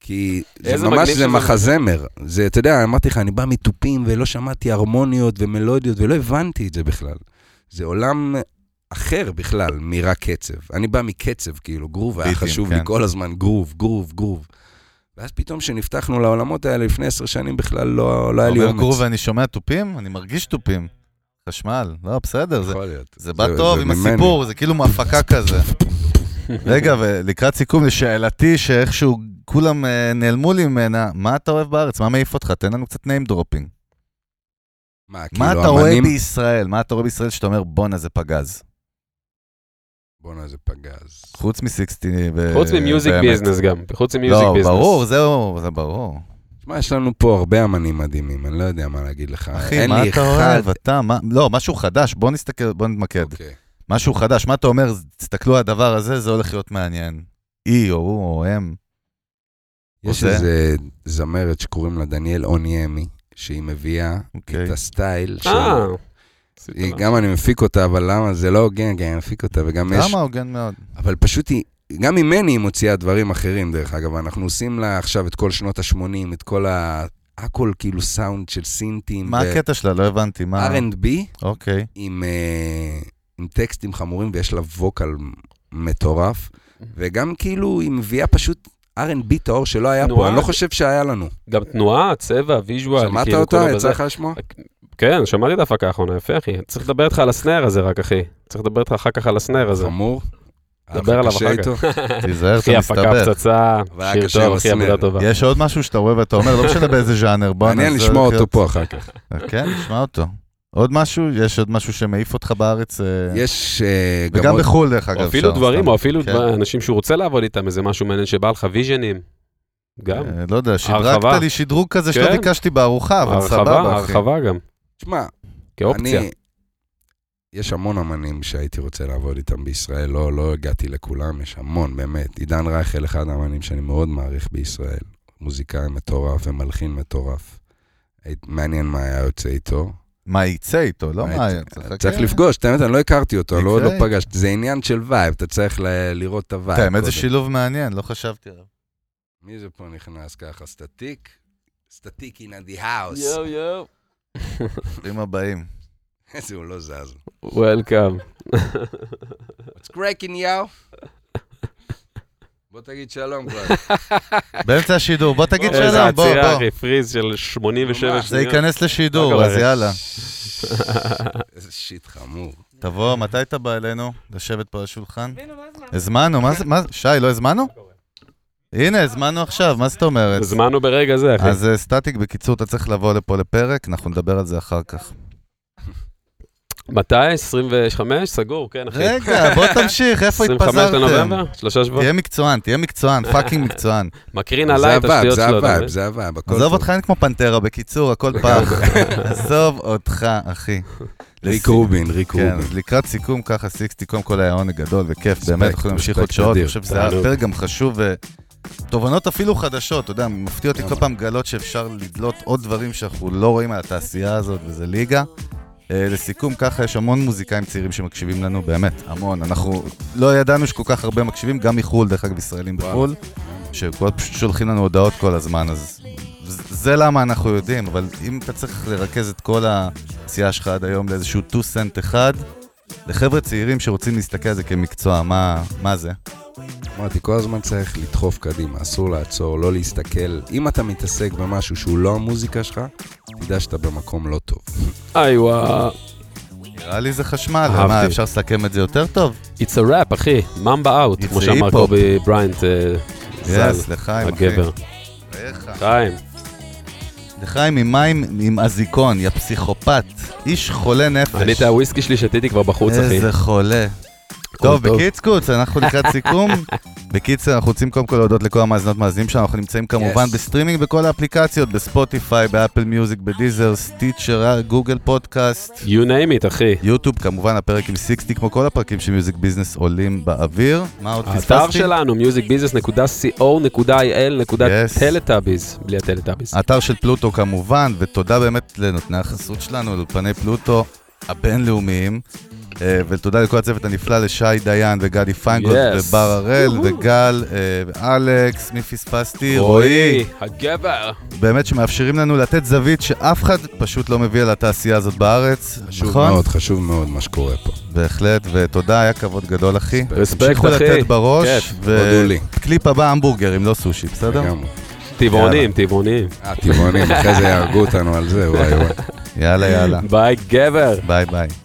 Speaker 3: כי
Speaker 1: איזה
Speaker 3: זה ממש,
Speaker 1: מגניב
Speaker 3: זה
Speaker 1: שזה-
Speaker 3: מחזמר. זה, אתה יודע, אמרתי לך, אני בא מתופים ולא שמעתי הרמוניות ומלודיות ולא הבנתי את זה בכלל. זה עולם אחר בכלל מרק קצב. אני בא מקצב, כאילו, גרוב היה
Speaker 2: ביטים,
Speaker 3: חשוב
Speaker 2: כן.
Speaker 3: לי כל הזמן, גרוב, גרוב, גרוב. ואז פתאום כשנפתחנו לעולמות האלה לפני עשר שנים בכלל לא, לא היה לי
Speaker 2: אומר
Speaker 3: אומץ.
Speaker 2: גרוב ואני שומע תופים? אני מרגיש תופים. חשמל, לא, בסדר, זה-
Speaker 3: יכול להיות.
Speaker 2: זה בא
Speaker 3: זה-
Speaker 2: טוב
Speaker 3: זה
Speaker 2: עם
Speaker 3: ממני.
Speaker 2: הסיפור, זה כאילו מהפקה
Speaker 3: [laughs]
Speaker 2: כזה. רגע, ולקראת סיכום, לשאלתי שאיכשהו כולם אה, נעלמו לי ממנה, מה אתה אוהב בארץ? מה מעיף אותך? תן לנו קצת name dropping.
Speaker 3: מה,
Speaker 2: מה
Speaker 3: כאילו,
Speaker 2: אתה רואה
Speaker 3: אמנים...
Speaker 2: בישראל? מה אתה רואה בישראל שאתה אומר, בואנה זה פגז?
Speaker 3: בואנה, זה פגז.
Speaker 2: חוץ מסיקסטי
Speaker 3: אה,
Speaker 2: ו...
Speaker 1: חוץ ממיוזיק
Speaker 2: באמת.
Speaker 1: ביזנס גם. חוץ ממיוזיק ביזנס.
Speaker 2: לא, ברור, זהו, זה ברור.
Speaker 3: תשמע, יש לנו פה הרבה אמנים מדהימים, אני לא יודע מה להגיד לך.
Speaker 2: אחי,
Speaker 3: אין
Speaker 2: מה
Speaker 3: לי
Speaker 2: אתה
Speaker 3: אחד...
Speaker 2: אוהב? אתה, מה... לא, משהו חדש, בוא נסתכל, בוא נתמקד.
Speaker 3: אוקיי.
Speaker 2: משהו חדש, מה אתה אומר, תסתכלו על הדבר הזה, זה הולך להיות מעניין. היא או הוא או הם. או
Speaker 3: יש
Speaker 2: זה.
Speaker 3: איזה זמרת שקוראים לה דניאל אוניימי, שהיא מביאה
Speaker 2: אוקיי.
Speaker 3: את הסטייל של...
Speaker 1: אה.
Speaker 3: היא- גם אני מפיק אותה, אבל למה? זה לא הוגן, כי אני מפיק אותה, וגם יש...
Speaker 2: למה הוגן מאוד?
Speaker 3: אבל פשוט היא... גם ממני היא מוציאה דברים אחרים, דרך אגב. אנחנו עושים לה עכשיו את כל שנות ה-80, את כל ה... הכל כאילו סאונד של סינטים.
Speaker 2: מה הקטע שלה? לא הבנתי, מה...
Speaker 3: R&B
Speaker 2: אוקיי.
Speaker 3: עם, אה, עם טקסטים חמורים, ויש לה ווקל מטורף. וגם כאילו היא מביאה פשוט R&B טהור שלא היה פה,
Speaker 1: תנועה.
Speaker 3: אני לא חושב שהיה לנו.
Speaker 1: גם תנועה, צבע, ויז'ואל.
Speaker 3: שמעת
Speaker 1: כאילו,
Speaker 3: אותה?
Speaker 1: כולו בזה.
Speaker 3: יצא לך לשמוע?
Speaker 1: כן, שמעתי את ההפקה האחרונה, יפה אחי. צריך לדבר איתך על הסנר הזה רק, אחי. צריך לדבר איתך אחר כך על הסנר הזה.
Speaker 3: חמור. היה לך
Speaker 1: דבר עליו
Speaker 3: קשה
Speaker 1: אחר כך.
Speaker 3: איתו?
Speaker 2: תיזהר, אתה
Speaker 1: [laughs] אחי, הפקה,
Speaker 2: מסתבך.
Speaker 1: פצצה,
Speaker 3: אבל היה
Speaker 1: שיר
Speaker 3: קשה עם
Speaker 1: טוב, אחי,
Speaker 3: הסנר.
Speaker 1: עבודה טובה.
Speaker 2: יש עוד משהו שאתה רואה ואתה אומר, לא
Speaker 3: [laughs]
Speaker 2: משנה באיזה ז'אנר, בוא
Speaker 3: מעניין
Speaker 2: נעשה-
Speaker 3: לשמוע אותו פה אחר כך.
Speaker 2: כן, נשמע אותו. עוד משהו? יש עוד משהו שמעיף אותך בארץ? אה,
Speaker 3: יש אה, גם
Speaker 2: וגם
Speaker 3: עוד...
Speaker 2: בחו"ל, דרך אגב.
Speaker 1: או אפילו
Speaker 2: שם,
Speaker 1: דברים,
Speaker 2: סתם.
Speaker 1: או אפילו
Speaker 2: כן.
Speaker 1: דבר- אנשים שהוא רוצה לעבוד איתם, איזה משהו מעניין שבא לך, ויז'נים. גם.
Speaker 2: אה, לא יודע,
Speaker 1: הרחבה.
Speaker 2: שדרגת לי שדרוג כזה שלא
Speaker 1: כן.
Speaker 2: ביקשתי בארוחה, אבל
Speaker 1: הרחבה,
Speaker 2: סבבה, אחי.
Speaker 1: הרחבה גם,
Speaker 3: תשמע,
Speaker 1: כאופציה.
Speaker 3: אני... יש המון אמנים שהייתי רוצה לעבוד איתם בישראל, לא, לא הגעתי לכולם, יש המון, באמת. עידן רייכל, אחד האמנים שאני מאוד מעריך בישראל. מוזיקאי מטורף ומלחין מטורף. היית- מעניין מה היה יוצא איתו.
Speaker 2: מה יצא איתו? לא
Speaker 3: מה
Speaker 2: מה...
Speaker 3: יצא-
Speaker 2: צריך
Speaker 3: צריך
Speaker 2: לחכות.
Speaker 3: לפגוש, את האמת, אני לא הכרתי אותו, לא לא
Speaker 2: אוקיי.
Speaker 3: פגשתי. זה עניין של וייב, אתה צריך ל- לראות את הווייב.
Speaker 2: את האמת, זה
Speaker 3: קודם.
Speaker 2: שילוב מעניין, לא חשבתי עליו.
Speaker 3: מי זה פה נכנס ככה? סטטיק? סטטיק אין אדי האוס.
Speaker 1: יואו.
Speaker 2: ברוכים הבאים.
Speaker 3: [laughs] איזה הוא לא זז.
Speaker 2: [laughs]
Speaker 1: וולקאם.
Speaker 3: What's cracking, יאו? בוא תגיד שלום כבר.
Speaker 2: [laughs] באמצע השידור, בוא תגיד
Speaker 1: איזה
Speaker 2: שלום, בוא,
Speaker 1: עצירה,
Speaker 2: בוא.
Speaker 1: אחי, פריז של 87
Speaker 3: ממש,
Speaker 2: זה
Speaker 1: שניות.
Speaker 2: ייכנס
Speaker 1: מה
Speaker 2: לשידור,
Speaker 1: קורה?
Speaker 2: אז יאללה.
Speaker 3: [laughs] איזה שיט
Speaker 1: [laughs]
Speaker 3: חמור.
Speaker 2: תבוא, מתי אתה בא אלינו? לשבת פה על השולחן? הזמנו, מה זה? מה זה? שי, לא הזמנו? הנה, הזמנו עכשיו, מה זאת אומרת?
Speaker 1: הזמנו ברגע זה, אחי.
Speaker 2: אז אה, סטטיק, בקיצור, אתה צריך לבוא לפה לפרק, אנחנו נדבר על זה אחר כך.
Speaker 1: מתי? 25? סגור, כן, אחי.
Speaker 2: רגע, בוא תמשיך, איפה
Speaker 1: 25
Speaker 2: התפזרתם?
Speaker 1: לנובמבר? שלושה שבועות?
Speaker 2: תהיה מקצוען, תהיה מקצוען, פאקינג
Speaker 1: [laughs]
Speaker 2: מקצוען.
Speaker 1: מקרין
Speaker 3: זה
Speaker 1: עליי את
Speaker 3: הווייב,
Speaker 1: השטויות
Speaker 3: זה
Speaker 1: שלו. אתה
Speaker 3: הווייב,
Speaker 1: מבין?
Speaker 3: זה הווייב, הכל
Speaker 2: עזוב
Speaker 3: טוב.
Speaker 2: אותך, אין כמו פנטרה, בקיצור, הכל פח. עזוב אותך,
Speaker 1: [laughs]
Speaker 2: אחי.
Speaker 3: ריק רובין, ריק
Speaker 2: כן,
Speaker 3: רובין.
Speaker 2: אז לקראת סיכום ככה, סיקסטי, קודם כל היה עונג גדול וכיף, באמת, אנחנו נמשיך עוד
Speaker 3: רספקט
Speaker 2: שעות, אני
Speaker 3: אדיר.
Speaker 2: חושב שזה היה
Speaker 1: תענוג.
Speaker 2: פרק גם חשוב, ותובנות אפילו חדשות, אתה יודע, מפתיע אותי כל
Speaker 3: גם.
Speaker 2: פעם גלות שאפשר לדלות עוד דברים שאנחנו לא רואים על התעשייה הזאת, וזה ליגה. אה, לסיכום, ככה יש המון מוזיקאים צעירים שמקשיבים לנו, באמת, המון. אנחנו לא ידענו שכל כך הרבה מקשיבים, גם מחו"ל, דרך אגב, ישראלים
Speaker 3: וואלה.
Speaker 2: בחו"ל, שכל פשוט שולחים לנו הודעות כל הזמן, אז ז- זה למה אנחנו יודעים, אבל אם אתה צריך לרכז את כל העשייה שלך עד היום לאיזשהו 2 סנט אחד, לחבר'ה צעירים שרוצים להסתכל על זה כמקצוע, מה, מה זה?
Speaker 3: אמרתי, כל הזמן צריך לדחוף קדימה, אסור לעצור, לא להסתכל. אם אתה מתעסק במשהו שהוא לא המוזיקה שלך, תדע שאתה במקום לא טוב.
Speaker 1: איי וואו.
Speaker 2: נראה לי זה חשמל,
Speaker 1: אהבתי.
Speaker 2: מה, אפשר לסכם את זה יותר טוב?
Speaker 1: It's a rap, אחי. ממבה אאוט,
Speaker 2: It's
Speaker 1: כמו
Speaker 2: a
Speaker 1: שאמר
Speaker 2: hip-hop.
Speaker 1: קובי בריינט, אה,
Speaker 2: יס,
Speaker 1: ז"ל,
Speaker 2: לחיים, אחי.
Speaker 1: הגבר.
Speaker 2: בחייך.
Speaker 1: חיים.
Speaker 2: לחיים עם מים, עם אזיקון, יא פסיכופת. איש חולה נפש.
Speaker 1: אני את הוויסקי שלי שתיתי כבר בחוץ, אחי.
Speaker 2: איזה חולה.
Speaker 1: הכל
Speaker 2: טוב, בקיצקוץ,
Speaker 1: [laughs]
Speaker 2: אנחנו לקראת סיכום. בקיצר, אנחנו רוצים קודם כל להודות לכל המאזינות מאזינים שלנו, אנחנו נמצאים כמובן
Speaker 3: Yes.
Speaker 2: בסטרימינג בכל האפליקציות, בספוטיפיי, באפל מיוזיק, בדיזר, סטיצ'ר, גוגל פודקאסט,
Speaker 1: You name it, אחי.
Speaker 2: יוטיוב, כמובן הפרק עם 60, כמו כל הפרקים של מיוזיק ביזנס עולים באוויר. מה עוד
Speaker 1: האתר
Speaker 2: פספסתי?
Speaker 1: שלנו, musicbusiness.co.il.teletubbies, בלי הטלטאביס.
Speaker 2: האתר של פלוטו כמובן, ותודה באמת לנותני החסות שלנו, לאולפני פלוטו הבינלאומיים, אה, ותודה לכל הצוות הנפלא, לשי דיין וגדי פיינגולד
Speaker 1: Yes.
Speaker 2: ובר הראל
Speaker 1: יוהו.
Speaker 2: וגל אה, ואלכס, מי פספסתי?
Speaker 1: רועי, הגבר.
Speaker 2: באמת שמאפשרים לנו לתת זווית שאף אחד פשוט לא מביא על התעשייה הזאת בארץ,
Speaker 3: חשוב
Speaker 2: נכון?
Speaker 3: מאוד, חשוב מאוד מה שקורה פה.
Speaker 2: בהחלט, ותודה, היה כבוד גדול אחי.
Speaker 1: רספקט,
Speaker 2: תמשיכו
Speaker 1: אחי.
Speaker 2: לתת בראש,
Speaker 1: כיף,
Speaker 3: הודו לי.
Speaker 2: וקליפ הבא המבורגרים, לא סושי, בסדר?
Speaker 3: לגמרי.
Speaker 1: טבעונים, טבעונים.
Speaker 3: אה, טבעונים, אחרי זה יהרגו אותנו על זה, וואי וואי.
Speaker 1: [laughs]
Speaker 2: יאללה, יאללה.
Speaker 1: ביי, גבר.
Speaker 2: ביי ביי.